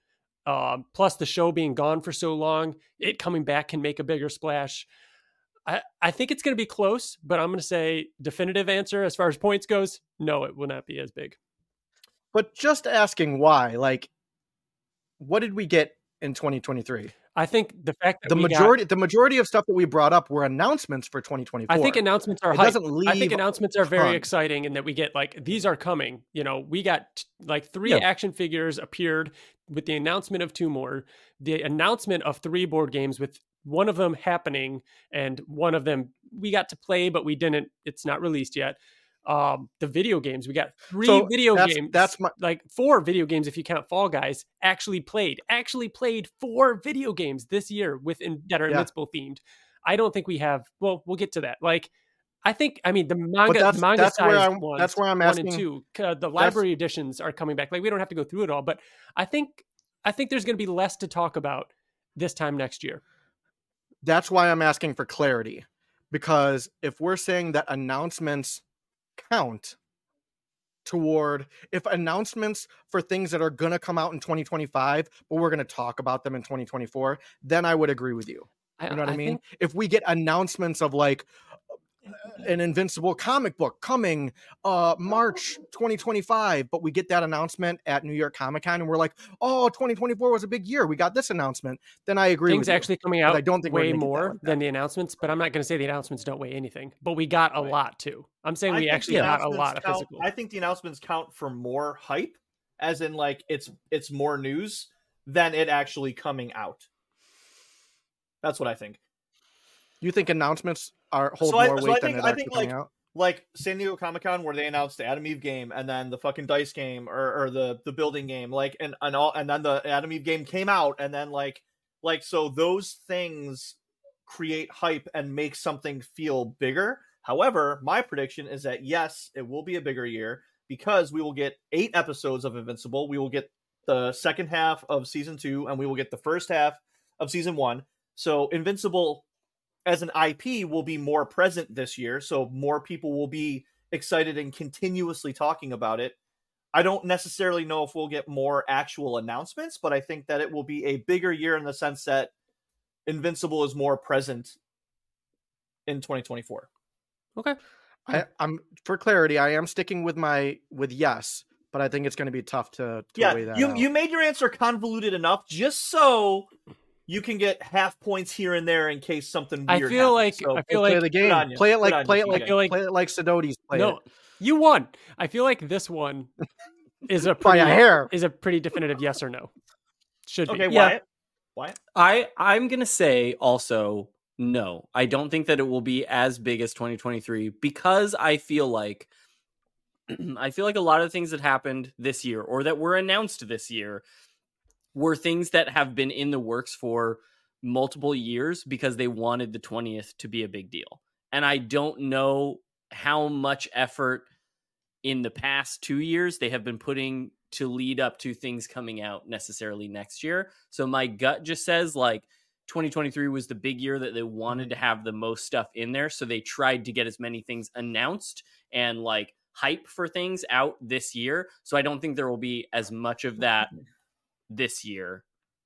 Speaker 1: um, plus the show being gone for so long, it coming back can make a bigger splash. I, I think it's going to be close, but I'm going to say definitive answer as far as points goes. No, it will not be as big.
Speaker 2: but just asking why like what did we get in 2023
Speaker 1: I think the fact that
Speaker 2: the
Speaker 1: we got-
Speaker 2: majority the majority of stuff that we brought up were announcements for 2024
Speaker 1: I think announcements are
Speaker 2: it
Speaker 1: hype.
Speaker 2: doesn't leave
Speaker 1: I think announcements are very
Speaker 2: ton.
Speaker 1: exciting, and that we get like these are coming. You know, we got t- like three
Speaker 3: Yeah.
Speaker 1: action figures appeared with the announcement of two more, the announcement of three board games with one of them happening, and one of them we got to play, but we didn't. It's not released yet. Um, the video games we got three
Speaker 2: So
Speaker 1: video
Speaker 2: that's-
Speaker 1: games.
Speaker 2: that's my-
Speaker 1: like four video games if you count Fall Guys. Actually played, actually played four video games this year with in, that are
Speaker 2: Yeah.
Speaker 1: Invincible themed. I don't think we have. Well, we'll get to that. Like, I think. I mean, the manga,
Speaker 2: that's-
Speaker 1: manga
Speaker 2: that's where
Speaker 1: sized
Speaker 2: I'm-
Speaker 1: ones,
Speaker 2: that's where I'm
Speaker 1: One and
Speaker 2: asking-
Speaker 1: two, uh, the library editions are coming back. Like, we don't have to go through it all, but I think, I think there's going to be less to talk about this time next year.
Speaker 2: that's why I'm asking for clarity because if we're saying that announcements count toward if announcements for things that are going to come out in 2025 but we're going to talk about them in 2024 then I would agree with you
Speaker 1: I,
Speaker 2: You know what I, mean?
Speaker 1: think-
Speaker 2: if we get announcements of like uh, an invincible comic book coming uh March 2025, but we get that announcement at New York Comic Con and we're like, oh, 2024 was a big year. We got this announcement. Then I agree
Speaker 1: things
Speaker 2: with you.
Speaker 1: actually coming
Speaker 2: but
Speaker 1: out
Speaker 2: I don't think we're
Speaker 1: way
Speaker 2: gonna get that
Speaker 1: more
Speaker 2: one.
Speaker 1: than the announcements, but I'm not going to say the announcements don't weigh anything. But we got a
Speaker 4: Right.
Speaker 1: lot too. I'm saying
Speaker 4: I
Speaker 1: we
Speaker 4: think
Speaker 1: actually
Speaker 4: the
Speaker 1: got a
Speaker 4: announcements
Speaker 1: lot of
Speaker 4: count-
Speaker 1: physical.
Speaker 4: I think the announcements count for more hype, as in like it's it's more news than it actually coming out. That's what I think.
Speaker 2: You think announcements are hold
Speaker 4: So I-
Speaker 2: more
Speaker 4: so I
Speaker 2: weight
Speaker 4: think-
Speaker 2: than it
Speaker 4: I
Speaker 2: actually
Speaker 4: think,
Speaker 2: coming
Speaker 4: like,
Speaker 2: out?
Speaker 4: Like San Diego Comic Con, where they announced the Adam Eve game and then the fucking dice game or, or the the building game, like and and all and then the Adam Eve game came out and then like like so those things create hype and make something feel bigger. However, my prediction is that yes, it will be a bigger year because we will get eight episodes of Invincible. We will get the second half of season two, and we will get the first half of season one. So Invincible as an IP will be more present this year. So more people will be excited and continuously talking about it. I don't necessarily know if we'll get more actual announcements, but I think that it will be a bigger year in the sense that Invincible is more present in 2024.
Speaker 1: okay.
Speaker 2: I, I'm for clarity, I am sticking with my with yes, but I think it's going to be tough to, to
Speaker 4: yeah,
Speaker 2: weigh that.
Speaker 4: you
Speaker 2: out.
Speaker 4: you made your answer convoluted enough just so you can get half points here and there in case something
Speaker 1: I
Speaker 4: weird.
Speaker 1: feel like
Speaker 4: happens. So-
Speaker 1: I
Speaker 2: Hey,
Speaker 1: feel
Speaker 2: play
Speaker 1: like
Speaker 2: the game.
Speaker 4: on you.
Speaker 2: Play it
Speaker 4: Good on
Speaker 2: like
Speaker 4: you,
Speaker 2: play it
Speaker 1: I
Speaker 2: like
Speaker 1: feel like-
Speaker 2: play it like Sidoti's play
Speaker 1: no,
Speaker 2: it
Speaker 1: you won. I feel like this one is a
Speaker 2: by
Speaker 1: pretty
Speaker 2: a hair.
Speaker 1: is a pretty definitive yes or no. Should
Speaker 4: okay,
Speaker 1: be.
Speaker 3: Yeah.
Speaker 4: Wyatt. Wyatt.
Speaker 3: I I'm gonna say also no. I don't think that it will be as big as 2023 because I feel like I feel like a lot of things that happened this year or that were announced this year were things that have been in the works for multiple years because they wanted the 20th to be a big deal. And I don't know how much effort in the past two years they have been putting to lead up to things coming out necessarily next year. So my gut just says like 2023 was the big year that they wanted to have the most stuff in there. So they tried to get as many things announced and like hype for things out this year. So I don't think there will be as much of that this year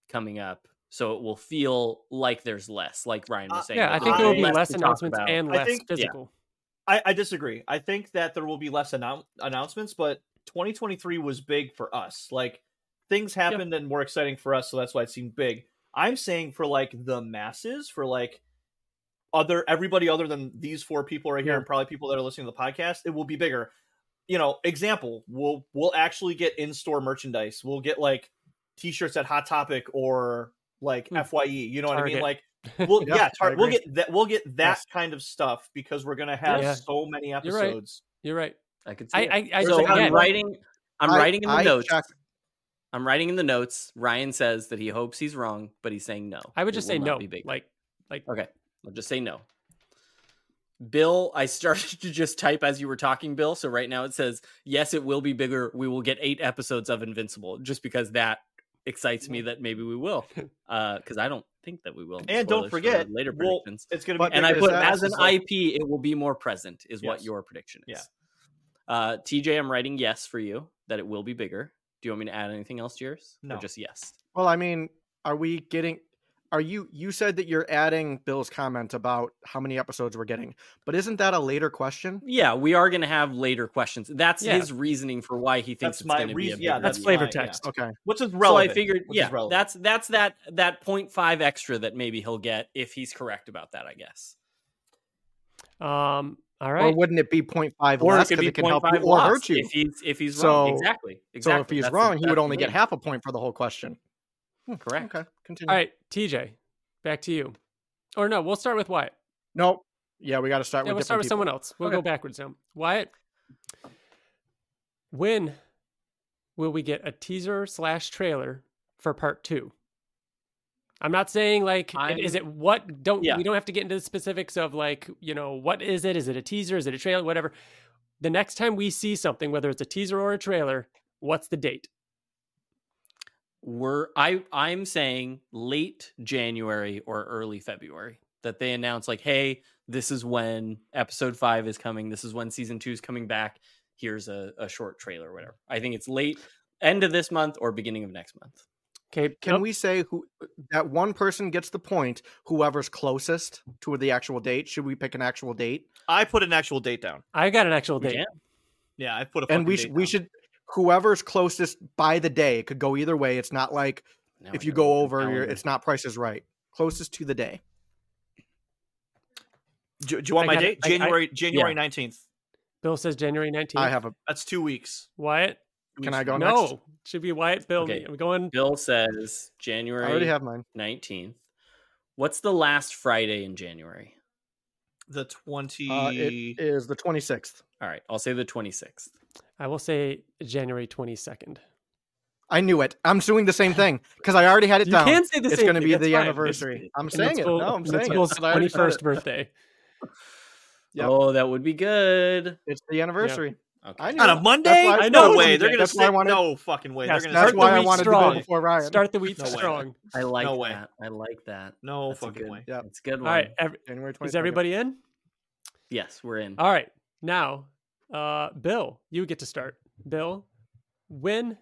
Speaker 3: coming up. So it will feel like there's less, like Ryan
Speaker 4: Uh,
Speaker 3: was saying.
Speaker 1: Yeah, I
Speaker 3: like
Speaker 1: think there will be
Speaker 4: less
Speaker 1: less
Speaker 3: to talk
Speaker 1: announcements
Speaker 3: about.
Speaker 1: and
Speaker 4: I
Speaker 1: less
Speaker 4: think-
Speaker 3: yeah.
Speaker 1: physical.
Speaker 4: I, I disagree. I think that there will be less annou- announcements, but 2023 was big for us. Like things happened and were exciting for us, so that's why it seemed big. I'm saying for like the masses, for like other everybody other than these four people right here,
Speaker 2: Yeah.
Speaker 4: and probably people that are listening to the podcast, it will be bigger. You know, example, we'll we'll actually get in store merchandise. We'll get like t-shirts at Hot Topic or like
Speaker 1: Hmm.
Speaker 4: FYE. You know what I mean?
Speaker 1: Target.
Speaker 4: Like we'll
Speaker 2: Yeah,
Speaker 4: yeah,
Speaker 2: I
Speaker 4: tar- we'll
Speaker 2: agree.
Speaker 4: get that we'll get that
Speaker 2: Yes.
Speaker 4: kind of stuff because we're gonna have
Speaker 1: Yeah.
Speaker 4: so many
Speaker 1: right.
Speaker 4: episodes.
Speaker 1: You're right.
Speaker 3: I could see
Speaker 1: I
Speaker 3: it.
Speaker 1: I, I
Speaker 3: so
Speaker 1: so
Speaker 3: I'm
Speaker 1: again,
Speaker 3: writing. I'm
Speaker 2: I-
Speaker 3: writing in the
Speaker 2: I
Speaker 3: notes.
Speaker 2: checked-
Speaker 3: I'm writing in the notes. Ryan says that he hopes he's wrong, but he's saying no.
Speaker 1: I would
Speaker 3: It
Speaker 1: just
Speaker 3: will
Speaker 1: say
Speaker 3: not
Speaker 1: no.
Speaker 3: be big.
Speaker 1: Like like
Speaker 3: okay, I'll just say no. Bill, I started to just type as you were talking, Bill. So right now it says yes, it will be bigger. We will get eight episodes of Invincible, just because that excites me that maybe we will, because I don't think that we will.
Speaker 4: And don't
Speaker 3: Spoilers for
Speaker 4: forget,
Speaker 3: later
Speaker 4: we'll-
Speaker 3: predictions.
Speaker 4: It's gonna be
Speaker 2: But-
Speaker 3: and I
Speaker 4: bigger
Speaker 3: put
Speaker 4: than
Speaker 3: as an
Speaker 4: us.
Speaker 3: IP, it will be more present, is what
Speaker 4: Yes.
Speaker 3: your prediction is.
Speaker 4: Yeah.
Speaker 3: Uh, TJ, I'm writing yes for you that it will be bigger. Do you want me to add anything else to yours?
Speaker 4: No.
Speaker 3: Or just yes.
Speaker 2: Well, I mean, are we getting? Are you? You said that you're adding Bill's comment about how many episodes we're getting, but isn't that a later question?
Speaker 3: Yeah, we are going to have later questions. That's
Speaker 1: Yeah.
Speaker 3: his reasoning for why he thinks
Speaker 4: That's
Speaker 3: it's
Speaker 4: my
Speaker 3: going to be a
Speaker 4: reason- yeah,
Speaker 3: bigger
Speaker 1: that's
Speaker 4: That's
Speaker 1: flavor
Speaker 4: fine, yeah.
Speaker 1: text.
Speaker 2: Okay,
Speaker 4: Which is
Speaker 3: So I
Speaker 4: relevant.
Speaker 3: figured,
Speaker 4: which is
Speaker 3: yeah,
Speaker 4: relevant.
Speaker 3: that's that's that that 0.5 extra that maybe he'll get if he's correct about that. I guess.
Speaker 1: um all
Speaker 2: or
Speaker 1: right.
Speaker 2: wouldn't it be 0.5
Speaker 3: Or it
Speaker 2: less
Speaker 3: could
Speaker 2: 'cause
Speaker 3: be
Speaker 2: it can help
Speaker 3: 0.5
Speaker 2: you or
Speaker 3: lost
Speaker 2: hurt you?
Speaker 3: if he's if he's wrong.
Speaker 2: So-
Speaker 3: Exactly.
Speaker 2: so if
Speaker 3: Exactly.
Speaker 2: he's
Speaker 3: That's the-
Speaker 2: wrong, he
Speaker 3: that's
Speaker 2: would
Speaker 3: the
Speaker 2: only get
Speaker 3: thing.
Speaker 2: half a point for the whole question. Hmm,
Speaker 3: Correct.
Speaker 2: Okay, continue.
Speaker 1: All right, TJ, back to you. Or no, we'll start with Wyatt.
Speaker 2: Nope. Yeah, we got to start
Speaker 1: Yeah,
Speaker 2: with
Speaker 1: we'll start
Speaker 2: different
Speaker 1: with
Speaker 2: people.
Speaker 1: someone else. We'll go
Speaker 2: Okay.
Speaker 1: backwards now. Wyatt, when will we get a teaser slash trailer for part two? I'm not saying like i- is it what don't
Speaker 3: Yeah.
Speaker 1: we don't have to get into the specifics of like you know what is it? Is it a teaser? Is it a trailer? Whatever. The next time we see something, whether it's a teaser or a trailer, what's the date?
Speaker 3: we're I I'm saying late January or early February that they announce like, hey, this is when episode five is coming. This is when season two is coming back. Here's a, a short trailer, or whatever. I think it's late end of this month or beginning of next month.
Speaker 1: Okay. Oh,
Speaker 2: Can
Speaker 1: nope.
Speaker 2: we say who that one person gets the point? Whoever's closest to the actual date. Should we pick an actual date?
Speaker 4: I put an actual date down.
Speaker 1: I got an actual date.
Speaker 3: can.
Speaker 4: Yeah, I put a.
Speaker 2: and we
Speaker 4: fucking
Speaker 2: sh-
Speaker 4: date
Speaker 2: we
Speaker 4: down.
Speaker 2: should whoever's closest by the day. It could go either way. It's not like
Speaker 3: Now
Speaker 2: if
Speaker 3: I
Speaker 2: you
Speaker 3: gotta
Speaker 2: go
Speaker 3: look at the
Speaker 2: over, you're,
Speaker 3: calendar.
Speaker 2: it's not Price is Right. Closest to the day.
Speaker 4: Do, do you want
Speaker 1: I
Speaker 4: my
Speaker 1: got it.
Speaker 4: date?
Speaker 1: I- I-
Speaker 4: January January nineteenth.
Speaker 1: Bill says January 19th.
Speaker 2: I have a.
Speaker 4: That's two weeks.
Speaker 1: Wyatt?
Speaker 4: Two
Speaker 2: Can
Speaker 4: weeks
Speaker 2: I
Speaker 4: from
Speaker 2: go
Speaker 1: No.
Speaker 4: now.
Speaker 2: next?
Speaker 1: Should be Wyatt, Bill.
Speaker 3: Okay.
Speaker 1: I'm going
Speaker 3: Bill says
Speaker 2: I already
Speaker 3: January
Speaker 2: have mine.
Speaker 3: nineteenth. What's the last Friday in January?
Speaker 4: The twenty.
Speaker 2: Uh, it is the 26th.
Speaker 3: All right, I'll say the twenty sixth.
Speaker 1: I will say January 22nd.
Speaker 2: I knew it. I'm doing the same thing because I already had it
Speaker 1: You
Speaker 2: down.
Speaker 1: can say the
Speaker 2: it's
Speaker 1: same
Speaker 2: going to
Speaker 1: thing,
Speaker 2: be
Speaker 1: that's
Speaker 2: the
Speaker 1: fine.
Speaker 2: anniversary. I'm
Speaker 1: And
Speaker 2: saying
Speaker 1: it's
Speaker 2: it.
Speaker 1: Bill-
Speaker 2: No, I'm
Speaker 1: and it's
Speaker 2: saying
Speaker 1: Bill's
Speaker 2: it. 'cause I already said it.
Speaker 1: 21st birthday.
Speaker 2: Yep.
Speaker 3: Oh, that would be good.
Speaker 2: It's the anniversary.
Speaker 3: Okay.
Speaker 2: I knew
Speaker 4: on
Speaker 2: it.
Speaker 4: a Monday?
Speaker 2: That's why I
Speaker 4: I know.
Speaker 2: wanted
Speaker 4: No
Speaker 2: to
Speaker 4: way.
Speaker 2: do
Speaker 4: They're
Speaker 2: that.
Speaker 4: gonna
Speaker 2: That's why I
Speaker 4: say
Speaker 2: wanted-
Speaker 4: no fucking way.
Speaker 1: Yes,
Speaker 4: They're
Speaker 2: That's
Speaker 4: gonna
Speaker 1: Start
Speaker 4: say-
Speaker 1: the
Speaker 2: why I
Speaker 1: week
Speaker 2: wanted to
Speaker 1: strong.
Speaker 2: go before Ryan.
Speaker 1: Start the week
Speaker 4: No way.
Speaker 1: strong.
Speaker 3: I like
Speaker 4: No way.
Speaker 3: that. I like that.
Speaker 4: No
Speaker 3: That's a
Speaker 4: fucking
Speaker 3: good-
Speaker 4: way.
Speaker 2: Yep.
Speaker 3: It's a good
Speaker 1: All
Speaker 3: one.
Speaker 1: right. ev-
Speaker 2: January 22nd.
Speaker 1: is everybody in?
Speaker 3: Yes, we're in.
Speaker 1: All right. Now, uh, Bill, you get to start. Bill, when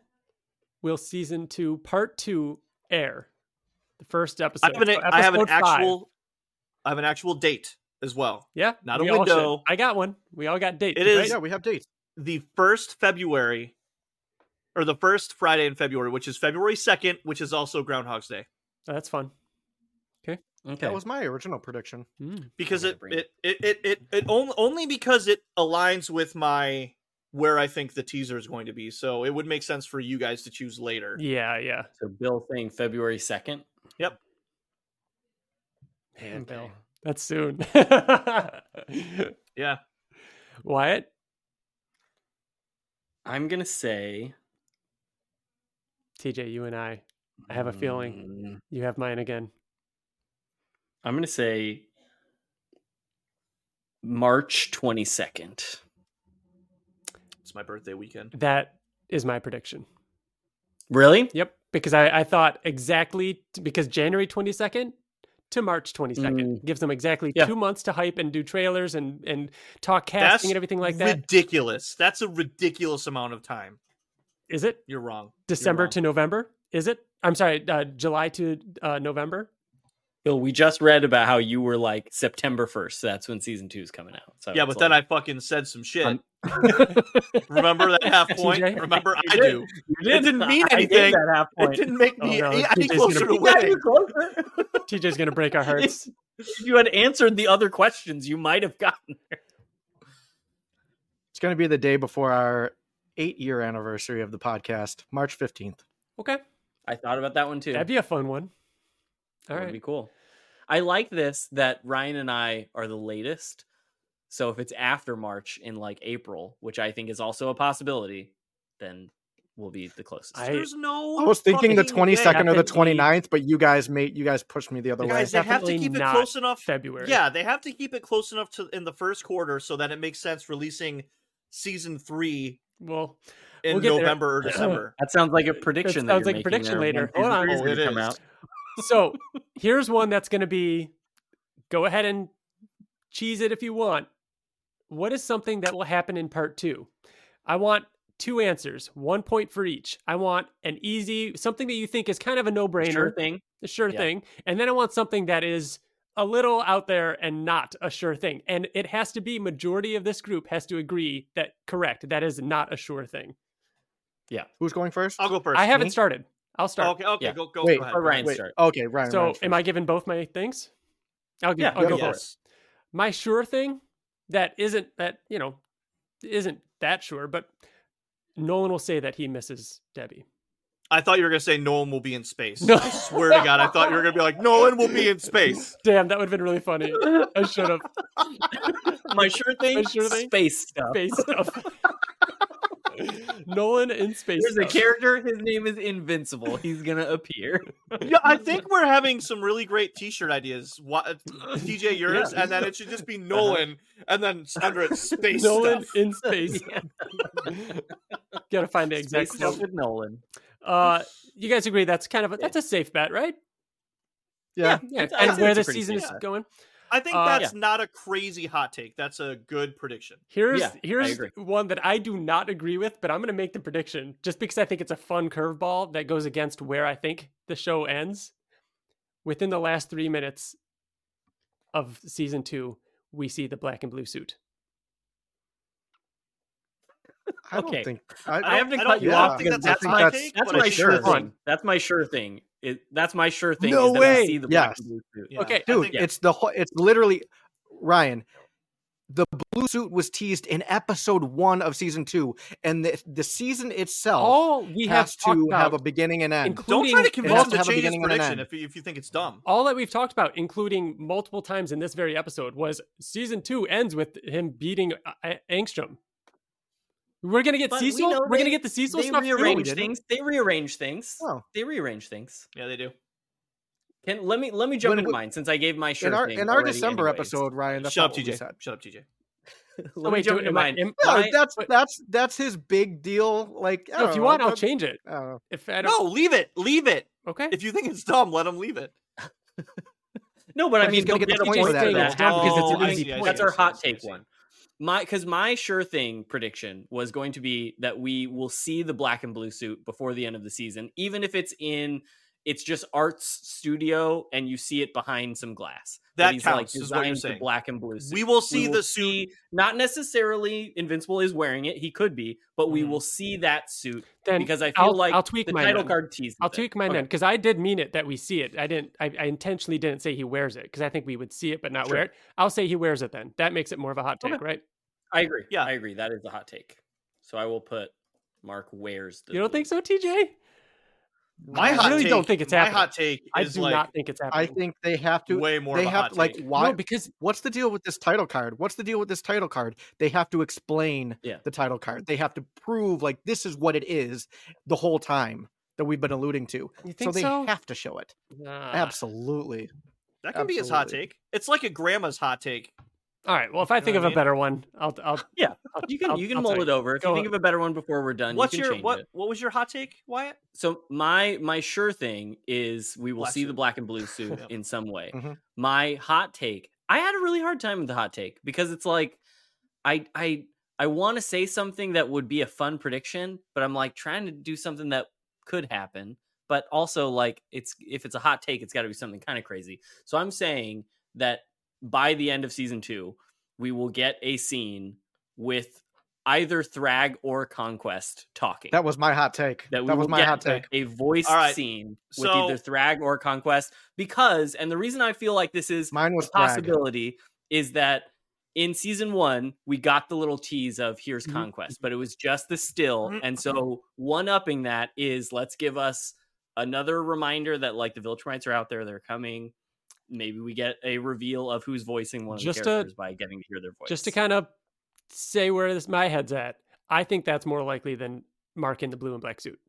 Speaker 1: will season two, part two, air? The first
Speaker 4: I
Speaker 1: episode.
Speaker 4: have an,
Speaker 1: so
Speaker 4: I have an
Speaker 1: episode five.
Speaker 4: actual. I have an actual date as well.
Speaker 1: Yeah.
Speaker 4: not a
Speaker 1: we all should.
Speaker 4: window.
Speaker 1: I got one. We all got dates.
Speaker 4: It
Speaker 1: right?
Speaker 4: is-
Speaker 2: Yeah, we have dates.
Speaker 4: The first February, or the first Friday in February, which is February second, which is also Groundhog's Day.
Speaker 1: Oh, that's fun.
Speaker 3: Okay.
Speaker 2: That was my original prediction.
Speaker 1: Mm.
Speaker 4: because
Speaker 3: I'm gonna
Speaker 4: it
Speaker 3: bring
Speaker 4: it, it it it it only only because it aligns with my where I think the teaser is going to be. So it would make sense for you guys to choose later.
Speaker 1: Yeah. Yeah.
Speaker 3: so Bill saying February second.
Speaker 1: Man,
Speaker 3: Okay.
Speaker 1: Bill, that's soon.
Speaker 4: Yeah.
Speaker 1: Wyatt,
Speaker 3: I'm gonna say.
Speaker 1: TJ, you and I, I have a feeling
Speaker 3: Mm,
Speaker 1: you have mine again.
Speaker 3: I'm gonna say March 22nd.
Speaker 4: It's my birthday weekend.
Speaker 1: That is my prediction.
Speaker 3: Really?
Speaker 1: Yep. Because I, I thought exactly t- because January 22nd to March 22nd gives them exactly
Speaker 3: Mm. Yeah.
Speaker 1: two months to hype and do trailers and, and talk casting
Speaker 4: That's
Speaker 1: and everything like that.
Speaker 4: Ridiculous. That's a ridiculous amount of time.
Speaker 1: Is it
Speaker 4: You're wrong.
Speaker 1: December
Speaker 4: wrong.
Speaker 1: to November? Is it? I'm sorry, uh, July to uh, November?
Speaker 3: Bill, we just read about how you were like September 1st. So that's when season two is coming out. So
Speaker 4: yeah,
Speaker 3: it's
Speaker 4: but then I
Speaker 3: like-
Speaker 4: fucking said some shit.
Speaker 3: I'm-
Speaker 4: Remember that half point?
Speaker 1: TJ?
Speaker 4: Remember I
Speaker 3: did.
Speaker 4: do. It didn't mean
Speaker 3: I gave
Speaker 4: anything.
Speaker 3: that half
Speaker 4: It
Speaker 3: point.
Speaker 4: didn't make
Speaker 1: Oh,
Speaker 4: me
Speaker 1: no,
Speaker 4: any
Speaker 1: TJ's gonna
Speaker 4: closer to
Speaker 1: be-
Speaker 3: You got
Speaker 4: winning.
Speaker 3: you closer.
Speaker 1: TJ's going to break our hearts.
Speaker 3: If you had answered the other questions, you might have gotten.
Speaker 2: It's going to be the day before our eight year anniversary of the podcast, March 15th.
Speaker 1: Okay.
Speaker 3: I thought about that one too.
Speaker 1: That'd be a fun one.
Speaker 3: That
Speaker 1: All
Speaker 3: would
Speaker 1: right.
Speaker 3: be cool. I like this that Ryan and I are the latest. So if it's after March in like April, which I think is also a possibility, then we'll be the closest.
Speaker 1: I-
Speaker 4: There's no
Speaker 2: I was thinking the
Speaker 4: fucking way.
Speaker 2: 22nd or the
Speaker 1: Definitely.
Speaker 2: 29th, but you guys made you guys pushed me the other way.
Speaker 4: Guys, they have to
Speaker 1: Definitely
Speaker 4: keep it
Speaker 1: not
Speaker 4: close enough
Speaker 1: February.
Speaker 4: Yeah, they have to keep it close enough to in the first quarter so that it makes sense releasing season three
Speaker 1: Well,
Speaker 4: in
Speaker 1: We'll get there.
Speaker 4: November or December.
Speaker 3: That sounds like a prediction.
Speaker 1: sounds like a prediction later. Hold on.
Speaker 4: Oh, it is.
Speaker 1: so here's one that's going to be go ahead and cheese it if you want. What is something that will happen in part two? I want two answers, one point for each. I want an easy, something that you think is kind of a no brainer,
Speaker 3: Sure thing.
Speaker 1: a sure
Speaker 3: Yeah.
Speaker 1: thing. And then I want something that is a little out there and not a sure thing. And it has to be majority of this group has to agree that correct, that is not a sure thing.
Speaker 2: Who's going first?
Speaker 4: I'll go first.
Speaker 1: I haven't
Speaker 2: me?
Speaker 1: started. I'll start.
Speaker 4: Okay, okay,
Speaker 3: Yeah.
Speaker 4: go go.
Speaker 2: Wait,
Speaker 4: go ahead.
Speaker 3: Or Ryan
Speaker 2: Wait,
Speaker 3: start.
Speaker 2: Okay, Ryan.
Speaker 1: So,
Speaker 2: Ryan's
Speaker 1: am
Speaker 2: first.
Speaker 1: I giving both my things? I'll, give,
Speaker 3: Yeah,
Speaker 1: I'll
Speaker 2: go
Speaker 1: go
Speaker 2: for
Speaker 1: for it. My sure thing that isn't that you know isn't that sure, but Nolan will say that he misses Debbie.
Speaker 4: I thought you were gonna say Nolan will be in space.
Speaker 1: No.
Speaker 4: I swear to God, I thought you were gonna be like Nolan will be in space.
Speaker 1: Damn, that would have been really funny. I should have
Speaker 3: My sure thing.
Speaker 1: My sure thing.
Speaker 3: Space stuff.
Speaker 1: space stuff. Nolan in space.
Speaker 3: There's a
Speaker 1: stuff.
Speaker 3: character. His name is Invincible. He's gonna appear.
Speaker 4: Yeah, I think we're having some really great T-shirt ideas. What, DJ yours,
Speaker 3: Yeah.
Speaker 4: and then it should just be Nolan, and then under it space
Speaker 1: Uh-huh. Nolan
Speaker 4: stuff.
Speaker 1: in space. Gotta find the exact
Speaker 3: Space stuff
Speaker 1: quote.
Speaker 3: with Nolan.
Speaker 1: Uh, you guys agree that's kind of a, that's a safe bet, right?
Speaker 2: Yeah.
Speaker 1: yeah.
Speaker 3: It's- I'd
Speaker 1: And
Speaker 3: say
Speaker 1: where
Speaker 3: it's a
Speaker 1: the
Speaker 3: pretty
Speaker 1: season
Speaker 3: safe
Speaker 1: is
Speaker 3: bet.
Speaker 1: going.
Speaker 4: I think
Speaker 1: Uh,
Speaker 4: that's not a crazy hot take. That's a good prediction.
Speaker 1: Here's
Speaker 3: Yeah, I
Speaker 1: here's
Speaker 3: agree.
Speaker 1: one that I do not agree with, but I'm going to make the prediction just because I think it's a fun curveball that goes against where I think the show ends. Within the last three minutes of season two, we see the black and blue suit.
Speaker 2: I don't
Speaker 3: Okay.
Speaker 2: think I,
Speaker 3: I have to
Speaker 4: don't-
Speaker 3: cut you
Speaker 4: yeah,
Speaker 3: off
Speaker 4: I
Speaker 3: because
Speaker 4: think
Speaker 3: that's
Speaker 4: that's
Speaker 2: I
Speaker 4: my
Speaker 2: think
Speaker 3: my
Speaker 2: that's-
Speaker 4: take.
Speaker 3: that's
Speaker 4: but
Speaker 3: my
Speaker 4: it's
Speaker 3: sure
Speaker 4: good.
Speaker 3: thing. That's my sure thing. It, that's my sure thing.
Speaker 1: No
Speaker 3: is that
Speaker 1: way.
Speaker 3: I see the black
Speaker 2: Yes.
Speaker 3: and blue suit.
Speaker 4: Yeah, I
Speaker 1: Okay.
Speaker 2: dude,
Speaker 4: think-
Speaker 3: yeah.
Speaker 2: it's the whole it's literally Ryan. The blue suit was teased in episode one of season two, and the the season itself
Speaker 1: All we have
Speaker 2: has to
Speaker 1: talked
Speaker 2: have a
Speaker 1: about,
Speaker 2: beginning and end.
Speaker 1: including
Speaker 4: Don't try to
Speaker 2: has
Speaker 4: convince
Speaker 2: to
Speaker 4: him to
Speaker 2: have a
Speaker 4: change his
Speaker 2: beginning and an
Speaker 4: prediction
Speaker 2: end.
Speaker 4: if you, if you think it's dumb.
Speaker 1: all that we've talked about, including multiple times in this very episode, was season two ends with him beating uh, A- Angstrom. We're gonna get
Speaker 3: But we
Speaker 1: Cecil.
Speaker 3: know
Speaker 1: We're gonna
Speaker 3: they-
Speaker 1: get the Cecil
Speaker 3: They
Speaker 1: stuff too.
Speaker 3: rearrange
Speaker 2: didn't.
Speaker 3: things. They rearrange things.
Speaker 2: Oh.
Speaker 3: They rearrange things.
Speaker 4: Yeah, they do.
Speaker 3: Can let me let me jump
Speaker 2: When
Speaker 3: into
Speaker 2: we-
Speaker 3: mine since I gave my sure
Speaker 2: in our
Speaker 3: thing
Speaker 2: in our
Speaker 3: already
Speaker 2: December
Speaker 3: anyways.
Speaker 2: episode, Ryan, that's
Speaker 4: Shut up,
Speaker 2: not what we
Speaker 4: TJ.
Speaker 2: said.
Speaker 4: Shut up, TJ.
Speaker 1: Oh,
Speaker 3: let me
Speaker 1: wait,
Speaker 3: jump
Speaker 1: do-
Speaker 3: into
Speaker 1: am I-
Speaker 3: mine.
Speaker 1: am
Speaker 2: No,
Speaker 1: I-
Speaker 2: that's
Speaker 1: wait,
Speaker 2: that's that's his big deal. Like, I
Speaker 1: no,
Speaker 2: don't
Speaker 1: if you
Speaker 2: know, uh,
Speaker 1: want, I'll
Speaker 2: that-
Speaker 1: change it.
Speaker 2: I don't know.
Speaker 1: If I don't,
Speaker 4: No, leave it. Leave it.
Speaker 1: okay.
Speaker 4: If you think it's dumb, let him leave it.
Speaker 3: no, but I
Speaker 2: But
Speaker 3: mean,
Speaker 2: he's gonna
Speaker 3: they'll
Speaker 2: get the
Speaker 3: a
Speaker 2: point
Speaker 3: point
Speaker 2: for that,
Speaker 3: for
Speaker 2: though.
Speaker 3: that.
Speaker 1: It's dumb because it's an
Speaker 3: Oh, I
Speaker 1: easy
Speaker 3: see, I
Speaker 1: point.
Speaker 3: see, That's our
Speaker 4: I see,
Speaker 3: hot
Speaker 4: I see,
Speaker 3: take
Speaker 4: I see.
Speaker 3: one. My because my sure thing prediction was going to be that we will see the black and blue suit before the end of the season, even if it's in it's just arts studio and you see it behind some glass.
Speaker 4: That
Speaker 3: he's
Speaker 4: counts, is what you're
Speaker 3: designed the
Speaker 4: saying.
Speaker 3: black and blue suit.
Speaker 4: We will see
Speaker 3: will
Speaker 4: the suit.
Speaker 3: see- not necessarily Invincible is wearing it. He could be, but we
Speaker 4: Mhm.
Speaker 3: will see that suit
Speaker 1: then
Speaker 3: because I feel
Speaker 1: Mm-hmm. I'll,
Speaker 3: like
Speaker 1: I'll tweak
Speaker 3: the
Speaker 1: mine.
Speaker 3: title
Speaker 1: then.
Speaker 3: card teases.
Speaker 1: I'll
Speaker 3: it.
Speaker 1: tweak mine
Speaker 3: Okay.
Speaker 1: then because I did mean it that we see it. I didn't. I, I intentionally didn't say he wears it because I think we would see it but not
Speaker 3: Sure.
Speaker 1: wear it. I'll say he wears it then. That makes it more of a hot take,
Speaker 3: Okay.
Speaker 1: right?
Speaker 3: I agree.
Speaker 4: Yeah.
Speaker 3: I agree. That is a hot take. So I will put Mark wears the.
Speaker 1: You don't
Speaker 3: blue.
Speaker 1: think so, TJ?
Speaker 4: My
Speaker 1: I
Speaker 4: hot
Speaker 1: really
Speaker 4: take,
Speaker 1: don't think it's happening.
Speaker 4: My hot take
Speaker 1: I
Speaker 4: is
Speaker 1: do
Speaker 4: like
Speaker 1: not think it's happening.
Speaker 2: I think they have to.
Speaker 4: way more.
Speaker 2: They
Speaker 4: of a
Speaker 2: have
Speaker 4: hot
Speaker 2: to like
Speaker 4: take.
Speaker 2: why?
Speaker 1: no, because
Speaker 2: what's the deal with this title card? What's the deal with this title card? They have to explain
Speaker 3: Yeah.
Speaker 2: the title card. They have to prove like this is what it is the whole time that we've been alluding to.
Speaker 1: you
Speaker 2: So
Speaker 1: think
Speaker 2: they
Speaker 1: so.
Speaker 2: have to show it.
Speaker 4: Uh,
Speaker 1: Nah.
Speaker 2: Absolutely.
Speaker 4: that can be his hot
Speaker 2: absolutely.
Speaker 4: take. It's like a grandma's hot take.
Speaker 1: All right. Well, if I
Speaker 4: know
Speaker 1: think
Speaker 4: what
Speaker 1: of
Speaker 4: I
Speaker 1: a
Speaker 4: mean?
Speaker 1: better one, I'll. I'll
Speaker 3: Yeah,
Speaker 1: I'll-
Speaker 3: You can
Speaker 1: I'll-
Speaker 3: you can
Speaker 1: I'll
Speaker 3: mold
Speaker 1: tell
Speaker 3: it over. If
Speaker 1: Go-
Speaker 3: you think of a better one before we're done,
Speaker 4: What's
Speaker 3: you can
Speaker 4: your
Speaker 3: change
Speaker 4: what?
Speaker 3: it.
Speaker 4: What was your hot take, Wyatt?
Speaker 3: So my my sure thing is we will
Speaker 4: Black
Speaker 3: see the
Speaker 4: suit.
Speaker 3: black and blue suit
Speaker 4: Yep.
Speaker 3: in some way.
Speaker 2: Mhm.
Speaker 3: My hot take. I had a really hard time with the hot take because it's like I I I want to say something that would be a fun prediction, but I'm like trying to do something that could happen, but also like it's if it's a hot take, it's got to be something kind of crazy. So I'm saying that by the end of season 2, we will get a scene with either Thrag or Conquest talking
Speaker 2: That was my hot take.
Speaker 3: that
Speaker 2: That,
Speaker 3: we
Speaker 2: was
Speaker 3: will
Speaker 2: my
Speaker 3: get
Speaker 2: hot
Speaker 4: that.
Speaker 2: take.
Speaker 3: a voiced
Speaker 4: All right,
Speaker 3: scene with
Speaker 4: so-
Speaker 3: either Thrag or Conquest because, and the reason I feel like this is
Speaker 2: Mine was
Speaker 3: a
Speaker 2: possible.
Speaker 3: possibility is that in season one we got the little tease of here's
Speaker 1: Mhm.
Speaker 3: Conquest, but it was just the still,
Speaker 4: Mhm.
Speaker 3: and so one upping that is let's give us another reminder that like the Viltrumites are out there, they're coming. Maybe we get a reveal of who's voicing one of
Speaker 1: Just
Speaker 3: the
Speaker 1: to-
Speaker 3: characters by getting to hear their voice.
Speaker 1: Just to kind of say where this my head's at, I think that's more likely than Mark in the blue and black suit.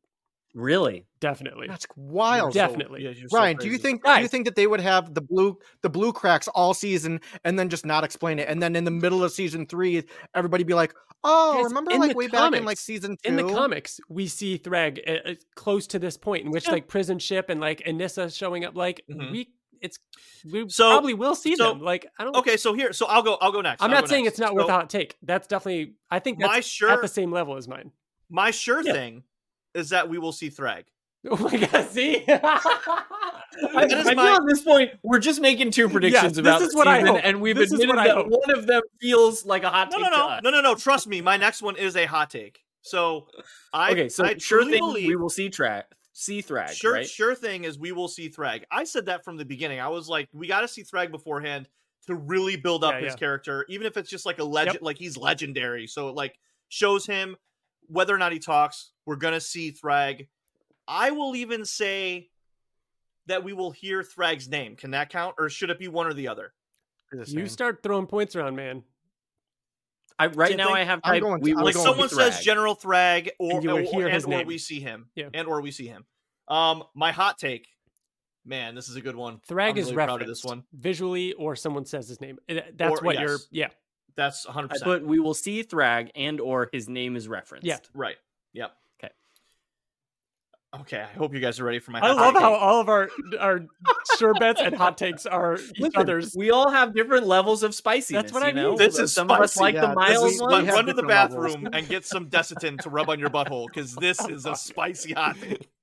Speaker 3: really,
Speaker 1: Definitely.
Speaker 2: That's wild.
Speaker 1: Definitely.
Speaker 2: Ryan, do you think do you
Speaker 1: Guys.
Speaker 2: think that they would have the blue the blue cracks all season and then just not explain it? And then in the middle of season three, everybody be like, Oh,
Speaker 1: Guys,
Speaker 2: remember
Speaker 1: in
Speaker 2: like
Speaker 1: the
Speaker 2: way back in like
Speaker 1: comics-
Speaker 2: season two?
Speaker 1: in the comics, we see Thrag uh, uh, close to this point in which
Speaker 3: Yeah.
Speaker 1: like prison ship and like Anissa showing up. Like
Speaker 4: Mhm.
Speaker 1: we, it's we
Speaker 4: So-
Speaker 1: probably will see
Speaker 4: so-
Speaker 1: them. Like I don't.
Speaker 4: Okay, so here, so I'll go. I'll go next.
Speaker 1: I'm
Speaker 4: I'll
Speaker 1: not
Speaker 4: go
Speaker 1: saying
Speaker 4: next.
Speaker 1: it's not
Speaker 4: So
Speaker 1: worth a hot take. That's definitely. I think that's
Speaker 4: My
Speaker 1: at
Speaker 4: sure,
Speaker 1: the same level as mine.
Speaker 4: my sure
Speaker 3: Yeah.
Speaker 4: thing is that we will see Thrag.
Speaker 1: Oh my god! See,
Speaker 3: I,
Speaker 4: That is
Speaker 3: I
Speaker 4: my-
Speaker 3: feel at this point we're just making two predictions
Speaker 1: this
Speaker 3: about
Speaker 1: is
Speaker 3: the
Speaker 1: what I
Speaker 3: season,
Speaker 1: hope.
Speaker 3: and we've
Speaker 1: This is
Speaker 3: admitted
Speaker 1: what I
Speaker 3: that
Speaker 1: hope.
Speaker 3: one of them feels like a hot
Speaker 4: No,
Speaker 3: take.
Speaker 4: no,
Speaker 3: to
Speaker 4: no,
Speaker 3: us.
Speaker 4: no, no, no. Trust me, my next one is a hot take. So, I
Speaker 3: okay, so
Speaker 4: I
Speaker 3: sure
Speaker 4: truly
Speaker 3: thing
Speaker 4: believe,
Speaker 3: we will see track, see thrag,
Speaker 4: sure
Speaker 3: right?
Speaker 4: sure thing is we will see Thrag. I said that from the beginning. I was like, we got to see Thrag beforehand to really build up
Speaker 1: Yeah,
Speaker 4: his
Speaker 1: yeah.
Speaker 4: character, even if it's just like a legend, like he's legendary. So it like shows him whether or not he talks. We're gonna see Thrag. I will even say that we will hear Thrag's name. Can that count, or should it be one or the other?
Speaker 2: They're the
Speaker 1: you
Speaker 2: same.
Speaker 1: start throwing points around, man.
Speaker 3: I, right
Speaker 4: Same
Speaker 3: now,
Speaker 4: thing.
Speaker 3: I have
Speaker 2: I'm
Speaker 3: typed,
Speaker 2: going-
Speaker 3: we
Speaker 2: I'm
Speaker 3: will
Speaker 4: like
Speaker 3: see
Speaker 2: going
Speaker 4: someone says
Speaker 3: Thrag.
Speaker 4: General Thrag, or
Speaker 1: you will
Speaker 4: or-
Speaker 1: hear
Speaker 4: and
Speaker 1: his
Speaker 4: or
Speaker 1: name.
Speaker 4: we see him,
Speaker 1: Yeah.
Speaker 4: and or we see him. Um, my hot take, man, this is a good one.
Speaker 1: Thrag
Speaker 4: I'm
Speaker 1: is
Speaker 4: really
Speaker 1: referenced
Speaker 4: proud of this one.
Speaker 1: visually, or someone says his name. Uh, That's
Speaker 4: Or-
Speaker 1: what you're.
Speaker 4: yes.
Speaker 1: Yeah,
Speaker 4: That's 100.
Speaker 3: I
Speaker 4: percent
Speaker 3: put we will see thrag and or his name is referenced.
Speaker 1: Yeah.
Speaker 4: Right. Yep.
Speaker 3: Okay.
Speaker 4: Okay, I hope you guys are ready for my.
Speaker 1: I
Speaker 4: hot
Speaker 1: love
Speaker 4: take.
Speaker 1: how all of our our sherbets and hot takes are each
Speaker 3: Listen,
Speaker 1: other's.
Speaker 3: We all have different levels of spiciness.
Speaker 1: That's what I
Speaker 3: you know?
Speaker 1: mean.
Speaker 4: This is
Speaker 3: some of us
Speaker 4: spicy,
Speaker 3: like
Speaker 2: yeah.
Speaker 3: the
Speaker 2: This
Speaker 3: mild
Speaker 2: is
Speaker 3: one.
Speaker 2: we
Speaker 4: Run,
Speaker 2: have
Speaker 4: run to the
Speaker 2: different levels.
Speaker 4: bathroom and get some Desitin to rub on your butthole because this is a spicy hot take.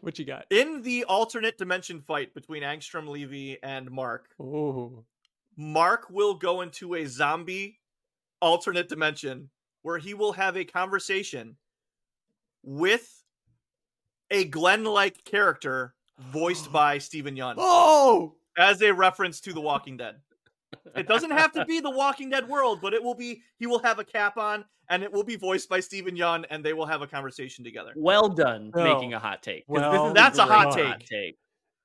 Speaker 1: What you got?
Speaker 4: In the alternate dimension fight between Angstrom Levy and Mark,
Speaker 1: Ooh.
Speaker 4: Mark will go into a zombie alternate dimension where he will have a conversation with a Glenn like character voiced by Stephen Yun
Speaker 1: Oh,
Speaker 4: as a reference to The Walking Dead. It doesn't have to be The Walking Dead world, but it will be, he will have a cap on and it will be voiced by Stephen Yun and they will have a conversation together.
Speaker 3: Well done
Speaker 1: No.
Speaker 3: making a hot take. 'cause
Speaker 1: Well
Speaker 4: That's a hot
Speaker 3: great
Speaker 4: take.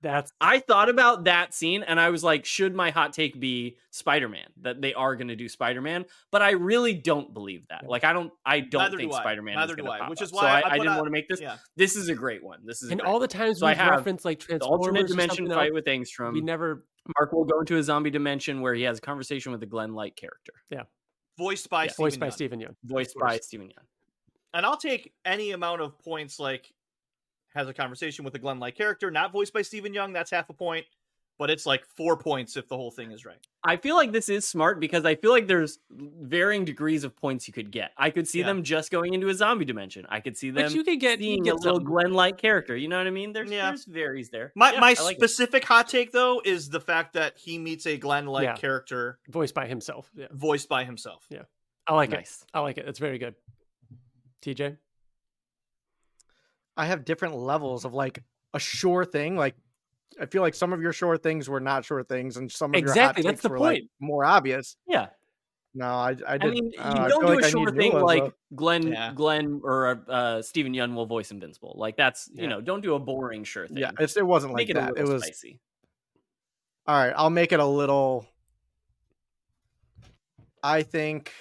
Speaker 1: that's
Speaker 3: I thought about that scene and I was like, should my hot take be Spider Man? That they are going to do Spider Man, but I really don't believe that. Like, I don't, I don't
Speaker 4: Neither
Speaker 3: think
Speaker 4: do I.
Speaker 3: Spider Man.
Speaker 4: Neither
Speaker 3: is
Speaker 4: do
Speaker 3: gonna
Speaker 4: I,
Speaker 3: pop
Speaker 4: which
Speaker 3: up.
Speaker 4: is
Speaker 3: so
Speaker 4: why
Speaker 3: I,
Speaker 4: I
Speaker 3: I
Speaker 4: put
Speaker 3: didn't
Speaker 4: out-
Speaker 3: want to make this.
Speaker 4: Yeah.
Speaker 3: This is a great one. This is a
Speaker 1: and
Speaker 3: great
Speaker 1: all
Speaker 3: one.
Speaker 1: the times
Speaker 3: So I
Speaker 1: we've
Speaker 3: have
Speaker 1: referenced like
Speaker 3: the
Speaker 1: Transformers
Speaker 3: alternate
Speaker 1: or
Speaker 3: dimension
Speaker 1: something
Speaker 3: fight
Speaker 1: else,
Speaker 3: with um, Angstrom.
Speaker 1: we never.
Speaker 3: Mark will go into a zombie dimension where he has a conversation with a Glenn Light character,
Speaker 4: Voiced by
Speaker 1: Yeah,
Speaker 4: Stephen
Speaker 1: voiced by
Speaker 4: Yeun.
Speaker 1: Stephen Young.
Speaker 3: voiced
Speaker 4: course.
Speaker 3: by Steven Yeun.
Speaker 4: and I'll take any amount of points like has a conversation with a Glenn like character, not voiced by Stephen Young, that's half a point, but it's like four points if the whole thing is right.
Speaker 3: I feel like this is smart because I feel like there's varying degrees of points you could get. I could see
Speaker 4: Yeah.
Speaker 3: them just going into a zombie dimension. I could see them
Speaker 1: But you could get, you
Speaker 3: being
Speaker 1: could get
Speaker 3: a little
Speaker 1: something.
Speaker 3: Glenn like character. You know what I mean? There's
Speaker 4: Yeah.
Speaker 3: there's varies there.
Speaker 4: My
Speaker 3: Yeah,
Speaker 4: my
Speaker 3: I like it.
Speaker 4: specific hot take though is the fact that he meets a Glenn like
Speaker 1: Yeah.
Speaker 4: character
Speaker 1: voiced by himself. Yeah,
Speaker 4: voiced by himself.
Speaker 1: I like it.
Speaker 3: nice.
Speaker 1: I like it. It's very good. TJ,
Speaker 2: I have different levels of like a sure thing. Like I feel like some of your sure things were not sure things, and some of your hot
Speaker 1: Exactly, that's
Speaker 2: takes
Speaker 1: the
Speaker 2: were, like,
Speaker 1: point.
Speaker 2: more obvious.
Speaker 3: Yeah.
Speaker 2: No, I I,
Speaker 3: I
Speaker 2: did,
Speaker 3: mean, you
Speaker 2: uh, I
Speaker 3: don't
Speaker 2: feel like
Speaker 3: do a
Speaker 2: I need
Speaker 3: sure
Speaker 2: new
Speaker 3: thing
Speaker 2: ones,
Speaker 3: like
Speaker 2: though.
Speaker 3: Glenn
Speaker 4: Yeah.
Speaker 3: Glenn or uh Steven Yeun will voice Invincible. Like that's
Speaker 1: Yeah.
Speaker 3: you know, don't do a boring sure thing.
Speaker 2: yeah, it's, it wasn't like
Speaker 3: Make it a
Speaker 2: that. It
Speaker 3: little
Speaker 2: was
Speaker 3: spicy.
Speaker 2: All right, I'll make it a little. I think.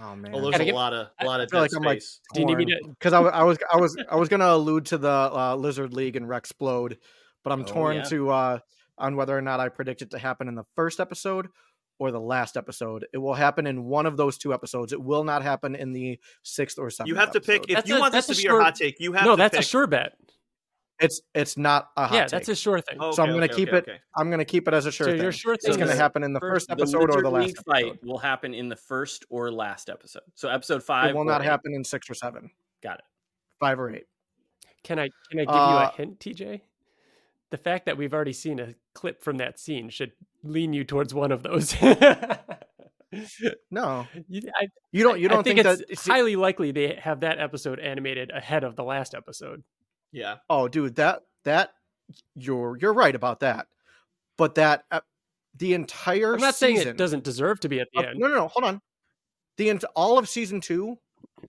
Speaker 2: Oh man,
Speaker 4: Oh, there's
Speaker 1: Gotta
Speaker 4: a
Speaker 1: get-
Speaker 4: lot of lot of
Speaker 2: feel
Speaker 4: dead
Speaker 2: like I'm, like,
Speaker 4: space.
Speaker 1: do you need me to?
Speaker 2: because I, wa- I was I was I was gonna allude to the uh, Lizard League and Rexplode, but I'm
Speaker 3: Oh,
Speaker 2: torn
Speaker 3: yeah.
Speaker 2: to uh, on whether or not I predict it to happen in the first episode or the last episode. It will happen in one of those two episodes. It will not happen in the sixth or seventh.
Speaker 4: you have to pick
Speaker 2: episode.
Speaker 4: if
Speaker 1: That's
Speaker 4: you
Speaker 1: a-
Speaker 4: want this to
Speaker 1: that's
Speaker 4: be
Speaker 1: a
Speaker 4: your
Speaker 1: sure-
Speaker 4: hot take. You have
Speaker 1: No,
Speaker 4: to
Speaker 1: that's
Speaker 4: pick.
Speaker 1: a sure bet.
Speaker 2: It's it's not a hot
Speaker 1: Yeah, that's a
Speaker 2: take.
Speaker 1: sure thing.
Speaker 4: Oh,
Speaker 2: so I'm
Speaker 4: okay,
Speaker 2: gonna
Speaker 4: okay,
Speaker 2: keep
Speaker 4: okay,
Speaker 2: it-
Speaker 4: okay.
Speaker 2: I'm gonna keep it as a sure
Speaker 1: so
Speaker 2: thing.
Speaker 1: your sure
Speaker 2: it's
Speaker 1: thing
Speaker 2: going to
Speaker 1: is-
Speaker 2: happen in the
Speaker 1: first-
Speaker 2: first
Speaker 3: The
Speaker 2: episode or
Speaker 3: Lizard
Speaker 2: the last
Speaker 3: League
Speaker 2: episode.
Speaker 3: fight will happen in the first or last episode. So episode five
Speaker 2: It will
Speaker 3: or
Speaker 2: not
Speaker 3: eight.
Speaker 2: happen in six or seven,
Speaker 3: Got it.
Speaker 2: five or eight.
Speaker 1: Can I can I give you
Speaker 2: Uh,
Speaker 1: a hint, TJ? The fact that we've already seen a clip from that scene should lean you towards one of those. you,
Speaker 2: No,
Speaker 1: I,
Speaker 2: you don't. You
Speaker 1: I
Speaker 2: don't think,
Speaker 1: think, it's
Speaker 2: that? see-
Speaker 1: highly likely they have that episode animated ahead of the last episode.
Speaker 4: Yeah.
Speaker 2: oh, dude, that that you're you're right about that. But that uh, the entire
Speaker 1: I'm not saying
Speaker 2: season,
Speaker 1: it doesn't deserve to be at the
Speaker 2: of-
Speaker 1: end.
Speaker 2: no, no, no. Hold on. The ent- all of season two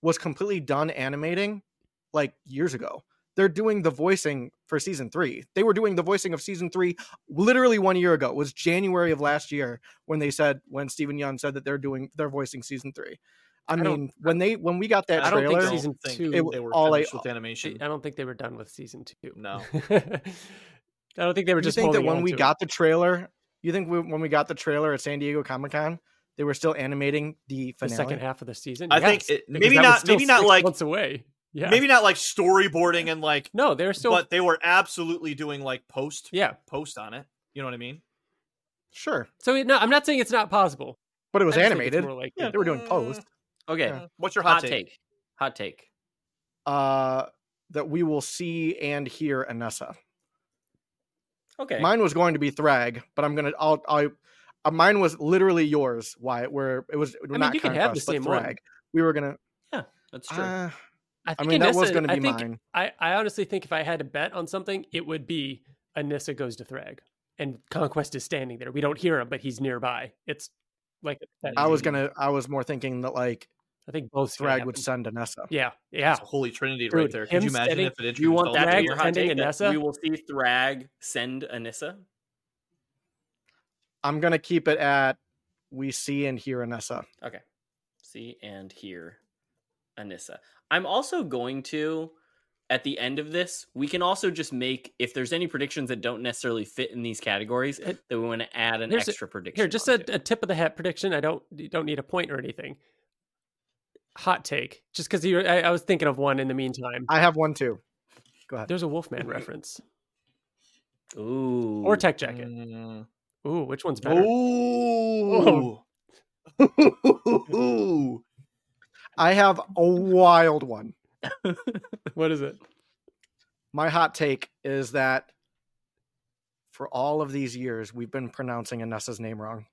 Speaker 2: was completely done animating, like years ago. They're doing the voicing for season three. They were doing the voicing of season three literally one year ago. It was January of last year when they said when Stephen Young said that they're doing they're voicing season three. I,
Speaker 1: don't-
Speaker 2: mean, when they when we got that
Speaker 4: I don't
Speaker 2: trailer,
Speaker 4: think
Speaker 1: trailer-
Speaker 4: season
Speaker 1: Season
Speaker 4: two
Speaker 1: two,
Speaker 4: they were
Speaker 2: all I-
Speaker 4: finished with
Speaker 1: They-
Speaker 4: animation.
Speaker 1: I don't think they were done with season two.
Speaker 4: No.
Speaker 1: I don't think they were
Speaker 2: you
Speaker 1: just
Speaker 2: think that
Speaker 1: holding
Speaker 2: when
Speaker 1: on
Speaker 2: we
Speaker 1: to it.
Speaker 2: got the trailer, you think we, when we got the trailer at San Diego Comic Con, they were still animating the
Speaker 1: the
Speaker 2: finale.
Speaker 1: second half of the season.
Speaker 4: I think
Speaker 1: yes,
Speaker 4: it-
Speaker 1: because
Speaker 4: maybe
Speaker 1: that was
Speaker 4: not-
Speaker 1: still
Speaker 4: maybe not
Speaker 1: six
Speaker 4: like-
Speaker 1: months away. Yeah,
Speaker 4: Maybe not like storyboarding and like
Speaker 1: no, they're still
Speaker 4: but they were absolutely doing like post
Speaker 1: yeah.
Speaker 4: post on it. You know what I mean?
Speaker 2: Sure,
Speaker 1: So it- no, I'm not saying it's not possible.
Speaker 2: but it was
Speaker 1: I just think it's
Speaker 2: animated.
Speaker 1: more like
Speaker 2: They were doing post.
Speaker 3: Okay.
Speaker 2: Yeah.
Speaker 4: What's your hot,
Speaker 3: Hot take. Hot take.
Speaker 2: Uh, that we will see and hear Anessa.
Speaker 3: Okay.
Speaker 2: Mine was going to be Thrag, but I'm gonna. I'll. I. Uh, mine was literally yours. Why? Where it was
Speaker 1: mean,
Speaker 2: not
Speaker 1: you can
Speaker 2: Conquest,
Speaker 1: have the same
Speaker 2: but
Speaker 1: one.
Speaker 2: Thrag. We were gonna.
Speaker 3: That's true.
Speaker 2: Uh,
Speaker 1: I,
Speaker 2: I
Speaker 1: think
Speaker 2: mean, that was
Speaker 1: Anissa-
Speaker 2: going to
Speaker 1: I
Speaker 2: be
Speaker 1: think-
Speaker 2: mine.
Speaker 1: I, I honestly think if I had to bet on something, it would be Anissa goes to Thrag, and Conquest is standing there. We don't hear him, but he's nearby. It's like that-
Speaker 2: I was gonna. I was more thinking that like
Speaker 1: I think both
Speaker 2: Thrag would send Anessa.
Speaker 1: Yeah, yeah.
Speaker 4: It's a holy trinity
Speaker 1: Dude,
Speaker 4: right there. Could
Speaker 1: him
Speaker 4: you imagine
Speaker 1: setting-
Speaker 4: if it introduced
Speaker 3: Do you want
Speaker 4: all
Speaker 3: that to
Speaker 4: three?
Speaker 1: Thrag
Speaker 3: be your hot
Speaker 1: sending
Speaker 3: take? that
Speaker 1: Anissa?
Speaker 3: We will see Thrag send Anissa.
Speaker 2: I'm gonna keep it at. We see and hear Anessa.
Speaker 3: Okay. See and hear Anissa. I'm also going to at the end of this, we can also just make if there's any predictions that don't necessarily fit in these categories,
Speaker 1: It-
Speaker 3: that we want to add an
Speaker 1: Here's a-
Speaker 3: extra prediction.
Speaker 1: Here, just a,
Speaker 3: onto.
Speaker 1: a tip of the hat prediction. I don't you don't need a point or anything. Hot take, just because you. were- I, I was thinking of one in the meantime.
Speaker 2: I have one too. Go ahead.
Speaker 1: There's a Wolfman reference
Speaker 3: Ooh.
Speaker 1: or Tech Jacket.
Speaker 4: Mm.
Speaker 1: Ooh, which one's better?
Speaker 4: Ooh. Ooh.
Speaker 2: I have a wild one.
Speaker 1: What is it?
Speaker 2: My hot take is that for all of these years, we've been pronouncing Anessa's name wrong.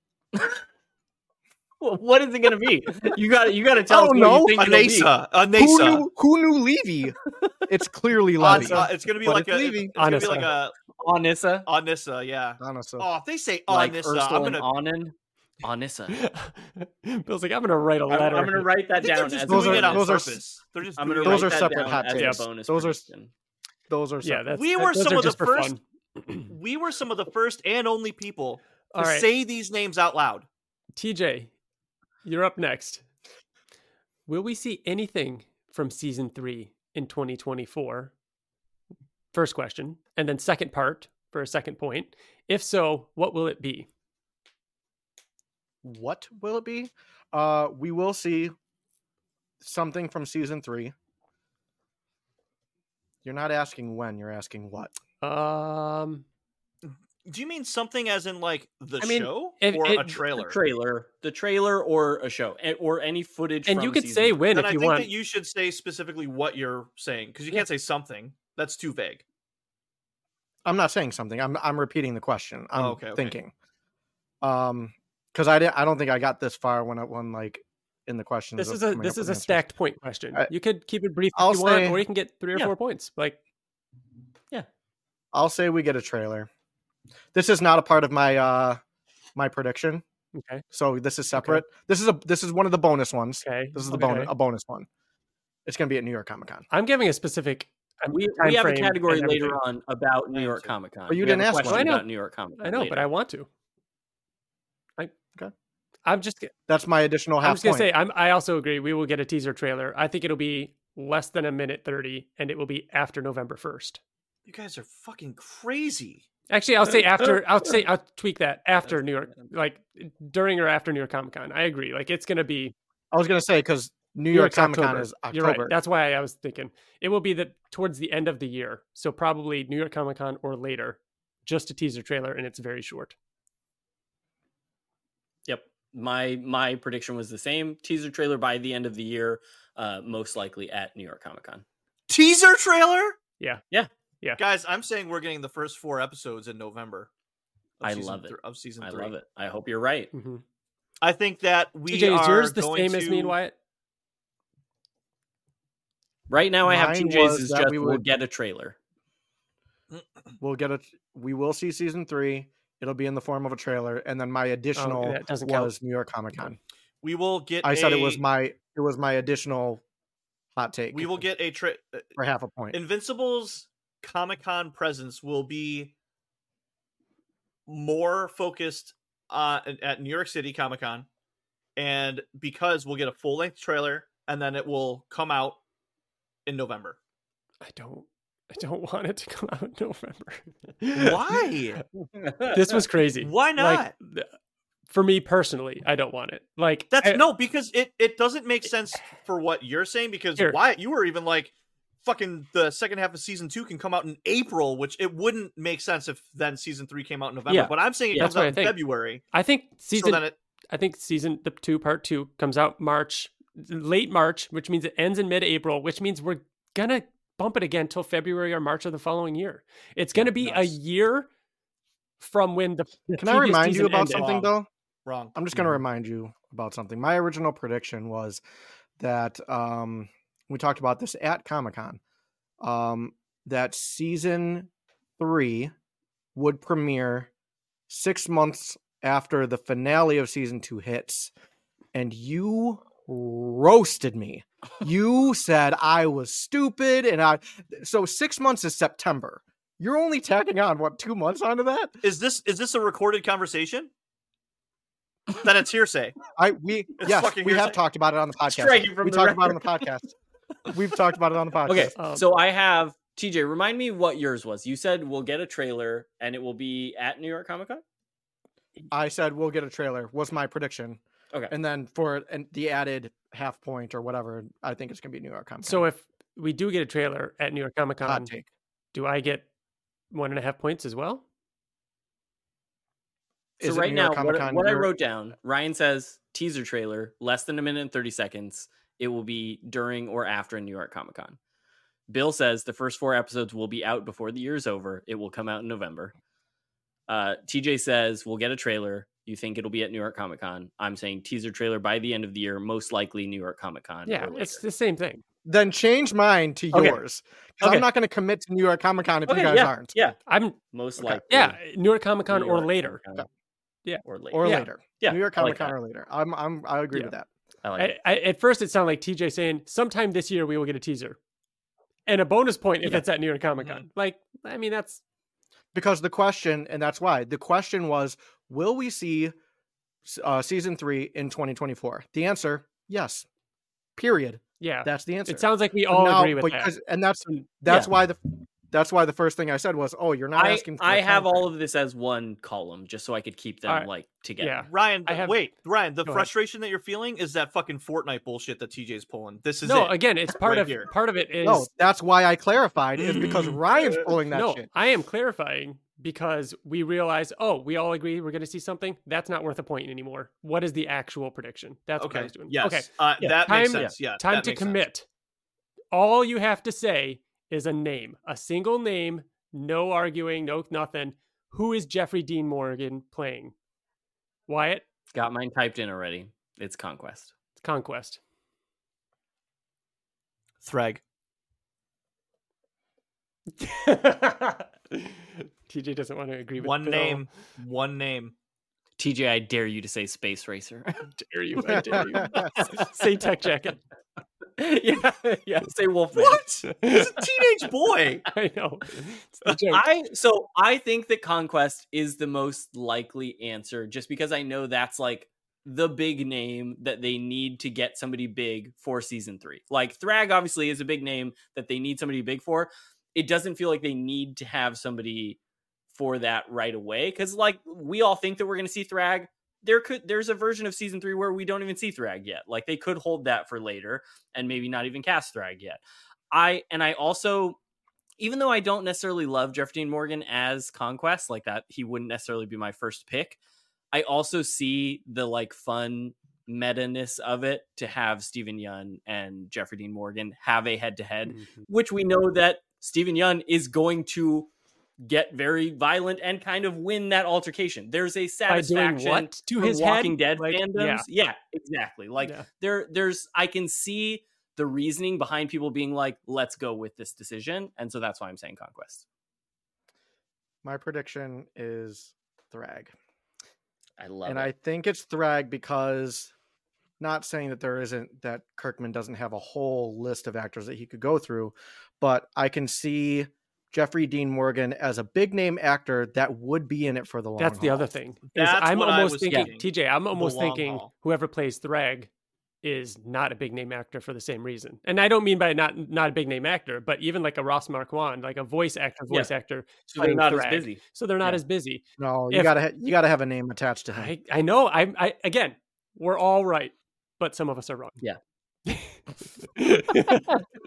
Speaker 3: Well, what is it going to be? You got you got to
Speaker 2: I
Speaker 3: tell
Speaker 2: don't
Speaker 3: us what you
Speaker 2: know.
Speaker 3: think it'll be.
Speaker 4: Anesa.
Speaker 2: Who
Speaker 4: Anesa.
Speaker 2: knew, who knew Levy? It's clearly Levy.
Speaker 4: Anesa. uh, It's gonna be
Speaker 2: But it's
Speaker 4: like a. It's,
Speaker 2: Levy.
Speaker 4: it's gonna be
Speaker 1: Anessa.
Speaker 4: like a
Speaker 3: Onissa.
Speaker 4: Anissa. Yeah.
Speaker 2: Honestly,
Speaker 4: Oh, if they say
Speaker 3: Like
Speaker 4: Anissa,
Speaker 3: Ursula
Speaker 4: I'm gonna.
Speaker 3: and Onan. Onissa.
Speaker 1: Bill's like, I'm gonna write a
Speaker 3: I'm,
Speaker 1: letter.
Speaker 3: I'm going to write
Speaker 4: I
Speaker 3: that down
Speaker 4: think they're
Speaker 3: as
Speaker 4: just
Speaker 2: Those
Speaker 4: doing
Speaker 2: are-
Speaker 4: it on
Speaker 2: those are-
Speaker 4: purpose. They're just.
Speaker 3: I'm going to
Speaker 4: doing it
Speaker 3: write
Speaker 2: those
Speaker 4: on
Speaker 2: are
Speaker 3: that
Speaker 4: purpose.
Speaker 2: separate
Speaker 3: down
Speaker 2: hot
Speaker 3: as a
Speaker 2: tips.
Speaker 3: bonus
Speaker 2: Those are-
Speaker 3: prediction.
Speaker 2: Oh, those are
Speaker 1: yeah,
Speaker 2: separate.
Speaker 1: that's,
Speaker 4: We
Speaker 1: that-
Speaker 4: were
Speaker 1: those
Speaker 4: some
Speaker 1: are
Speaker 4: of the
Speaker 1: just for
Speaker 4: first-
Speaker 1: fun.
Speaker 4: We were some of the first and only people to
Speaker 1: All right,
Speaker 4: say these names out loud.
Speaker 1: TJ, you're up next. Will we see anything from season three in 2024? First question, and then second part for a second point. If so, what will it be?
Speaker 2: what will it be? Uh, we will see something from season three. You're not asking when, you're asking what.
Speaker 1: Um,
Speaker 4: Do you mean something as in like the
Speaker 1: I mean,
Speaker 4: show
Speaker 1: if-
Speaker 4: or
Speaker 1: it-
Speaker 4: a
Speaker 1: the
Speaker 4: trailer?
Speaker 3: Trailer, the trailer, or a show, and- or any footage.
Speaker 1: and
Speaker 3: from
Speaker 1: you could
Speaker 3: season
Speaker 1: say
Speaker 3: three.
Speaker 1: when
Speaker 4: then
Speaker 1: if
Speaker 4: I
Speaker 1: you
Speaker 4: think
Speaker 1: want.
Speaker 4: that you should say specifically what you're saying because you can't say something. That's too vague.
Speaker 2: I'm not saying something. I'm I'm repeating the question.
Speaker 1: Oh,
Speaker 2: I'm
Speaker 4: okay, okay.
Speaker 2: thinking. Um, because I didn't. I don't think I got this far when I when like in the question.
Speaker 1: this is a this is a stacked point question.
Speaker 2: I-
Speaker 1: you could keep it brief if
Speaker 2: I'll
Speaker 1: you want,
Speaker 2: say-
Speaker 1: or you can get three or
Speaker 3: Yeah.
Speaker 1: four points. Like
Speaker 2: I'll say we get a trailer. This is not a part of my uh my prediction.
Speaker 1: okay,
Speaker 2: So this is separate. This is a this is one of the bonus ones.
Speaker 1: okay,
Speaker 2: This is the
Speaker 1: okay.
Speaker 2: bonus a bonus one. It's gonna be at New York Comic Con.
Speaker 1: I'm giving a specific.
Speaker 3: we,
Speaker 1: time
Speaker 3: we have a
Speaker 1: frame
Speaker 3: category
Speaker 1: and
Speaker 3: later
Speaker 1: everything.
Speaker 3: on about New
Speaker 4: Time
Speaker 3: York
Speaker 4: too.
Speaker 3: Comic Con.
Speaker 2: But you
Speaker 3: We have
Speaker 2: didn't
Speaker 3: a
Speaker 2: ask one.
Speaker 3: question
Speaker 1: I know.
Speaker 3: about New York Comic Con.
Speaker 1: I know, but I want to. I
Speaker 2: Okay.
Speaker 1: I'm just. g-
Speaker 2: That's my additional half
Speaker 1: I'm just gonna
Speaker 2: point.
Speaker 1: say. I'm. I also agree. We will get a teaser trailer. I think it'll be less than a minute thirty, and it will be after November first.
Speaker 4: You guys are fucking crazy.
Speaker 1: Actually, I'll say after. I'll say I'll tweak that after New York, like during or after New York Comic Con. I agree. Like it's gonna be
Speaker 2: I was gonna say because New York
Speaker 1: York's
Speaker 2: Comic Con
Speaker 1: October.
Speaker 2: is October.
Speaker 1: You're right. That's why I was thinking it will be the towards the end of the year. So probably New York Comic Con or later. Just a teaser trailer, and it's very short.
Speaker 3: Yep. My my prediction was the same. Teaser trailer by the end of the year, uh, most likely at New York Comic Con.
Speaker 4: Teaser trailer?
Speaker 1: Yeah.
Speaker 3: Yeah.
Speaker 1: Yeah.
Speaker 4: Guys, I'm saying we're getting the first four episodes in November. of
Speaker 3: I
Speaker 4: season
Speaker 3: love it.
Speaker 4: thr- of season
Speaker 3: I
Speaker 4: three.
Speaker 3: love it. I hope you're right.
Speaker 1: Mm-hmm.
Speaker 4: I think that we
Speaker 1: TJ, is
Speaker 4: are
Speaker 1: yours the
Speaker 4: going
Speaker 1: same
Speaker 4: to...
Speaker 1: as me and Wyatt?
Speaker 3: Right now, I have
Speaker 2: Mine
Speaker 3: TJ's
Speaker 2: was
Speaker 3: is
Speaker 2: that
Speaker 3: just
Speaker 2: we
Speaker 3: we
Speaker 2: would-
Speaker 3: will get a trailer.
Speaker 2: We'll get a we will see season three. It'll be in the form of a trailer, and then my additional
Speaker 1: Oh, that
Speaker 2: was
Speaker 1: doesn't count.
Speaker 2: New York Comic Con.
Speaker 4: We will get.
Speaker 2: I said it was
Speaker 4: a-
Speaker 2: my it was my additional hot take.
Speaker 4: We will get a tra- uh,
Speaker 2: for half a point.
Speaker 4: Invincible's Comic Con presence will be more focused uh, at New York City Comic Con, and because we'll get a full length trailer, and then it will come out in November.
Speaker 1: I don't. I don't want it to come out in November.
Speaker 4: Why?
Speaker 1: this was crazy.
Speaker 4: Why not?
Speaker 1: Like, th- for me personally, I don't want it. Like
Speaker 4: That's
Speaker 1: I-
Speaker 4: no, because it it doesn't make sense for what you're saying. Because
Speaker 1: Here.
Speaker 4: Wyatt, you were even like, fucking the second half of season two can come out in April, which it wouldn't make sense if then season three came out in November.
Speaker 3: Yeah.
Speaker 4: But I'm saying it
Speaker 1: Yeah,
Speaker 4: comes
Speaker 1: that's what
Speaker 4: out
Speaker 1: I
Speaker 4: in
Speaker 1: think.
Speaker 4: February.
Speaker 1: I think
Speaker 4: so
Speaker 1: season.
Speaker 4: then it
Speaker 1: I think season the two part two comes out March, late March, which means it ends in mid April, which means we're gonna bump it again till February or March of the following year. It's gonna be a
Speaker 4: nuts.
Speaker 1: year from when the. the
Speaker 2: Can I
Speaker 1: previous
Speaker 2: remind you
Speaker 1: season
Speaker 2: about
Speaker 1: ended.
Speaker 2: something though?
Speaker 4: wrong.
Speaker 2: I'm just going to
Speaker 1: Mm-hmm.
Speaker 3: Mhm.
Speaker 2: remind you about something. My original prediction was that um, we talked about this at Comic Con um, that season three would premiere six months after the finale of season two hits, and you roasted me. You said I was stupid, and I so six months is September. You're only tacking on what two months onto that?
Speaker 4: Is this is this a recorded conversation? then it's hearsay.
Speaker 2: I we
Speaker 4: It's
Speaker 2: yes
Speaker 4: fucking
Speaker 2: we have
Speaker 4: hearsay.
Speaker 2: talked about it on the podcast.
Speaker 3: Strike it from
Speaker 2: we
Speaker 3: the
Speaker 2: talked about it on the podcast. We've talked about it on the podcast.
Speaker 3: Okay,
Speaker 1: Um,
Speaker 3: so I have TJ. Remind me what yours was. You said we'll get a trailer and it will be at New York Comic Con.
Speaker 2: I said we'll get a trailer. Was my prediction.
Speaker 3: Okay.
Speaker 2: And then for it- and the added half point or whatever, I think it's gonna be New York Comic.
Speaker 1: So if we do get a trailer at New York Comic Con,
Speaker 3: um,
Speaker 2: hot take.
Speaker 1: do I get one and a half points as well?
Speaker 2: Is
Speaker 3: So
Speaker 2: it
Speaker 3: right
Speaker 2: New York
Speaker 3: now, what,
Speaker 2: Comic-Con
Speaker 3: what I
Speaker 2: New York-
Speaker 3: wrote down, Ryan says teaser trailer, less than a minute and thirty seconds. It will be during or after New York Comic Con. Bill says the first four episodes will be out before the year's over. It will come out in November. Uh, TJ says we'll get a trailer. You think it'll be at New York Comic Con? I'm saying teaser trailer by the end of the year, most likely New York Comic Con.
Speaker 1: yeah, it's the same thing.
Speaker 2: Then change mine to
Speaker 3: Okay.
Speaker 2: yours. 'Cause
Speaker 3: Okay.
Speaker 2: I'm not gonna commit to New York Comic Con if
Speaker 3: Okay,
Speaker 2: you guys aren't.
Speaker 3: yeah,
Speaker 1: I'm
Speaker 3: most
Speaker 2: Okay.
Speaker 3: likely.
Speaker 1: yeah, New York Comic Con
Speaker 3: New
Speaker 1: or
Speaker 3: York
Speaker 1: later.
Speaker 3: Comic-Con.
Speaker 1: Yeah.
Speaker 3: or later.
Speaker 2: Or
Speaker 1: Yeah.
Speaker 2: later.
Speaker 3: Yeah,
Speaker 2: New York
Speaker 3: I like
Speaker 2: Comic Con or later. I'm I'm I agree
Speaker 1: Yeah.
Speaker 2: with that.
Speaker 3: that. I like
Speaker 1: I, I, at first, it sounded like TJ saying, "Sometime this year we will get a teaser," and a bonus point if
Speaker 3: Yeah.
Speaker 1: it's at New York Comic Con. Like, I mean, that's
Speaker 2: because the question and that's why the question was will we see s- uh, season three in 2024 the answer yes period
Speaker 1: yeah.
Speaker 2: that's the answer
Speaker 1: it Uh, sounds like we
Speaker 2: But
Speaker 1: all
Speaker 2: now-
Speaker 1: agree with
Speaker 2: but-
Speaker 1: that.
Speaker 2: 'cause- and that's
Speaker 1: So,
Speaker 2: that's why the that's why the first thing i said was oh you're not
Speaker 3: I,
Speaker 2: asking for a
Speaker 3: I have
Speaker 2: timeframe."
Speaker 3: all of this as one column just so I could keep them
Speaker 1: Alright.
Speaker 3: like together.
Speaker 1: yeah,
Speaker 4: Ryan,
Speaker 1: I have-
Speaker 4: wait, Ryan. The
Speaker 1: Go ahead.
Speaker 4: frustration that you're feeling is that fucking Fortnite bullshit that TJ's pulling. This is
Speaker 1: no.
Speaker 4: it.
Speaker 1: Again, it's part
Speaker 4: Right
Speaker 1: of
Speaker 4: here.
Speaker 1: part of it is
Speaker 2: no that's why i clarified is because ryan's pulling that
Speaker 1: no,
Speaker 2: shit
Speaker 1: I am clarifying because we realize, oh, we all agree we're going to see something. That's not worth a point anymore. What is the actual prediction? That's what I
Speaker 4: okay.
Speaker 1: was doing.
Speaker 4: Yes.
Speaker 1: Okay.
Speaker 4: Uh,
Speaker 1: Yeah.
Speaker 4: That makes
Speaker 1: Time-
Speaker 4: sense. Yeah.
Speaker 1: Time
Speaker 4: that
Speaker 1: to
Speaker 4: makes sense.
Speaker 1: commit. All you have to say is a name, a single name, no arguing, no nothing. Who is Jeffrey Dean Morgan playing? Wyatt,
Speaker 3: Got mine typed in already. It's Conquest.
Speaker 1: Conquest.
Speaker 4: Thrag.
Speaker 1: TJ doesn't want to agree with
Speaker 4: One
Speaker 1: Bill.
Speaker 4: name. One name.
Speaker 3: TJ, I dare you to say Space Racer.
Speaker 1: Dare you? I dare you. Say tech jacket.
Speaker 3: yeah, yeah. Say Wolfman.
Speaker 4: What? It's a teenage boy.
Speaker 1: I know. It's the joke.
Speaker 3: I so I think that Conquest is the most likely answer just because I know that's like the big name that they need to get somebody big for season 3. Like Thrag obviously is a big name that they need somebody big for. It doesn't feel like they need to have somebody for that right away cuz like we all think that we're going to see Thrag there could there's a version of season 3 where we don't even see Thrag yet. Like they could hold that for later and maybe not even cast Thrag yet. I and I also even though I don't necessarily love Jeff Dean Morgan as Conquest like that, he wouldn't necessarily be my first pick. I also see the like fun meta-ness of it to have Stephen Yun and Jeffrey Dean Morgan have a head-to-head, which we know that Stephen Yun is going to get very violent and kind of win that altercation. There's a
Speaker 1: By doing
Speaker 3: satisfaction
Speaker 1: what to
Speaker 3: from
Speaker 1: his
Speaker 3: Walking
Speaker 1: head?
Speaker 3: Dead
Speaker 1: Like,
Speaker 3: fandoms. Yeah. exactly. Like
Speaker 1: Yeah.
Speaker 3: there, there's I can see the reasoning behind people being like, "Let's go with this decision," and so that's why I'm saying conquest.
Speaker 2: my prediction is thrag
Speaker 3: I love
Speaker 2: and
Speaker 3: it.
Speaker 2: I think it's Thrag because not saying that there isn't that Kirkman doesn't have a whole list of actors that he could go through, but I can see Jeffrey Dean Morgan as a big name actor that would be in it for the long.
Speaker 1: That's the
Speaker 2: haul.
Speaker 1: other thing. is
Speaker 4: That's
Speaker 1: I'm
Speaker 4: what I
Speaker 1: almost
Speaker 4: was
Speaker 1: thinking,
Speaker 4: thinking,
Speaker 1: TJ. I'm almost
Speaker 4: long
Speaker 1: thinking
Speaker 4: haul.
Speaker 1: whoever plays Thrag is not a big name actor for the same reason. And I don't mean by not not a big name actor, but even like a Ross Marquand, like a voice actor, voice actor.
Speaker 3: so they're
Speaker 1: playing
Speaker 3: not
Speaker 1: Thrag.
Speaker 3: as busy.
Speaker 1: So they're not
Speaker 3: Yeah.
Speaker 1: as busy.
Speaker 2: No, you
Speaker 1: If-
Speaker 2: gotta ha- you gotta have a name attached to him.
Speaker 1: I I know. I I again, we're all right, but some of us are wrong.
Speaker 3: Yeah.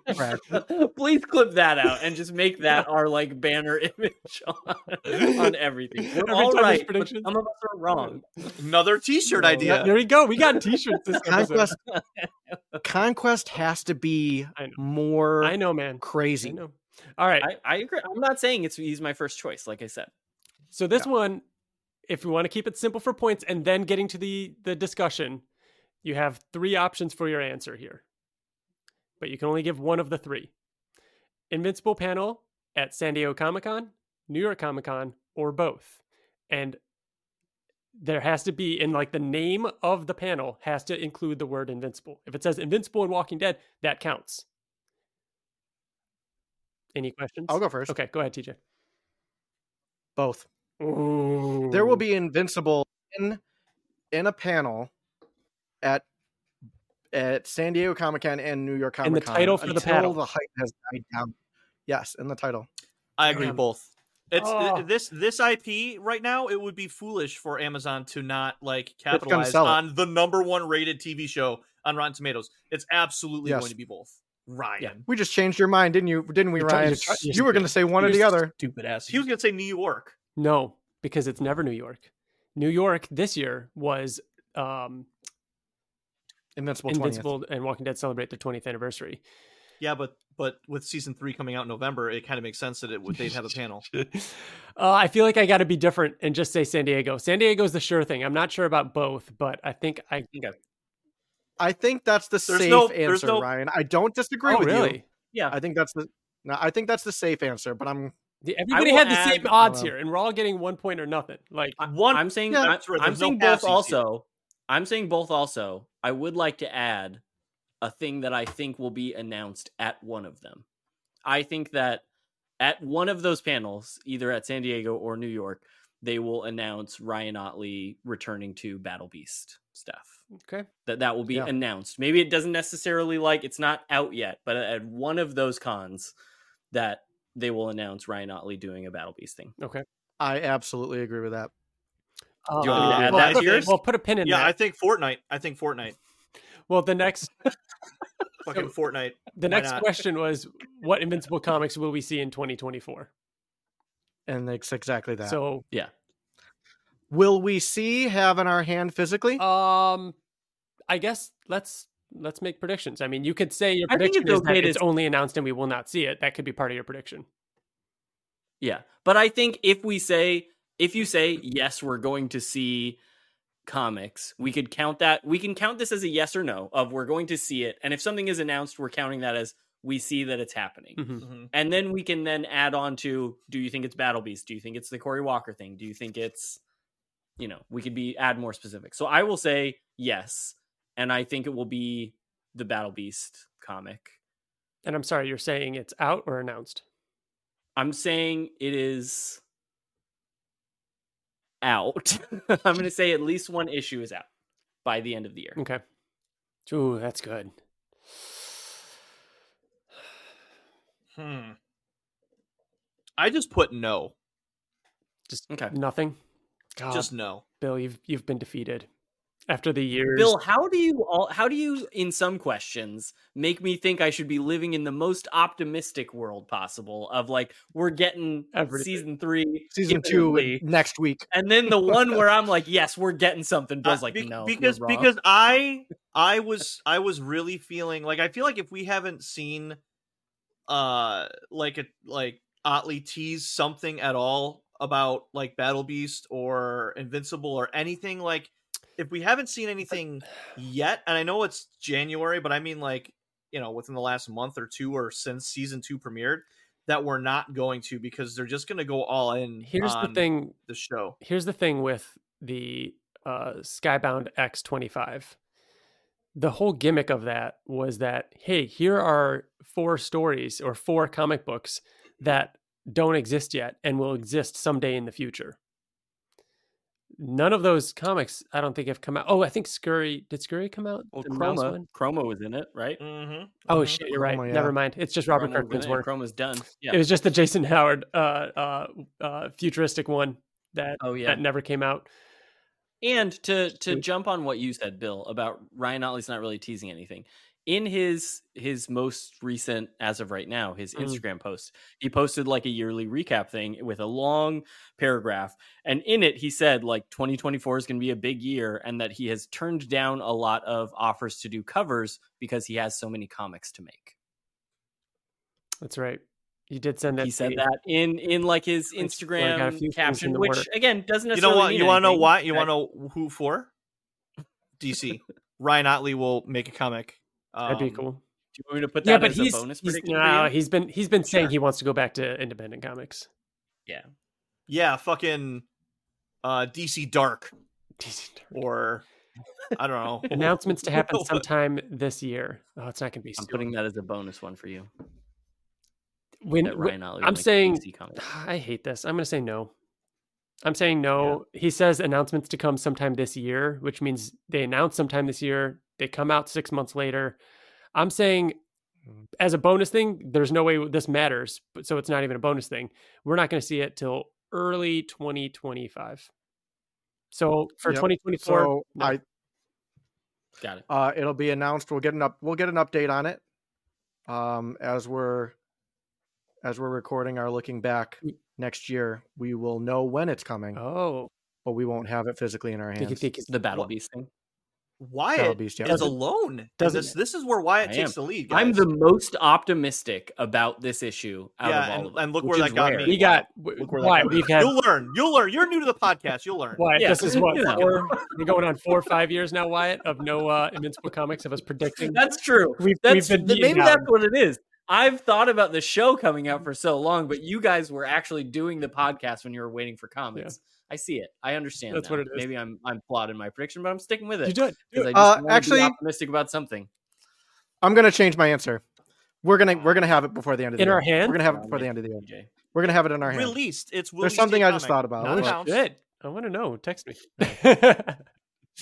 Speaker 2: Thrag.
Speaker 3: Please clip that out and just make that our like banner image on, on everything. We're
Speaker 1: Every time
Speaker 3: all
Speaker 1: there's
Speaker 3: right, but
Speaker 1: predictions.
Speaker 3: some of us are wrong.
Speaker 4: Another T-shirt
Speaker 2: No.
Speaker 4: idea.
Speaker 1: There we go. We got t-shirts this episode.
Speaker 2: Conquest Conquest has to be
Speaker 1: I know.
Speaker 2: more
Speaker 1: I know, man. I
Speaker 2: crazy.
Speaker 1: know. All right.
Speaker 3: I, I agree. I'm not saying it's he's my first choice, like I said.
Speaker 1: So this one, if we want to keep it simple for points and then getting to the the discussion, you have three options for your answer here. But you can only give one of the three. Invincible panel at San Diego Comic-Con, New York Comic-Con, or both. And there has to be in like the name of the panel has to include the word invincible. If it says invincible and Walking Dead, that counts. Any questions?
Speaker 2: I'll go first.
Speaker 1: Okay, go ahead, TJ.
Speaker 2: Both. there
Speaker 1: Ooh.
Speaker 2: will be invincible in in a panel at at San Diego Comic Con and New York Comic Con.
Speaker 1: And the title for the panel.
Speaker 2: the hype has died down. Yes, in the title.
Speaker 4: I agree
Speaker 1: Damn.
Speaker 4: both. It's
Speaker 1: Oh.
Speaker 4: th- this this IP right now. It would be foolish for Amazon to not like
Speaker 2: gonna
Speaker 4: capitalize
Speaker 2: sell it.
Speaker 4: on the number one rated TV show on Rotten Tomatoes. It's absolutely
Speaker 2: Yes.
Speaker 4: going to be both. Ryan,
Speaker 2: We just changed your mind, didn't you? Didn't we,
Speaker 1: You're t-
Speaker 2: Ryan?
Speaker 1: you're tr- you're
Speaker 2: you were going to say one or
Speaker 1: You're
Speaker 2: the other.
Speaker 1: Stupid ass.
Speaker 4: he was going to say New York.
Speaker 1: No, because it's never New York. New York this year was um,
Speaker 2: Invincible. 20th.
Speaker 1: Invincible and Walking Dead celebrate their 20th anniversary.
Speaker 4: Yeah, but but with season three coming out in November, it kind of makes sense that it would they'd have a panel.
Speaker 1: uh, I feel like I got to be different and just say San Diego. San Diego's the sure thing. I'm not sure about both, but I think I Oh, think I
Speaker 2: I think that's the
Speaker 4: There's
Speaker 2: safe
Speaker 4: no- there's
Speaker 2: answer,
Speaker 4: no-
Speaker 2: Ryan. I don't disagree
Speaker 1: oh,
Speaker 2: with
Speaker 1: really?
Speaker 2: you. I think that's the. No, I think that's the safe answer. But I'm
Speaker 1: The- Everybody
Speaker 3: will
Speaker 1: had the
Speaker 3: add-
Speaker 1: same odds
Speaker 2: Wow.
Speaker 1: here, and we're all getting one point or nothing. Like
Speaker 4: One,
Speaker 3: I'm saying
Speaker 2: Yeah,
Speaker 3: I,
Speaker 4: that's right,
Speaker 3: am
Speaker 4: there's no
Speaker 3: saying both
Speaker 4: passing here.
Speaker 3: also. I'm saying both also. I would like to add a thing that I think will be announced at one of them. I think that at one of those panels, either at San Diego or New York, they will announce Ryan Otley returning to Battle Beast stuff.
Speaker 1: okay,
Speaker 3: That that will be
Speaker 2: Yeah.
Speaker 3: announced. Maybe it doesn't necessarily like it's not out yet, but at one of those cons that they will announce Ryan Otley doing a Battle Beast thing.
Speaker 2: I absolutely agree with that.
Speaker 1: uh,
Speaker 3: you want me to add
Speaker 1: well,
Speaker 3: that
Speaker 1: put-
Speaker 3: here?
Speaker 1: Well, put a pin in
Speaker 4: yeah, I
Speaker 1: that.
Speaker 4: think Fortnite. I think Fortnite.
Speaker 1: well, the next
Speaker 4: Fucking Fortnite.
Speaker 1: the
Speaker 4: Why
Speaker 1: next
Speaker 4: not?
Speaker 1: question was, what Invincible comics will we see in 2024?
Speaker 2: And it's exactly that.
Speaker 1: So
Speaker 2: will we see have in our hand physically?
Speaker 1: Um, I guess let's let's make predictions. I mean, you could say your
Speaker 3: I think
Speaker 1: prediction
Speaker 3: it's
Speaker 1: is that
Speaker 3: okay to
Speaker 1: it's
Speaker 3: s-
Speaker 1: only announced and we will not see it. That could be part of your prediction.
Speaker 3: Yeah. But I think if we say, if you say, yes, we're going to see comics, we could count that. We can count this as a yes or no of we're going to see it. And if something is announced, we're counting that as we see that it's happening.
Speaker 1: Hmm. Mm-hmm.
Speaker 4: Mhm.
Speaker 3: And then we can then add on to do you think it's Battle Beast? Do you think it's the Cory Walker thing? Do you think it's, you know, we could be add more specific. So I will say yes. And I think it will be the Battle Beast comic.
Speaker 1: And I'm sorry, you're saying it's out or announced?
Speaker 3: I'm saying it is out. I'm going to say at least one issue is out by the end of the year.
Speaker 1: Okay. Ooh, that's good.
Speaker 4: Hmm. I just put no.
Speaker 3: Okay.
Speaker 1: Nothing. God,
Speaker 4: Just no.
Speaker 1: Bill, you've you've been defeated after the years.
Speaker 3: Bill, how do you all how do you in some questions make me think I should be living in the most optimistic world possible of like we're getting
Speaker 1: Everything.
Speaker 3: season 3
Speaker 2: Season two
Speaker 3: imminently,
Speaker 2: next week.
Speaker 3: and then the one where I'm like yes, we're getting something
Speaker 4: Uh,
Speaker 3: Bill's like
Speaker 4: bec-
Speaker 3: no. you're
Speaker 4: because
Speaker 3: wrong."
Speaker 4: because I I was I was really feeling like I feel like if we haven't seen uh like a like Otley tease something at all about like Battle Beast or Invincible or anything like if we haven't seen anything yet and I know it's January but I mean like you know within the last month or two or since season 2 premiered that we're not going to because they're just going to go all in
Speaker 1: here's the
Speaker 4: on
Speaker 1: thing
Speaker 4: the show
Speaker 1: here's the thing with the uh, Skybound X25. The whole gimmick of that was that, hey, here are four stories or four comic books that don't exist yet and will exist someday in the future. None of those comics, I don't think, have come out. Oh, I think Scurry did Scurry come out?
Speaker 3: well,
Speaker 1: The mouse
Speaker 3: Chroma
Speaker 1: one?
Speaker 3: Chroma was in it, right?
Speaker 4: Mhm,
Speaker 1: Oh
Speaker 4: mhm.
Speaker 1: shit, you're right.
Speaker 2: Chroma, yeah.
Speaker 1: Never mind. it's just Robert
Speaker 3: Chroma was in
Speaker 1: Kirkman's
Speaker 3: it,
Speaker 1: work.
Speaker 3: Chroma's done. Yeah.
Speaker 1: It was just the Jason Howard uh, uh, uh, futuristic one that
Speaker 3: oh yeah.
Speaker 1: that never came out.
Speaker 3: And to to
Speaker 1: Dude.
Speaker 3: jump on what you said, Bill, about Ryan Otley's not really teasing anything. In his his most recent, as of right now, his
Speaker 1: Mm.
Speaker 3: Instagram post, he posted like a yearly recap thing with a long paragraph, and in it he said like 2024 is going to be a big year, and that he has turned down a lot of offers to do covers because he has so many comics to make.
Speaker 1: That's right. You did send that.
Speaker 3: he
Speaker 1: to
Speaker 3: said
Speaker 1: me.
Speaker 3: that in in like his
Speaker 1: It's- well, I got a
Speaker 3: Instagram
Speaker 1: few things in
Speaker 3: caption,
Speaker 1: the
Speaker 3: which
Speaker 1: work.
Speaker 3: again doesn't
Speaker 4: you know
Speaker 3: necessarily
Speaker 4: what? You
Speaker 3: want to
Speaker 4: know why? You want to know who for? DC. Ryan Otley will make a comic. Um,
Speaker 1: That'd be cool.
Speaker 3: Do you want me to put that
Speaker 1: Yeah, but
Speaker 3: as
Speaker 1: he's,
Speaker 3: a bonus?
Speaker 1: he's
Speaker 3: prediction for you?
Speaker 1: no, he's been he's been saying
Speaker 3: Sure.
Speaker 1: he wants to go back to independent comics.
Speaker 4: Yeah, fucking uh, DC Dark or I don't know.
Speaker 1: Announcements to happen
Speaker 4: What?
Speaker 1: sometime this year. Oh, it's not going to be
Speaker 3: I'm
Speaker 1: soon.
Speaker 3: putting that as a bonus one for you.
Speaker 1: When-
Speaker 3: that
Speaker 1: when-
Speaker 3: Ryan Otley
Speaker 1: I'm
Speaker 3: makes
Speaker 1: saying-
Speaker 3: DC comics.
Speaker 1: I hate this. I'm going to say no. I'm saying no. He says announcements to come sometime this year, which means they announce sometime this year. They come out six months later. I'm saying
Speaker 4: Mm.
Speaker 1: as a bonus thing, there's no way this matters, but so it's not even a bonus thing. We're not going to see it till early 2025. So for
Speaker 2: Yep.
Speaker 1: 2024,
Speaker 2: So
Speaker 1: no.
Speaker 2: I
Speaker 3: Got it.
Speaker 2: uh, it'll be announced. We'll get an up. We'll get an update on it um, as we're as we're recording our looking back
Speaker 1: We-
Speaker 2: next year. We will know when it's coming,
Speaker 1: oh,
Speaker 2: but we won't have it physically in our
Speaker 1: think
Speaker 2: hands.
Speaker 1: you think it's
Speaker 3: The Battle
Speaker 4: What?
Speaker 3: Beast thing.
Speaker 2: Battle
Speaker 4: Wyatt
Speaker 2: Beast, yeah.
Speaker 4: is alone. Does
Speaker 1: doesn't-
Speaker 4: this this is where Wyatt
Speaker 3: I
Speaker 4: takes
Speaker 3: am.
Speaker 4: the lead.
Speaker 3: I'm
Speaker 4: guys.
Speaker 3: the most optimistic about this issue out
Speaker 4: Yeah,
Speaker 3: of all
Speaker 4: and-
Speaker 3: of them,
Speaker 4: and look
Speaker 3: which
Speaker 4: where
Speaker 3: is
Speaker 4: that got
Speaker 3: rare.
Speaker 4: me.
Speaker 1: we got
Speaker 4: Look where that
Speaker 1: why
Speaker 4: got
Speaker 1: we've had
Speaker 4: You'll learn. You'll learn. You're new to the podcast. You'll learn.
Speaker 1: Wyatt.
Speaker 3: Yeah.
Speaker 1: This is what
Speaker 3: Yeah.
Speaker 1: four, we're going on four or five years now, Wyatt, of no uh, invincible comics of us predicting.
Speaker 3: That's true.
Speaker 1: We've,
Speaker 3: That's
Speaker 1: we've been
Speaker 3: th-
Speaker 1: beaten
Speaker 3: maybe
Speaker 1: down.
Speaker 3: that's what it is. I've thought about the show coming out for so long, but you guys were actually doing the podcast when you were waiting for comments. I see it. I understand.
Speaker 1: That's
Speaker 3: now.
Speaker 1: what it is.
Speaker 3: Maybe I'm I'm flawed in my prediction, but I'm sticking with
Speaker 1: you
Speaker 3: it
Speaker 1: do it.
Speaker 3: because I just
Speaker 2: Uh,
Speaker 3: wanna be
Speaker 2: actually-
Speaker 3: optimistic about something.
Speaker 2: I'm gonna change my answer. We're gonna we're gonna have it before the end of the
Speaker 1: In
Speaker 2: year.
Speaker 1: our hand?
Speaker 2: We're gonna have it
Speaker 3: Um,
Speaker 2: before the end of the year.
Speaker 3: DJ.
Speaker 2: We're gonna have it in our hand.
Speaker 4: Released. It's
Speaker 2: There's
Speaker 4: released
Speaker 2: something
Speaker 4: in
Speaker 2: I just
Speaker 4: comic.
Speaker 2: thought about.
Speaker 4: Not
Speaker 1: Oh,
Speaker 2: What?
Speaker 4: announced.
Speaker 1: Good. I want to know. Text me.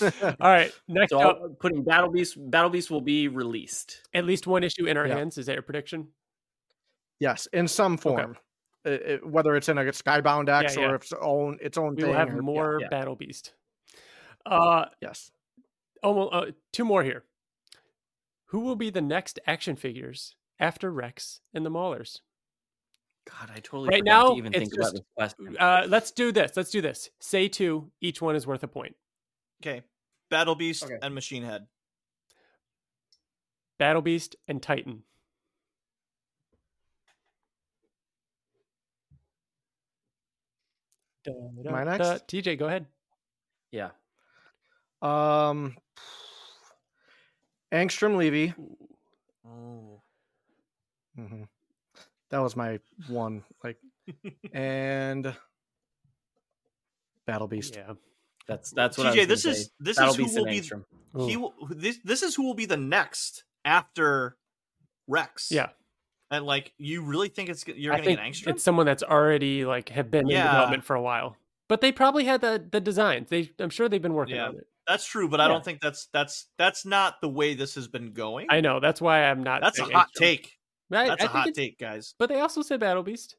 Speaker 1: All right. Next
Speaker 3: So
Speaker 1: up,
Speaker 3: I'll, uh, putting Battle Beast, Battle Beast will be released.
Speaker 1: at least one issue in our
Speaker 2: Yeah.
Speaker 1: hands. Is that your prediction?
Speaker 2: Yes, in some form, Uh, uh, whether it's in a Skybound X
Speaker 1: yeah.
Speaker 2: or its own its own
Speaker 1: We
Speaker 2: thing.
Speaker 1: will have
Speaker 2: or- yeah,
Speaker 1: more
Speaker 3: yeah.
Speaker 1: Battle Beast. Uh,
Speaker 2: Yes.
Speaker 1: almost uh, two more here. Who will be the next action figures after Rex and the Maulers?
Speaker 3: God, I totally
Speaker 1: Right
Speaker 3: forgot
Speaker 1: now,
Speaker 3: to even
Speaker 1: it's
Speaker 3: think
Speaker 1: just-
Speaker 3: about this question.
Speaker 1: Uh, let's do this. Let's do this. Say two. Each one is worth a point.
Speaker 4: Okay. Battle Beast
Speaker 2: Okay.
Speaker 4: and Machine Head.
Speaker 1: Battle Beast and Titan. Dun, dun,
Speaker 2: My
Speaker 1: dun.
Speaker 2: next?
Speaker 1: TJ, go ahead.
Speaker 3: yeah,
Speaker 2: Um. Angstrom Levy.
Speaker 4: Oh.
Speaker 2: hmm That was my one. Like, and Battle Beast.
Speaker 1: Yeah.
Speaker 3: that's that's what I
Speaker 4: TJ,
Speaker 3: was
Speaker 4: this
Speaker 3: gonna
Speaker 4: is
Speaker 3: say.
Speaker 4: this
Speaker 3: Battle
Speaker 4: is who
Speaker 3: Beast
Speaker 4: will
Speaker 3: and
Speaker 4: be
Speaker 3: Angstrom.
Speaker 4: he
Speaker 1: Ooh.
Speaker 4: will this this is who will be the next after Rex.
Speaker 1: Yeah.
Speaker 4: And like you really think it's you're
Speaker 1: I
Speaker 4: gonna get
Speaker 1: think
Speaker 4: Angstrom?
Speaker 1: it's someone that's already like have been in
Speaker 4: Yeah.
Speaker 1: development for a while. But they probably had the the designs. They I'm sure they've been working
Speaker 4: Yeah.
Speaker 1: on it.
Speaker 4: That's true, but I
Speaker 3: Yeah.
Speaker 4: don't think that's that's that's not the way this has been going.
Speaker 1: I know. That's why I'm not
Speaker 4: that's a
Speaker 1: saying
Speaker 4: hot
Speaker 1: Angstrom.
Speaker 4: take.
Speaker 1: Right,
Speaker 4: That's
Speaker 1: I
Speaker 4: a
Speaker 1: think
Speaker 4: hot
Speaker 1: it's-
Speaker 4: take, guys.
Speaker 1: But they also said Battle Beast.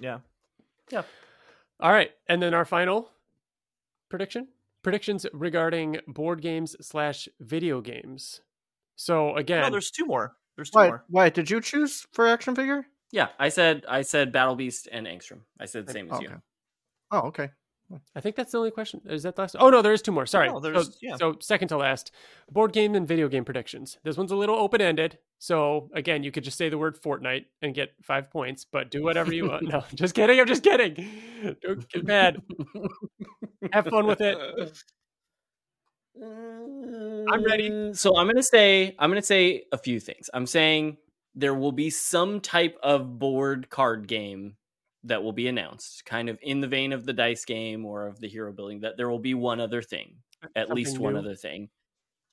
Speaker 4: Yeah.
Speaker 1: Yeah. All right. And then our final prediction predictions regarding board games slash video games. So
Speaker 4: No,
Speaker 1: again,
Speaker 4: Oh, there's two more. There's two
Speaker 2: Why?
Speaker 4: more.
Speaker 2: Why did you choose for action figure?
Speaker 3: Yeah, I said I said Battle Beast and Angstrom. I said the same as
Speaker 2: okay.
Speaker 3: you.
Speaker 2: Oh, okay.
Speaker 1: I think that's the only question. Is that the last? Oh no, there is two more. Sorry.
Speaker 4: No,
Speaker 1: So- so,
Speaker 4: there's- yeah.
Speaker 1: second to last, board game and video game predictions. This one's a little open ended. So again, you could just say the word Fortnite and get five points, but do whatever you want. No, just kidding. I'm just kidding. Don't get mad. Have fun with it.
Speaker 3: I'm ready. Uh, So I'm gonna say I'm gonna say a few things. I'm saying there will be some type of board card game that will be announced, kind of in the vein of the dice game or of the hero building. That there will be one other thing, at least
Speaker 1: Something
Speaker 3: one
Speaker 1: new.
Speaker 3: other thing.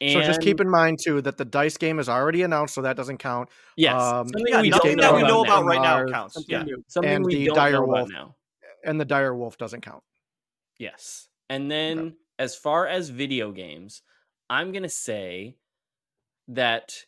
Speaker 2: So just keep
Speaker 3: And-
Speaker 2: in mind too that the dice game is already announced, so that doesn't count.
Speaker 3: yes,
Speaker 2: um,
Speaker 3: something
Speaker 4: Yeah,
Speaker 3: we
Speaker 4: nothing
Speaker 3: don't
Speaker 4: that
Speaker 3: know
Speaker 4: we know
Speaker 3: about,
Speaker 4: about
Speaker 3: now.
Speaker 4: right now
Speaker 2: Something
Speaker 4: counts.
Speaker 1: Something
Speaker 4: Yeah.
Speaker 1: new.
Speaker 3: Something
Speaker 2: and
Speaker 3: we
Speaker 2: the
Speaker 3: don't
Speaker 2: dire
Speaker 3: know about
Speaker 2: wolf.
Speaker 3: now.
Speaker 2: And the dire wolf doesn't count.
Speaker 3: Yes. And then as far as video games, I'm going to say that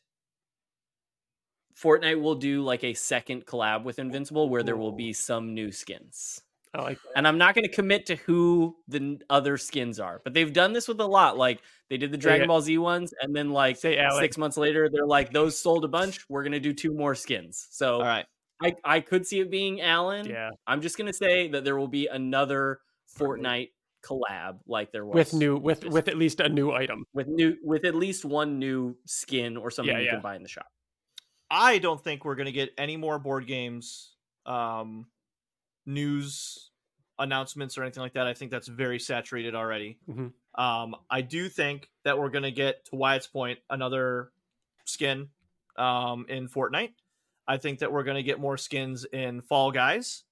Speaker 3: Fortnite will do like a second collab with Invincible where there will be some new skins.
Speaker 1: I like
Speaker 3: And I'm not going to commit to who the n- other skins are, but they've done this with a lot. Like they did the Dragon
Speaker 1: it.
Speaker 3: Ball Z ones, and then
Speaker 1: that.
Speaker 3: like
Speaker 1: Say Alex.
Speaker 3: six months later, they're like, those sold a bunch. We're going to do two more skins. So
Speaker 4: All right.
Speaker 3: I, I could see it being Alan.
Speaker 1: yeah.
Speaker 3: I'm just gonna say that there will be another Fortnite collab, like there was
Speaker 1: With new with
Speaker 3: this.
Speaker 1: with at least a new item.
Speaker 3: with new with at least one new skin or something
Speaker 1: Yeah,
Speaker 3: you
Speaker 1: yeah.
Speaker 3: can buy in the shop.
Speaker 4: I don't think we're gonna get any more board games, um, news announcements or anything like that. I think that's very saturated already.
Speaker 1: Mhm.
Speaker 4: Um, I do think that we're gonna get to Wyatt's point another skin, um, in Fortnite. I think that we're gonna get more skins in Fall Guys,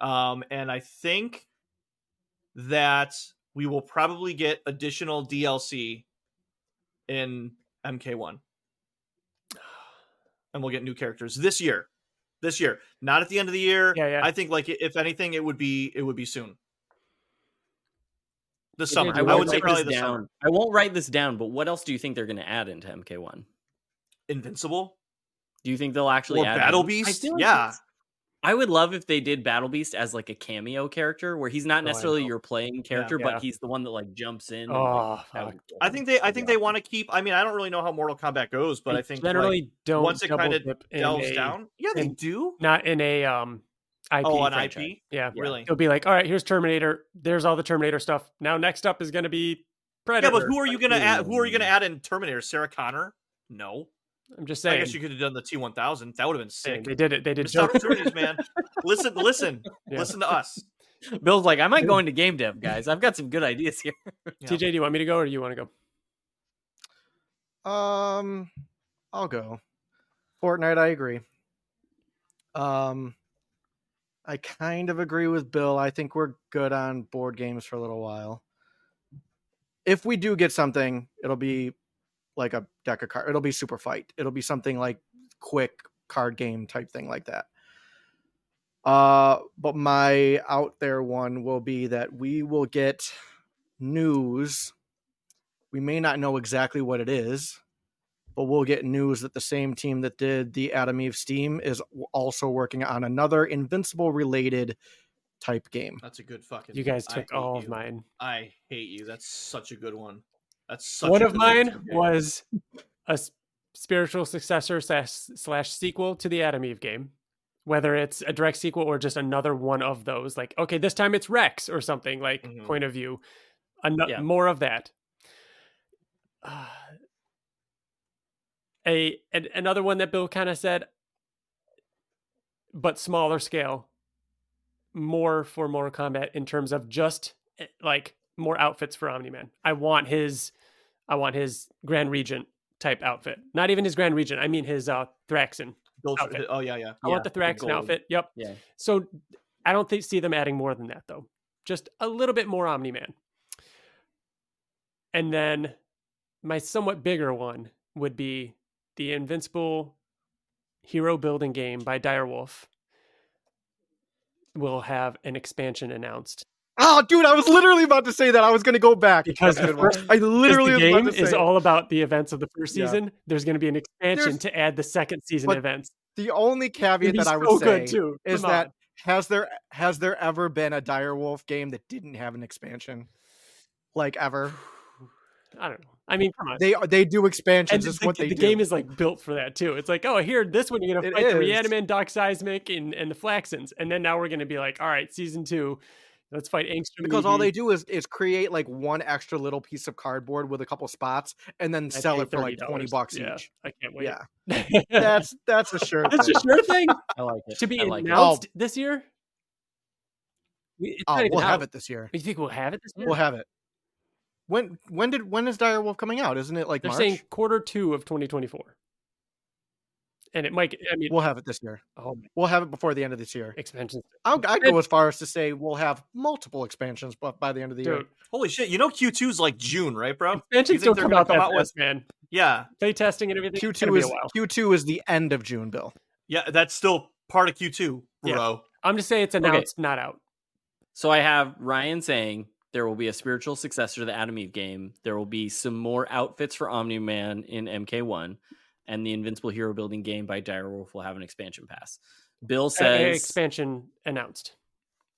Speaker 4: um, and I think that we will probably get additional DLC in MK1 and we'll get new characters this year. This year, not at the end of the year.
Speaker 1: Yeah, yeah.
Speaker 4: I think like i- if anything, it would be it would be soon. the
Speaker 1: did
Speaker 4: summer.
Speaker 1: do
Speaker 3: I
Speaker 4: I
Speaker 1: won't
Speaker 4: would say
Speaker 1: write
Speaker 4: probably the
Speaker 3: this down.
Speaker 4: summer.
Speaker 3: I won't write this down, but what else do you think they're going to add into MK1?
Speaker 4: Invincible
Speaker 3: Do you think they'll actually
Speaker 4: or
Speaker 3: add
Speaker 4: Battle
Speaker 3: him?
Speaker 4: Beast.
Speaker 3: I feel like
Speaker 4: yeah,
Speaker 3: it's- I would love if they did Battle Beast as like a cameo character where he's not
Speaker 1: Oh, I
Speaker 3: necessarily
Speaker 1: know.
Speaker 3: your playing character,
Speaker 1: Yeah.
Speaker 3: but he's the one that like jumps in. and, like,
Speaker 1: Oh,
Speaker 3: that
Speaker 1: fuck.
Speaker 3: would be cool.
Speaker 4: I think they. I
Speaker 3: That'd
Speaker 4: think
Speaker 3: be
Speaker 4: they
Speaker 3: awesome.
Speaker 4: want to keep. I mean, I don't really know how Mortal Kombat goes, but I think like,
Speaker 1: generally don't
Speaker 4: once it
Speaker 1: double
Speaker 4: kinda
Speaker 1: dip in
Speaker 4: delves
Speaker 1: a-
Speaker 4: down. Yeah, they
Speaker 1: in-
Speaker 4: do.
Speaker 1: not in a um IP.
Speaker 4: Oh, an
Speaker 1: franchise.
Speaker 4: IP?
Speaker 1: Yeah.
Speaker 3: Yeah.
Speaker 4: Really?
Speaker 1: It'll be like, all right, here's Terminator. There's all the Terminator stuff. Now next up is going to be
Speaker 4: Yeah,
Speaker 1: Predator.
Speaker 4: but who are you gonna add? Who are you gonna
Speaker 3: Ooh.
Speaker 4: add in Terminator? Sarah Connor? No,
Speaker 1: I'm just saying.
Speaker 4: I guess you could have done the T one thousand. That would have been sick.
Speaker 1: They did it. They did.
Speaker 4: Missed
Speaker 1: Joker.
Speaker 4: opportunities, man. Listen, listen,
Speaker 1: Yeah.
Speaker 4: listen to us.
Speaker 3: Bill's like, I might go into game dev, guys. I've got some good ideas here.
Speaker 4: Yeah.
Speaker 1: TJ, do you want me to go or do you want to go?
Speaker 2: Um, I'll go. Fortnite, I agree. Um, I kind of agree with Bill. I think we're good on board games for a little while. If we do get something, it'll be like a deck of cards. It'll be super fight. It'll be something like quick card game type thing like that. Uh, but my out there one will be that we will get news. We may not know exactly what it is, but we'll get news that the same team that did the Adam Eve Steam is w- also working on another Invincible related type game.
Speaker 4: That's a good fucking.
Speaker 1: You guys
Speaker 4: I
Speaker 1: took
Speaker 4: hate
Speaker 1: all of
Speaker 4: you.
Speaker 1: mine.
Speaker 4: I hate you. That's such a good one. That's such
Speaker 1: One
Speaker 4: a
Speaker 1: of
Speaker 4: good one
Speaker 1: mine
Speaker 4: to get.
Speaker 1: was a s- spiritual successor slash, slash sequel to the Adam Eve game. Whether it's a direct sequel or just another one of those, like okay, this time it's Rex or something like
Speaker 4: Mhm.
Speaker 1: point of view, Ano-
Speaker 3: Yeah.
Speaker 1: more of that. Uh, a an, another one that Bill kind of said, but smaller scale, more for Mortal Kombat in terms of just eh, like more outfits for Omni Man. I want his, I want his Grand Regent type outfit. Not even his Grand Regent. I mean his uh, Thraxen.
Speaker 4: Built-
Speaker 1: outfit.
Speaker 4: Oh yeah, yeah.
Speaker 1: I want the
Speaker 3: Yeah, the
Speaker 1: Thraxen
Speaker 3: gold.
Speaker 1: outfit. Yep.
Speaker 3: Yeah.
Speaker 1: So I don't think see them adding more than that though. Just a little bit more Omni Man. And then my somewhat bigger one would be the Invincible hero building game by Direwolf. Will have an expansion announced
Speaker 2: Oh, dude, I was literally about to say that. I was going to go back
Speaker 1: because
Speaker 2: That's
Speaker 1: the
Speaker 2: a good one.
Speaker 1: first
Speaker 2: I literally
Speaker 1: the
Speaker 2: was about
Speaker 1: game
Speaker 2: to
Speaker 1: is
Speaker 2: say it.
Speaker 1: all about the events of the first
Speaker 2: Yeah.
Speaker 1: season. There's going to be an expansion
Speaker 2: There's-
Speaker 1: to add the second season
Speaker 2: but
Speaker 1: events.
Speaker 2: the only caveat
Speaker 1: It'd be
Speaker 2: that I would
Speaker 1: so
Speaker 2: say
Speaker 1: good too.
Speaker 2: is
Speaker 1: Come
Speaker 2: that
Speaker 1: on.
Speaker 2: has there has there ever been a Direwolf game that didn't have an expansion? Like ever?
Speaker 1: I don't know. I mean, come on.
Speaker 2: They are- they do
Speaker 1: and
Speaker 2: expansions.
Speaker 1: the,
Speaker 2: is what
Speaker 1: the,
Speaker 2: they
Speaker 1: the
Speaker 2: do.
Speaker 1: game is like built for that too. It's like, oh, here, this one you're gonna
Speaker 2: It
Speaker 1: fight the
Speaker 2: is.
Speaker 1: Reaniman, Doc Seismic, and, and the Flaxons, and then now we're gonna be like, all right, season two, let's fight Angstrom. E
Speaker 2: because all they
Speaker 1: Eevee
Speaker 2: do is is create like one extra little piece of cardboard with a couple spots and then
Speaker 1: at
Speaker 2: sell it for like
Speaker 1: $30.
Speaker 2: twenty bucks
Speaker 1: Yeah,
Speaker 2: each.
Speaker 1: I can't wait.
Speaker 2: Yeah, that's that's a sure
Speaker 1: that's
Speaker 2: thing.
Speaker 1: a sure thing
Speaker 3: I like it.
Speaker 1: to be
Speaker 3: I like it.
Speaker 1: announced this year. We- It's
Speaker 2: Oh,
Speaker 1: not even
Speaker 2: we'll have
Speaker 1: out.
Speaker 2: it this year.
Speaker 1: You think we'll have it this year?
Speaker 2: We'll have it. When when did when is Direwolf coming out? Isn't it like
Speaker 1: They're
Speaker 2: March?
Speaker 1: saying quarter two of 2024, and it might. I mean,
Speaker 2: We'll have it this year.
Speaker 1: oh, my
Speaker 2: We'll have it before the end of this year.
Speaker 1: expansions,
Speaker 2: I'll, I'd go as far as to say we'll have multiple expansions, but by the end of the year,
Speaker 1: dude.
Speaker 4: Holy shit! You know Q 2s like June, right, bro?
Speaker 1: Expansions
Speaker 4: You think
Speaker 1: don't
Speaker 4: they're
Speaker 1: come
Speaker 4: gonna
Speaker 1: out that
Speaker 4: come out with-
Speaker 1: fast, man.
Speaker 4: Yeah,
Speaker 1: Play testing and everything.
Speaker 2: Q
Speaker 1: it's gonna
Speaker 2: two
Speaker 1: be
Speaker 2: is
Speaker 1: a while.
Speaker 2: Q two is the end of June. Bill,
Speaker 4: yeah. That's still part of Q two,
Speaker 1: Yeah.
Speaker 4: bro.
Speaker 1: I'm just saying it's announced, not out.
Speaker 3: So I have Ryan saying there will be a spiritual successor to the Adam Eve game. There will be some more outfits for Omni Man in MK1, and the Invincible Hero Building game by Direwolf will have an expansion pass. Bill
Speaker 1: A- a
Speaker 3: says,
Speaker 1: expansion announced.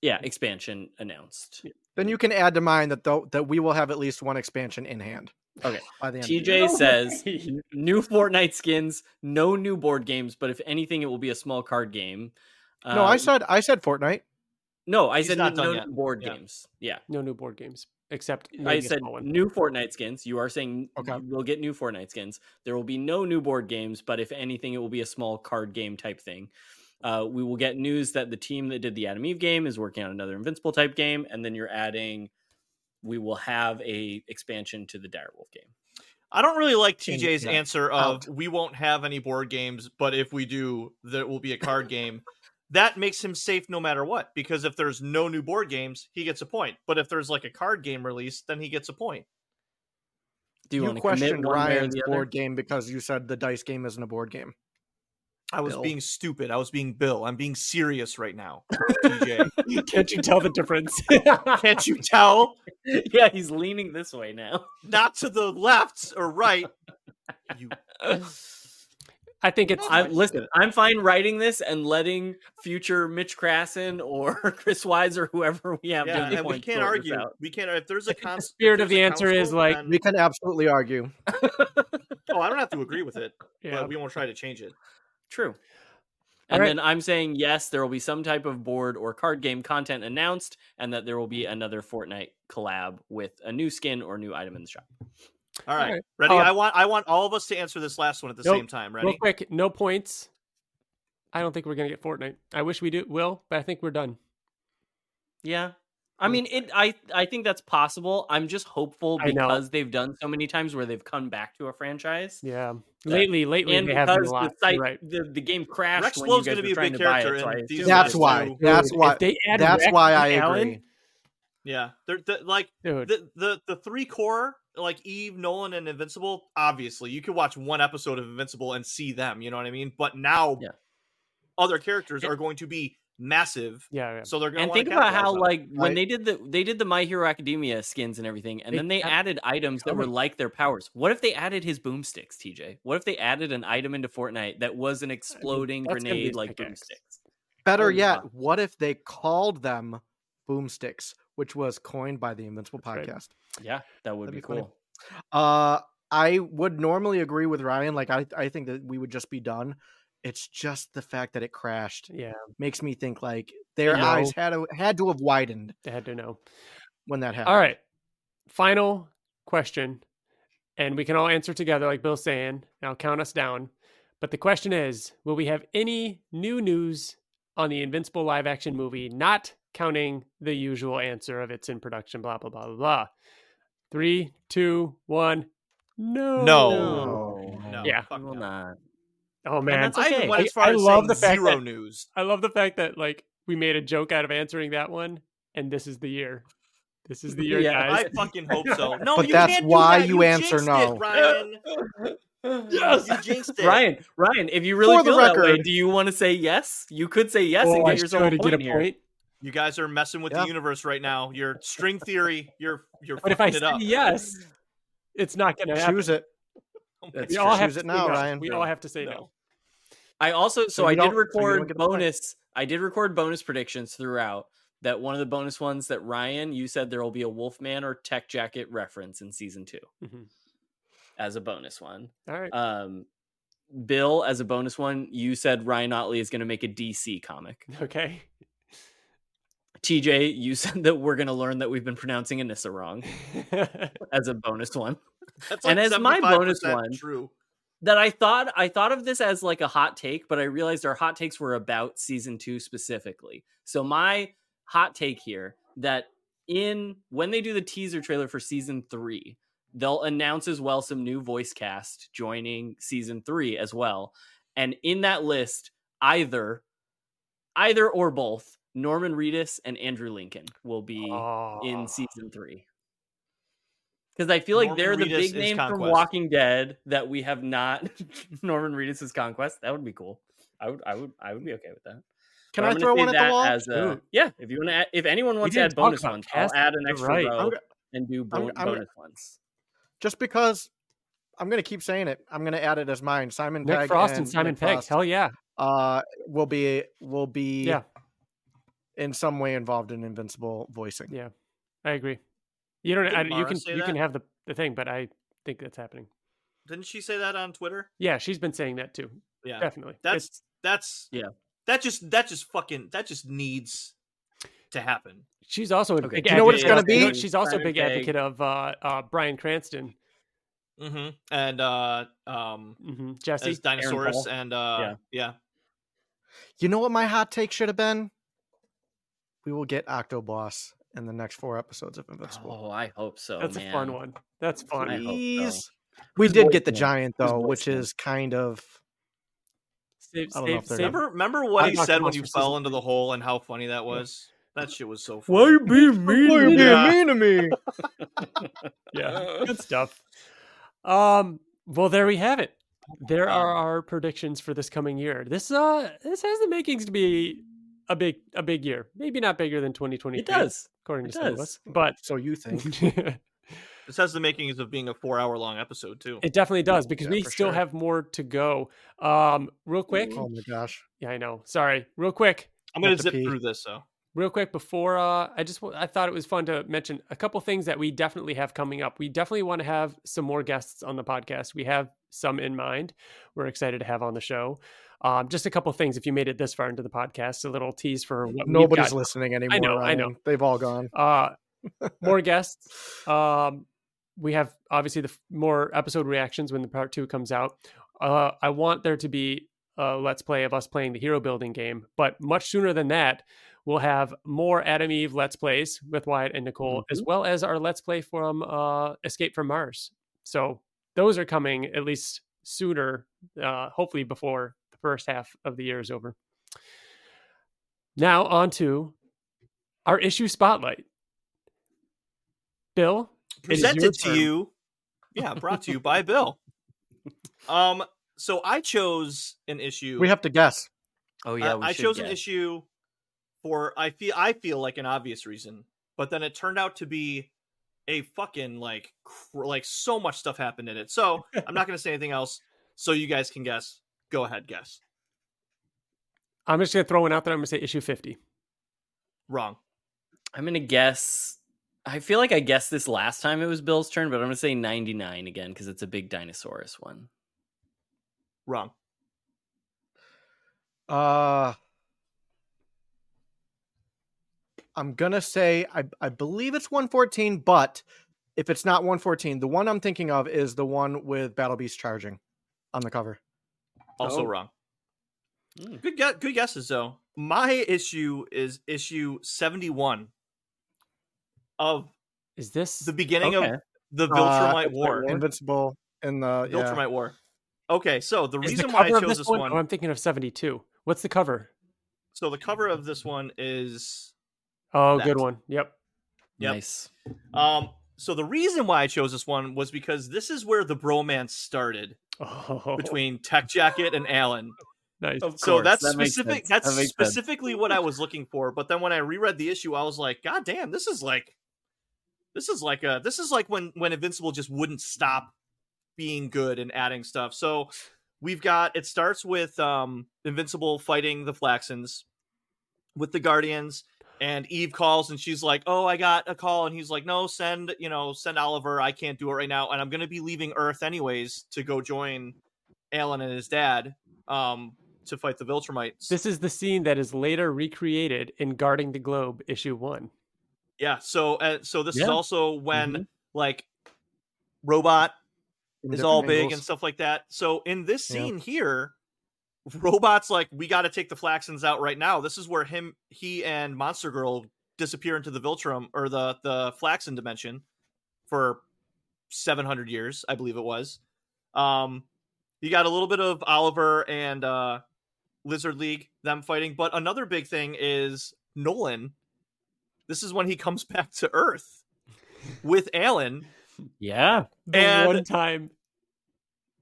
Speaker 3: yeah, expansion announced.
Speaker 2: then
Speaker 1: Mm.
Speaker 2: you can add to mine that though that we will have at least one expansion in hand.
Speaker 3: Okay.
Speaker 2: by the end. of the year.
Speaker 3: TJ says new Fortnite skins, no new board games, but if anything, it will be a small card game.
Speaker 2: no, I
Speaker 3: Um,
Speaker 2: said I said Fortnite.
Speaker 3: no, I
Speaker 4: He's
Speaker 3: said
Speaker 4: not
Speaker 3: no
Speaker 4: done
Speaker 3: new
Speaker 4: yet.
Speaker 3: board
Speaker 4: Yeah.
Speaker 3: games. Yeah.
Speaker 1: no new board games except
Speaker 3: I
Speaker 1: maybe a
Speaker 3: said
Speaker 1: small one.
Speaker 3: new Fortnite skins. You are saying
Speaker 2: Okay.
Speaker 3: we'll get new Fortnite skins. There will be no new board games, but if anything, it will be a small card game type thing. Uh, we will get news that the team that did the Adam Eve game is working on another Invincible type game, and then you're adding. We will have a expansion to the Direwolf game.
Speaker 4: I don't really like
Speaker 2: Change
Speaker 4: TJ's
Speaker 2: that
Speaker 4: answer of
Speaker 2: out.
Speaker 4: we won't have any board games, but if we do, there will be a card game. That makes him safe no matter what, because if there's no new board games, he gets a point. But if there's like a card game release, then he gets a point.
Speaker 3: Do you,
Speaker 2: You,
Speaker 3: want to commit
Speaker 2: questioned
Speaker 3: one way or
Speaker 2: Ryan's
Speaker 3: the other?
Speaker 2: board game because you said the dice game isn't a board game.
Speaker 4: I was
Speaker 2: Bill.
Speaker 4: being stupid. I was being Bill. I'm being serious right now. DJ.
Speaker 1: Can't you tell the difference?
Speaker 4: Can't you tell?
Speaker 3: yeah, he's leaning this way now.
Speaker 4: Not to the left or right. You
Speaker 1: I think it's
Speaker 3: I listen. I'm fine writing this and letting future Mitch Krassen or Chris Wise or whoever we have.
Speaker 4: yeah,
Speaker 3: doing the
Speaker 4: and we
Speaker 3: points
Speaker 4: can't
Speaker 3: sort this
Speaker 4: argue.
Speaker 3: out.
Speaker 4: We can't if there's a cons- if
Speaker 1: spirit of
Speaker 4: there's
Speaker 1: the
Speaker 4: a
Speaker 1: answer is,
Speaker 4: council,
Speaker 1: like-
Speaker 4: then-
Speaker 2: We can absolutely argue.
Speaker 4: oh, I don't have to agree with it,
Speaker 1: yeah.
Speaker 4: but we won't try to change it.
Speaker 3: True.
Speaker 1: All
Speaker 3: And
Speaker 1: right.
Speaker 3: then I'm saying yes, there will be some type of board or card game content announced, and that there will be another Fortnite collab with a new skin or new item in the shop.
Speaker 4: All right.
Speaker 1: All right.
Speaker 4: Ready?
Speaker 1: Uh,
Speaker 4: I want I want all of us to answer this last one at the
Speaker 1: Nope.
Speaker 4: same time.
Speaker 1: real
Speaker 4: Ready?
Speaker 1: quick, no points. I don't think we're gonna get Fortnite. I wish we do will, but I think we're done.
Speaker 3: Yeah. I mean, it. I I think that's possible. I'm just hopeful
Speaker 1: I know.
Speaker 3: because they've done so many times where they've come back to a franchise,
Speaker 1: Yeah. Lately, lately
Speaker 3: and
Speaker 1: they have been
Speaker 3: because
Speaker 1: a lot.
Speaker 3: the site,
Speaker 1: You're right.
Speaker 3: the, the game crashed.
Speaker 4: Rex
Speaker 3: when
Speaker 4: Love's
Speaker 3: going
Speaker 4: gonna
Speaker 3: to
Speaker 4: be a big
Speaker 3: buy it,
Speaker 4: character
Speaker 3: so I
Speaker 4: in these
Speaker 3: assume
Speaker 2: That's
Speaker 3: it's-
Speaker 2: why.
Speaker 4: Dude,
Speaker 2: That's
Speaker 1: Dude,
Speaker 2: why.
Speaker 1: if they add
Speaker 2: That's
Speaker 1: Rex
Speaker 2: why
Speaker 1: and
Speaker 2: I
Speaker 1: Alan,
Speaker 2: agree.
Speaker 4: Yeah. They're, they're like
Speaker 1: Dude,
Speaker 4: the the the three core like Eve, Nolan, and Invincible. Obviously, you could watch one episode of Invincible and see them. You know what I mean? But now,
Speaker 3: Yeah.
Speaker 4: other characters are going to be massive,
Speaker 1: yeah, yeah.
Speaker 4: so they're going
Speaker 3: and
Speaker 4: to
Speaker 3: think about how like when
Speaker 2: Right.
Speaker 3: they did the they did the My Hero Academia skins and everything, and
Speaker 1: They
Speaker 3: then they
Speaker 1: kept
Speaker 3: added items that were
Speaker 1: coming.
Speaker 3: like their powers. What if they added his boomsticks, TJ? What if they added an item into Fortnite that was an exploding
Speaker 1: that's gonna be
Speaker 3: grenade
Speaker 1: a
Speaker 3: like
Speaker 1: pickaxe.
Speaker 3: boomsticks?
Speaker 2: Better
Speaker 3: Oh, yeah.
Speaker 2: yet, what if they called them boomsticks, which was coined by the Invincible
Speaker 1: That's right.
Speaker 2: podcast?
Speaker 3: Yeah, that would
Speaker 2: That'd
Speaker 3: be,
Speaker 2: be
Speaker 3: cool.
Speaker 2: funny. Uh, I would normally agree with Ryan. Like, I, I think that we would just be done. It's just the fact that it crashed
Speaker 1: Yeah,
Speaker 2: makes me think like their
Speaker 1: No.
Speaker 2: eyes had to, had to have widened
Speaker 1: they had to know.
Speaker 2: when that happened.
Speaker 1: All right. Final question. And we can all answer together, like Bill's saying. Now count us down. But the question is Will we have any new news on the Invincible live action movie, not counting the usual answer of it's in production, blah, blah, blah, blah, blah? Three, two, one. No.
Speaker 4: No. No,
Speaker 1: Yeah.
Speaker 4: fuck
Speaker 3: Well,
Speaker 4: no.
Speaker 3: nah.
Speaker 1: Oh, man.
Speaker 3: that's
Speaker 4: I
Speaker 3: okay.
Speaker 4: even went
Speaker 1: I-
Speaker 4: as far
Speaker 1: I
Speaker 4: as
Speaker 1: love
Speaker 4: saying
Speaker 1: the fact
Speaker 4: zero
Speaker 1: that-
Speaker 4: news.
Speaker 1: I love the fact that, like, we made a joke out of answering that one. And this is the year. This is the year,
Speaker 3: Yeah,
Speaker 1: guys.
Speaker 4: I fucking hope so. No,
Speaker 2: But
Speaker 4: you
Speaker 2: that's
Speaker 4: can't do
Speaker 2: why
Speaker 4: that.
Speaker 2: you answer
Speaker 4: jinxed
Speaker 2: no.
Speaker 4: It, Ryan.
Speaker 3: Yes,
Speaker 4: you jinxed it.
Speaker 3: Ryan. Ryan, if you really
Speaker 2: For the
Speaker 3: feel that way,
Speaker 2: record-
Speaker 3: do you want to say yes? You could say yes
Speaker 1: Oh,
Speaker 3: and
Speaker 1: I
Speaker 3: get yourself
Speaker 1: should
Speaker 3: a point,
Speaker 1: get a
Speaker 3: here.
Speaker 1: point.
Speaker 4: You guys are messing with
Speaker 2: Yeah.
Speaker 4: the universe right now. You're string theory. You're you're
Speaker 1: But if I
Speaker 4: fucking it
Speaker 1: say
Speaker 4: up.
Speaker 1: yes, it's not going to happen.
Speaker 2: Choose it.
Speaker 1: we
Speaker 3: That's
Speaker 1: all
Speaker 2: true.
Speaker 1: have
Speaker 2: Choose
Speaker 1: to
Speaker 2: it
Speaker 1: say
Speaker 2: now,
Speaker 1: no.
Speaker 2: Ryan.
Speaker 1: We
Speaker 4: Yeah.
Speaker 1: all have to say no.
Speaker 4: No.
Speaker 3: I also so,
Speaker 2: you
Speaker 3: I
Speaker 2: don't-
Speaker 3: did
Speaker 2: so you don't
Speaker 3: record
Speaker 2: get the point.
Speaker 3: bonus. I did record bonus predictions throughout. That one of the bonus ones that Ryan, you said there will be a Wolfman or Tech Jacket reference in season two
Speaker 1: Mhm.
Speaker 3: as a bonus one.
Speaker 1: All right.
Speaker 3: Um, Bill, as a bonus one, you said Ryan Otley is going to make a DC comic.
Speaker 1: okay.
Speaker 3: TJ, you said that we're going to learn that we've been pronouncing Anissa
Speaker 1: E
Speaker 3: wrong as a bonus one.
Speaker 4: That's
Speaker 3: And as my bonus
Speaker 4: 75%
Speaker 3: one-
Speaker 4: true.
Speaker 3: that I thought I thought of this as like a hot take, but I realized our hot takes were about season two specifically. So my hot take here that in when they do the teaser trailer for season three, they'll announce as well some new voice cast joining season three as well. And in that list, either either or both, Norman Reedus and Andrew Lincoln will be in season three. Because I feel like
Speaker 4: Norman
Speaker 3: they're the
Speaker 4: Reedus
Speaker 3: big
Speaker 4: is
Speaker 3: names from
Speaker 4: Conquest.
Speaker 3: Walking Dead that we have not. Norman Reedus' conquest. That would be cool. I would, I would, I would be okay with that.
Speaker 2: Can
Speaker 3: But
Speaker 2: I
Speaker 3: I'm gonna
Speaker 2: throw
Speaker 3: say
Speaker 2: one at
Speaker 3: that
Speaker 2: the wall?
Speaker 3: As a,
Speaker 1: Dude.
Speaker 3: yeah, if you want to, add, if anyone wants to
Speaker 1: didn't
Speaker 3: add
Speaker 1: talk
Speaker 3: bonus
Speaker 1: about
Speaker 3: ones,
Speaker 1: casting.
Speaker 3: I'll add an
Speaker 1: You're
Speaker 3: extra
Speaker 1: right. I'm
Speaker 3: row
Speaker 2: go-
Speaker 3: and do
Speaker 2: I'm-
Speaker 3: bo-
Speaker 2: I'm go-
Speaker 3: bonus ones.
Speaker 2: Just because I'm going to keep saying it, I'm going to add it as mine. Simon
Speaker 1: Nick
Speaker 2: Pegg
Speaker 1: Frost and,
Speaker 2: and
Speaker 1: Simon
Speaker 2: Nick
Speaker 1: Pegg.
Speaker 2: Frost, E
Speaker 1: Hell yeah.
Speaker 2: uh, will be will be
Speaker 1: Yeah.
Speaker 2: in some way involved in Invincible voicing.
Speaker 1: Yeah. I agree. You don't.
Speaker 4: Didn't
Speaker 1: I, you
Speaker 4: Mara
Speaker 1: can.
Speaker 4: say
Speaker 1: You can
Speaker 4: that?
Speaker 1: have the, the thing, but I think that's happening.
Speaker 4: Didn't she say that on Twitter?
Speaker 1: Yeah, she's been saying that too.
Speaker 4: Yeah.
Speaker 1: Definitely.
Speaker 4: That's
Speaker 1: It's-
Speaker 4: that's
Speaker 3: Yeah.
Speaker 4: That just that just fucking that just needs to happen.
Speaker 1: she's also a
Speaker 3: Okay.
Speaker 1: big.
Speaker 2: Do you know what it's
Speaker 1: advocate
Speaker 2: gonna
Speaker 1: of- you know
Speaker 2: be?
Speaker 1: what- She's also a
Speaker 3: Simon
Speaker 1: big
Speaker 3: Pegg.
Speaker 1: advocate of uh, uh, Brian Cranston,
Speaker 4: Mm-hmm. And uh um
Speaker 1: hmm Jesse.
Speaker 4: as Dinosaurus
Speaker 3: Paul.
Speaker 4: and uh yeah.
Speaker 2: You know what my hot take should have been? We will get Octoboss in the next four episodes of Invincible.
Speaker 3: Oh, I hope so.
Speaker 1: That's
Speaker 3: man.
Speaker 1: a fun one. That's
Speaker 3: I
Speaker 1: fun.
Speaker 3: hope so.
Speaker 2: Please. We
Speaker 3: Who's
Speaker 2: did get the
Speaker 3: voicing it?
Speaker 2: giant
Speaker 3: Who's
Speaker 2: though, which
Speaker 3: voicing it?
Speaker 2: is kind of
Speaker 1: Save,
Speaker 2: I don't know
Speaker 1: save,
Speaker 2: if they're
Speaker 1: save.
Speaker 4: Remember remember what
Speaker 1: I
Speaker 4: he
Speaker 1: knocked
Speaker 4: said
Speaker 1: him
Speaker 4: when
Speaker 1: off
Speaker 4: you
Speaker 1: for
Speaker 4: fell
Speaker 1: season
Speaker 4: into the hole and how funny that was? That shit was so funny.
Speaker 1: Why you being mean?
Speaker 2: Why
Speaker 1: to
Speaker 2: you
Speaker 1: me?
Speaker 2: being mean to me?
Speaker 1: yeah good stuff um well there we have it there are our predictions for this coming year. This uh this has the makings to be a big a big year. Maybe not bigger than 2020.
Speaker 3: It does.
Speaker 1: according
Speaker 3: It
Speaker 1: to some of
Speaker 3: does.
Speaker 1: us. But
Speaker 2: So you think?
Speaker 4: This has the makings of being a four hour long episode too.
Speaker 1: it definitely does because
Speaker 2: Yeah,
Speaker 1: we
Speaker 2: for
Speaker 1: still
Speaker 2: sure.
Speaker 1: have more to go. Um real quick.
Speaker 2: Oh my gosh.
Speaker 1: Yeah, I know. Sorry. Real quick.
Speaker 4: I'm gonna
Speaker 2: Have to
Speaker 4: zip
Speaker 2: pee.
Speaker 4: through this though.
Speaker 1: real quick before uh, i just wa- i thought it was fun to mention a couple things that we definitely have coming up we definitely want to have some more guests on the podcast we have some in mind we're excited to have on the show um, just a couple things if you made it this far into the podcast a little tease for what we've
Speaker 2: Nobody's
Speaker 1: got.
Speaker 2: listening anymore.
Speaker 1: know, I know.
Speaker 2: Ryan. They've all gone.
Speaker 1: uh, more guests um, we have obviously the f- more episode reactions when the part two comes out uh, i want there to be a let's play of us playing the hero building game but much sooner than that we'll have more adam eve let's plays with wyatt and nicole as well as our let's play from uh, escape from mars so those are coming at least sooner uh, hopefully before the first half of the year is over now on to our issue spotlight bill It is your
Speaker 4: presented to
Speaker 1: turn.
Speaker 4: you yeah brought to you by bill um so i chose an issue
Speaker 2: We have to guess.
Speaker 3: Oh yeah,
Speaker 4: I-
Speaker 3: we
Speaker 4: i
Speaker 3: should
Speaker 4: chose an
Speaker 3: guess.
Speaker 4: issue for i feel i feel like an obvious reason but then it turned out to be a fucking like cr- like so much stuff happened in it so i'm not going to say anything else so you guys can guess go ahead guess
Speaker 1: I'm just gonna throw one out there. I'm gonna say issue 50.
Speaker 4: wrong
Speaker 3: I'm gonna guess. I feel like I guessed this last time it was Bill's turn, but I'm gonna say 99 again because it's a big dinosaurus one.
Speaker 4: wrong
Speaker 2: Uh I'm gonna say I, I believe it's 114, but if it's not 114, the one I'm thinking of is the one with Battle Beast charging on the cover.
Speaker 4: also
Speaker 3: Oh.
Speaker 4: wrong
Speaker 3: Hmm.
Speaker 4: good guess good guesses though my issue is issue 71 of
Speaker 1: Is this
Speaker 4: the beginning
Speaker 3: Okay.
Speaker 4: of the
Speaker 2: Uh,
Speaker 4: Viltrumite War.
Speaker 2: Invincible in the yeah.
Speaker 4: Viltrumite War. Okay, so the
Speaker 1: is the
Speaker 4: reason why I
Speaker 1: cover of
Speaker 4: chose
Speaker 1: this,
Speaker 4: this
Speaker 1: one?
Speaker 4: one,
Speaker 1: Oh, I'm thinking of 72. What's the cover?
Speaker 4: so the cover of this one is
Speaker 1: Oh,
Speaker 4: That.
Speaker 1: good one. Yep.
Speaker 4: Yep.
Speaker 3: Nice.
Speaker 4: um so the reason why I chose this one was because this is where the bromance started
Speaker 1: Oh,
Speaker 4: between Tech Jacket and Alan.
Speaker 1: nice.
Speaker 4: so
Speaker 3: course,
Speaker 4: that's
Speaker 3: that makes
Speaker 4: specific
Speaker 3: sense.
Speaker 4: that's
Speaker 3: That makes sense.
Speaker 4: specifically what I was looking for, but then when I reread the issue I was like, god damn, this is like this is like a this is like when when Invincible just wouldn't stop being good and adding stuff. So we've got it starts with um Invincible fighting the Flaxons with the Guardians and Eve calls and she's like, "Oh, I got a call." And he's like, "No, send, you know, send Oliver. I can't do it right now and I'm going to be leaving Earth anyways to go join Alan and his dad um to fight the Viltrumites."
Speaker 1: This is the scene that is later recreated in Guarding the Globe, issue one.
Speaker 4: yeah, so uh, so this is
Speaker 3: Yeah.
Speaker 4: also when like Robot
Speaker 2: from
Speaker 4: is
Speaker 2: different
Speaker 4: all big
Speaker 2: angles.
Speaker 4: and stuff like that. So in this
Speaker 2: Yeah.
Speaker 4: scene here, robots like we got to take the Flaxons out right now. This is where him, he, and Monster Girl disappear into the Viltrum or the the Flaxon dimension for seven hundred years, I believe it was. Um, you got a little bit of Oliver and uh, Lizard League them fighting, but another big thing is Nolan. This is when he comes back to Earth with Alan.
Speaker 3: Yeah.
Speaker 1: The
Speaker 4: And-
Speaker 1: one time.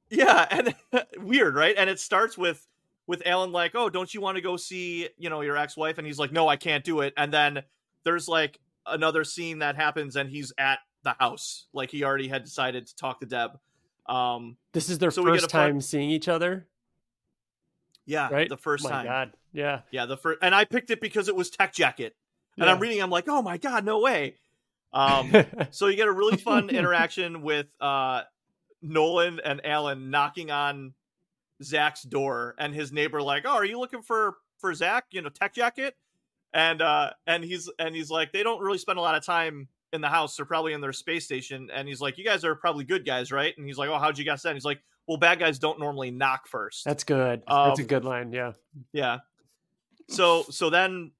Speaker 4: Yeah, and weird, right? And it starts with with Alan like, "Oh, don't you want to go see, you know, your ex-wife?" And he's like, "No, I can't do it." And then there's like another scene that happens and he's at the house. Like he already had decided to talk to Deb. Um
Speaker 1: This is their
Speaker 4: So we get
Speaker 1: first
Speaker 4: a fun-
Speaker 1: time seeing each other,
Speaker 4: yeah,
Speaker 1: right?
Speaker 4: the first
Speaker 1: My
Speaker 4: time.
Speaker 1: God. Yeah.
Speaker 4: Yeah, the first and I picked it because it was Tech Jacket. And
Speaker 1: Yeah.
Speaker 4: I'm reading I'm like, "Oh my god, no way." Um so you get a really fun interaction with uh Nolan and Alan knocking on Zach's door and his neighbor like, "Oh, are you looking for for Zach, you know, tech jacket?" And uh and he's and he's like, "They don't really spend a lot of time in the house. They're probably in their space station." And he's like, "You guys are probably good guys, right?" And he's like, "Oh, how'd you guess that?" And he's like, "Well, bad guys don't normally knock first.
Speaker 1: That's good. That's a
Speaker 4: Um,
Speaker 1: good line. Yeah.
Speaker 4: Yeah. So so then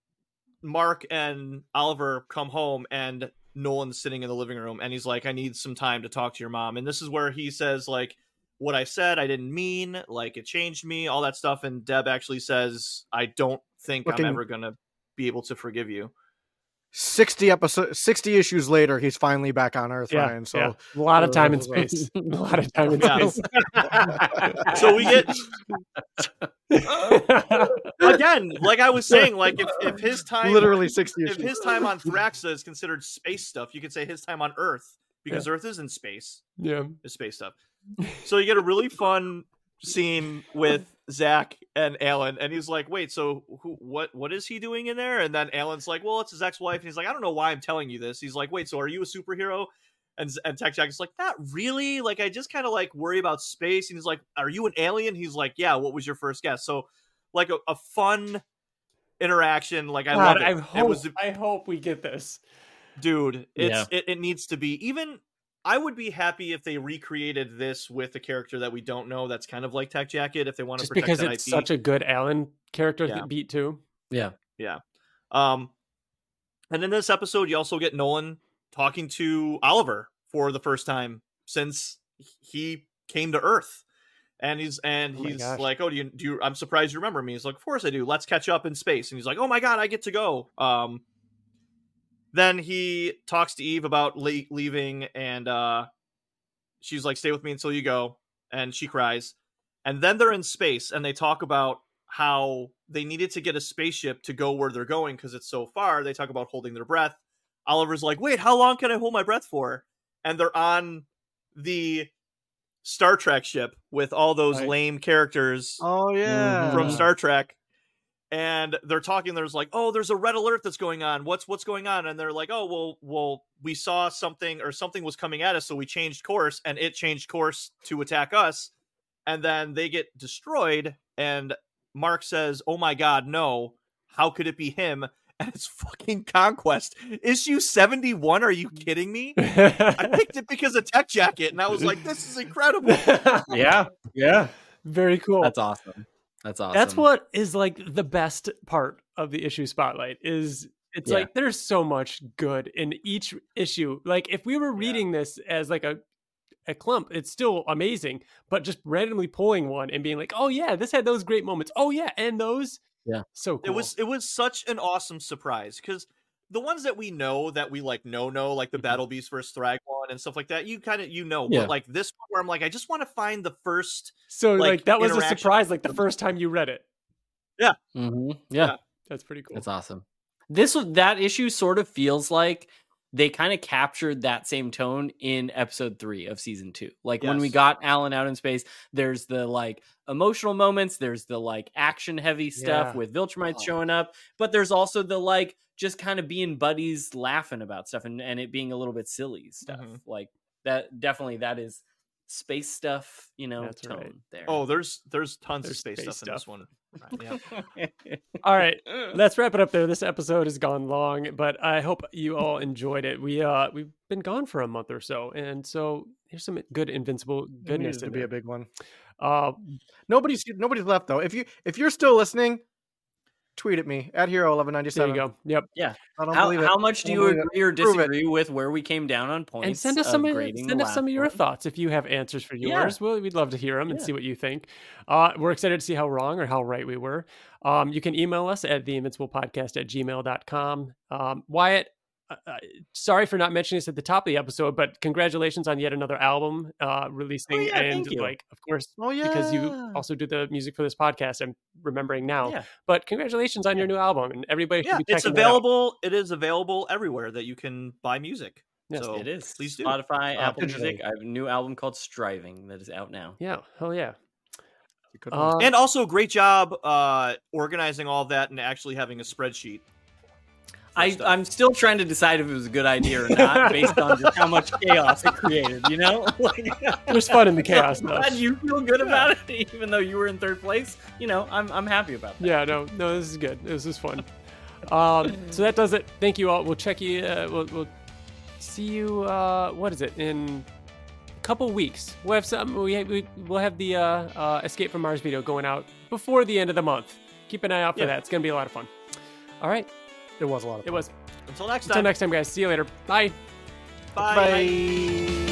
Speaker 4: Mark and Oliver come home and Nolan's sitting in the living room and he's like, I need some time to talk to your mom. And this is where he says, like, what I said I didn't mean, like it changed me, all that stuff. And Deb actually says, I don't think
Speaker 2: Looking-
Speaker 4: I'm ever gonna be able to forgive you.
Speaker 2: 60 episodes 60 issues later he's finally back on earth
Speaker 1: Yeah,
Speaker 2: ryan so
Speaker 1: yeah. a lot of time and space. A lot of time and
Speaker 4: Yeah.
Speaker 1: space.
Speaker 4: So we get again, like I was saying, like if, if his time
Speaker 2: literally 60
Speaker 4: if
Speaker 2: issues
Speaker 4: his time on Thraxa is considered space stuff, you could say his time on Earth because Earth is in space
Speaker 1: yeah.
Speaker 4: is space stuff. So you get a really fun scene with Zach and Alan, and he's like, "Wait, so who, what? What is he doing in there?" And then Alan's like, "Well, it's his ex-wife," and he's like, "I don't know why I'm telling you this." He's like, "Wait, so are you a superhero?" And Z- and Tech Jack is like, "Not really. Like, I just kind of like worry about space." And he's like, "Are you an alien?" He's like, "Yeah." What was your first guess? So, like a, a fun interaction. Like I love
Speaker 1: God,
Speaker 4: it.
Speaker 1: I
Speaker 4: it
Speaker 1: hope,
Speaker 4: was
Speaker 1: I hope we get this.
Speaker 4: dude it's it, it needs to be even i would be happy if they recreated this with a character that we don't know that's kind of like tech jacket if they want to
Speaker 1: Just
Speaker 4: protect
Speaker 1: because
Speaker 4: that
Speaker 1: it's
Speaker 4: IP.
Speaker 1: such a good Alan character
Speaker 4: Yeah.
Speaker 1: beat too.
Speaker 4: um and in this episode you also get nolan talking to oliver for the first time since he came to earth and he's and
Speaker 1: Oh my
Speaker 4: he's
Speaker 1: gosh.
Speaker 4: like oh do you do you, i'm surprised you remember me he's like of course i do let's catch up in space and he's like oh my god i get to go um then he talks to eve about le- leaving and uh she's like stay with me until you go and she cries and then they're in space and they talk about how they needed to get a spaceship to go where they're going because it's so far they talk about holding their breath oliver's like wait how long can i hold my breath for and they're on the star trek ship with all those
Speaker 1: Right.
Speaker 4: lame characters
Speaker 2: oh yeah
Speaker 4: Mm-hmm. from
Speaker 3: Yeah.
Speaker 4: Star Trek, and they're talking. There's like, oh, there's a red alert that's going on. What's what's going on? And they're like, oh, well, well, we saw something or something was coming at us, so we changed course, and it changed course to attack us, and then they get destroyed. And Mark says, oh my god, no! How could it be him? And it's fucking Conquest issue seventy one. Are you kidding me? I picked it because of Tech Jacket, and I was like, this is incredible.
Speaker 3: yeah, yeah.
Speaker 1: Very cool.
Speaker 3: That's awesome. That's awesome.
Speaker 1: That's what is like the best part of the issue spotlight is it's
Speaker 3: Yeah.
Speaker 1: like there's so much good in each issue. Like if we were
Speaker 4: Yeah.
Speaker 1: reading this as like a a clump, it's still amazing, but just randomly pulling one and being like, "Oh yeah, this had those great moments. Oh yeah, and those."
Speaker 3: Yeah.
Speaker 1: So cool.
Speaker 4: it was it was such an awesome surprise because the ones that we know that we like know know like the
Speaker 1: Mm-hmm.
Speaker 4: battle beast versus Thragmon and stuff like that you kind of you know
Speaker 3: Yeah.
Speaker 4: but like this one where i'm like i just want to find the first
Speaker 1: so like,
Speaker 4: like,
Speaker 1: that was a
Speaker 4: interaction
Speaker 1: surprise like the first time you read it.
Speaker 3: Mhm.
Speaker 4: Yeah.
Speaker 3: yeah.
Speaker 1: That's pretty cool.
Speaker 3: That's awesome. This was- that issue sort of feels like they kind of captured that same tone in episode three of season two. Like when we
Speaker 4: Yes.
Speaker 3: got Alan out in space, there's the like emotional moments, there's the like action heavy stuff
Speaker 1: Yeah.
Speaker 3: with Viltrumites showing up, but there's also the like just kind of being buddies laughing about stuff and, and it being a little bit silly stuff.
Speaker 4: Mhm.
Speaker 1: Mm-hmm.
Speaker 3: Like that definitely that is space stuff, you know,
Speaker 1: That's
Speaker 3: tone
Speaker 1: right.
Speaker 3: there.
Speaker 4: oh there's there's tons
Speaker 1: There's
Speaker 4: of space,
Speaker 1: space
Speaker 4: stuff, in this
Speaker 1: stuff.
Speaker 4: one Right, yeah.
Speaker 1: All right. let's wrap it up there. This episode has gone long, but I hope you all enjoyed it. We uh we've been gone for a month or so, and so here's some good invincible
Speaker 2: It
Speaker 1: goodness.
Speaker 2: needed to
Speaker 1: in
Speaker 2: be a
Speaker 1: there.
Speaker 2: big one
Speaker 1: uh,
Speaker 2: nobody's nobody's left though if you if you're still listening tweet at me at hero
Speaker 1: there
Speaker 2: 1197
Speaker 1: you go. Yep,
Speaker 2: i don't
Speaker 3: How,
Speaker 2: believe it
Speaker 3: how much do
Speaker 2: don't
Speaker 3: you
Speaker 2: believe it.
Speaker 3: agree or
Speaker 2: Prove it.
Speaker 3: disagree with where we came down on points?
Speaker 1: and send us
Speaker 3: of
Speaker 1: some of,
Speaker 3: grading the
Speaker 1: send us some
Speaker 3: last
Speaker 1: of your
Speaker 3: one?
Speaker 1: thoughts if you have answers for
Speaker 3: Yeah.
Speaker 1: yours. Well, we'd love to hear them and
Speaker 3: Yeah.
Speaker 1: see what you think. Uh, we're excited to see how wrong or how right we were. Um, you can email us at theinvinciblepodcast at gmail.com. Um, Wyatt, uh, uh, sorry for not mentioning this at the top of the episode, but congratulations on yet another album uh, releasing.
Speaker 3: Oh, yeah,
Speaker 1: and
Speaker 3: thank you.
Speaker 1: like, of course,
Speaker 2: oh yeah
Speaker 1: because you also do the music for this podcast. I'm remembering now.
Speaker 3: Yeah.
Speaker 1: But congratulations on your new album, and everybody should
Speaker 4: yeah
Speaker 1: be checking
Speaker 4: it's
Speaker 1: that out.
Speaker 4: available it is available everywhere that you can buy music
Speaker 1: Yes,
Speaker 4: so
Speaker 3: It is.
Speaker 4: please do
Speaker 3: Spotify,
Speaker 2: Uh,
Speaker 3: Apple
Speaker 2: digitally.
Speaker 3: Music. I have a new album called Striving that is out now.
Speaker 1: Yeah, hell yeah.
Speaker 2: Good one.
Speaker 1: Uh,
Speaker 4: and also great job uh organizing all that and actually having a spreadsheet
Speaker 3: I,
Speaker 4: stuff.
Speaker 3: I'm still trying to decide if it was a good idea or not based on just how much chaos it created, you know? Like,
Speaker 1: There's fun in the chaos,
Speaker 3: I'm
Speaker 1: though.
Speaker 3: glad you feel good about it, even though you were in third place. You know, I'm, I'm happy about that.
Speaker 1: Yeah, no, no, this is good. This is fun. Um, so that does it. Thank you all. We'll check you. Uh, we'll, we'll see you. Uh, what is it in a couple weeks? We'll have some. We, we we'll have the uh, uh, Escape from Mars video going out before the end of the month. Keep an eye out for
Speaker 4: Yeah.
Speaker 1: that. It's gonna be a lot of fun. All right,
Speaker 2: it was a lot of
Speaker 1: it was.
Speaker 4: until next time
Speaker 1: Until next time, guys. See you later. Bye.
Speaker 4: bye.
Speaker 2: Bye.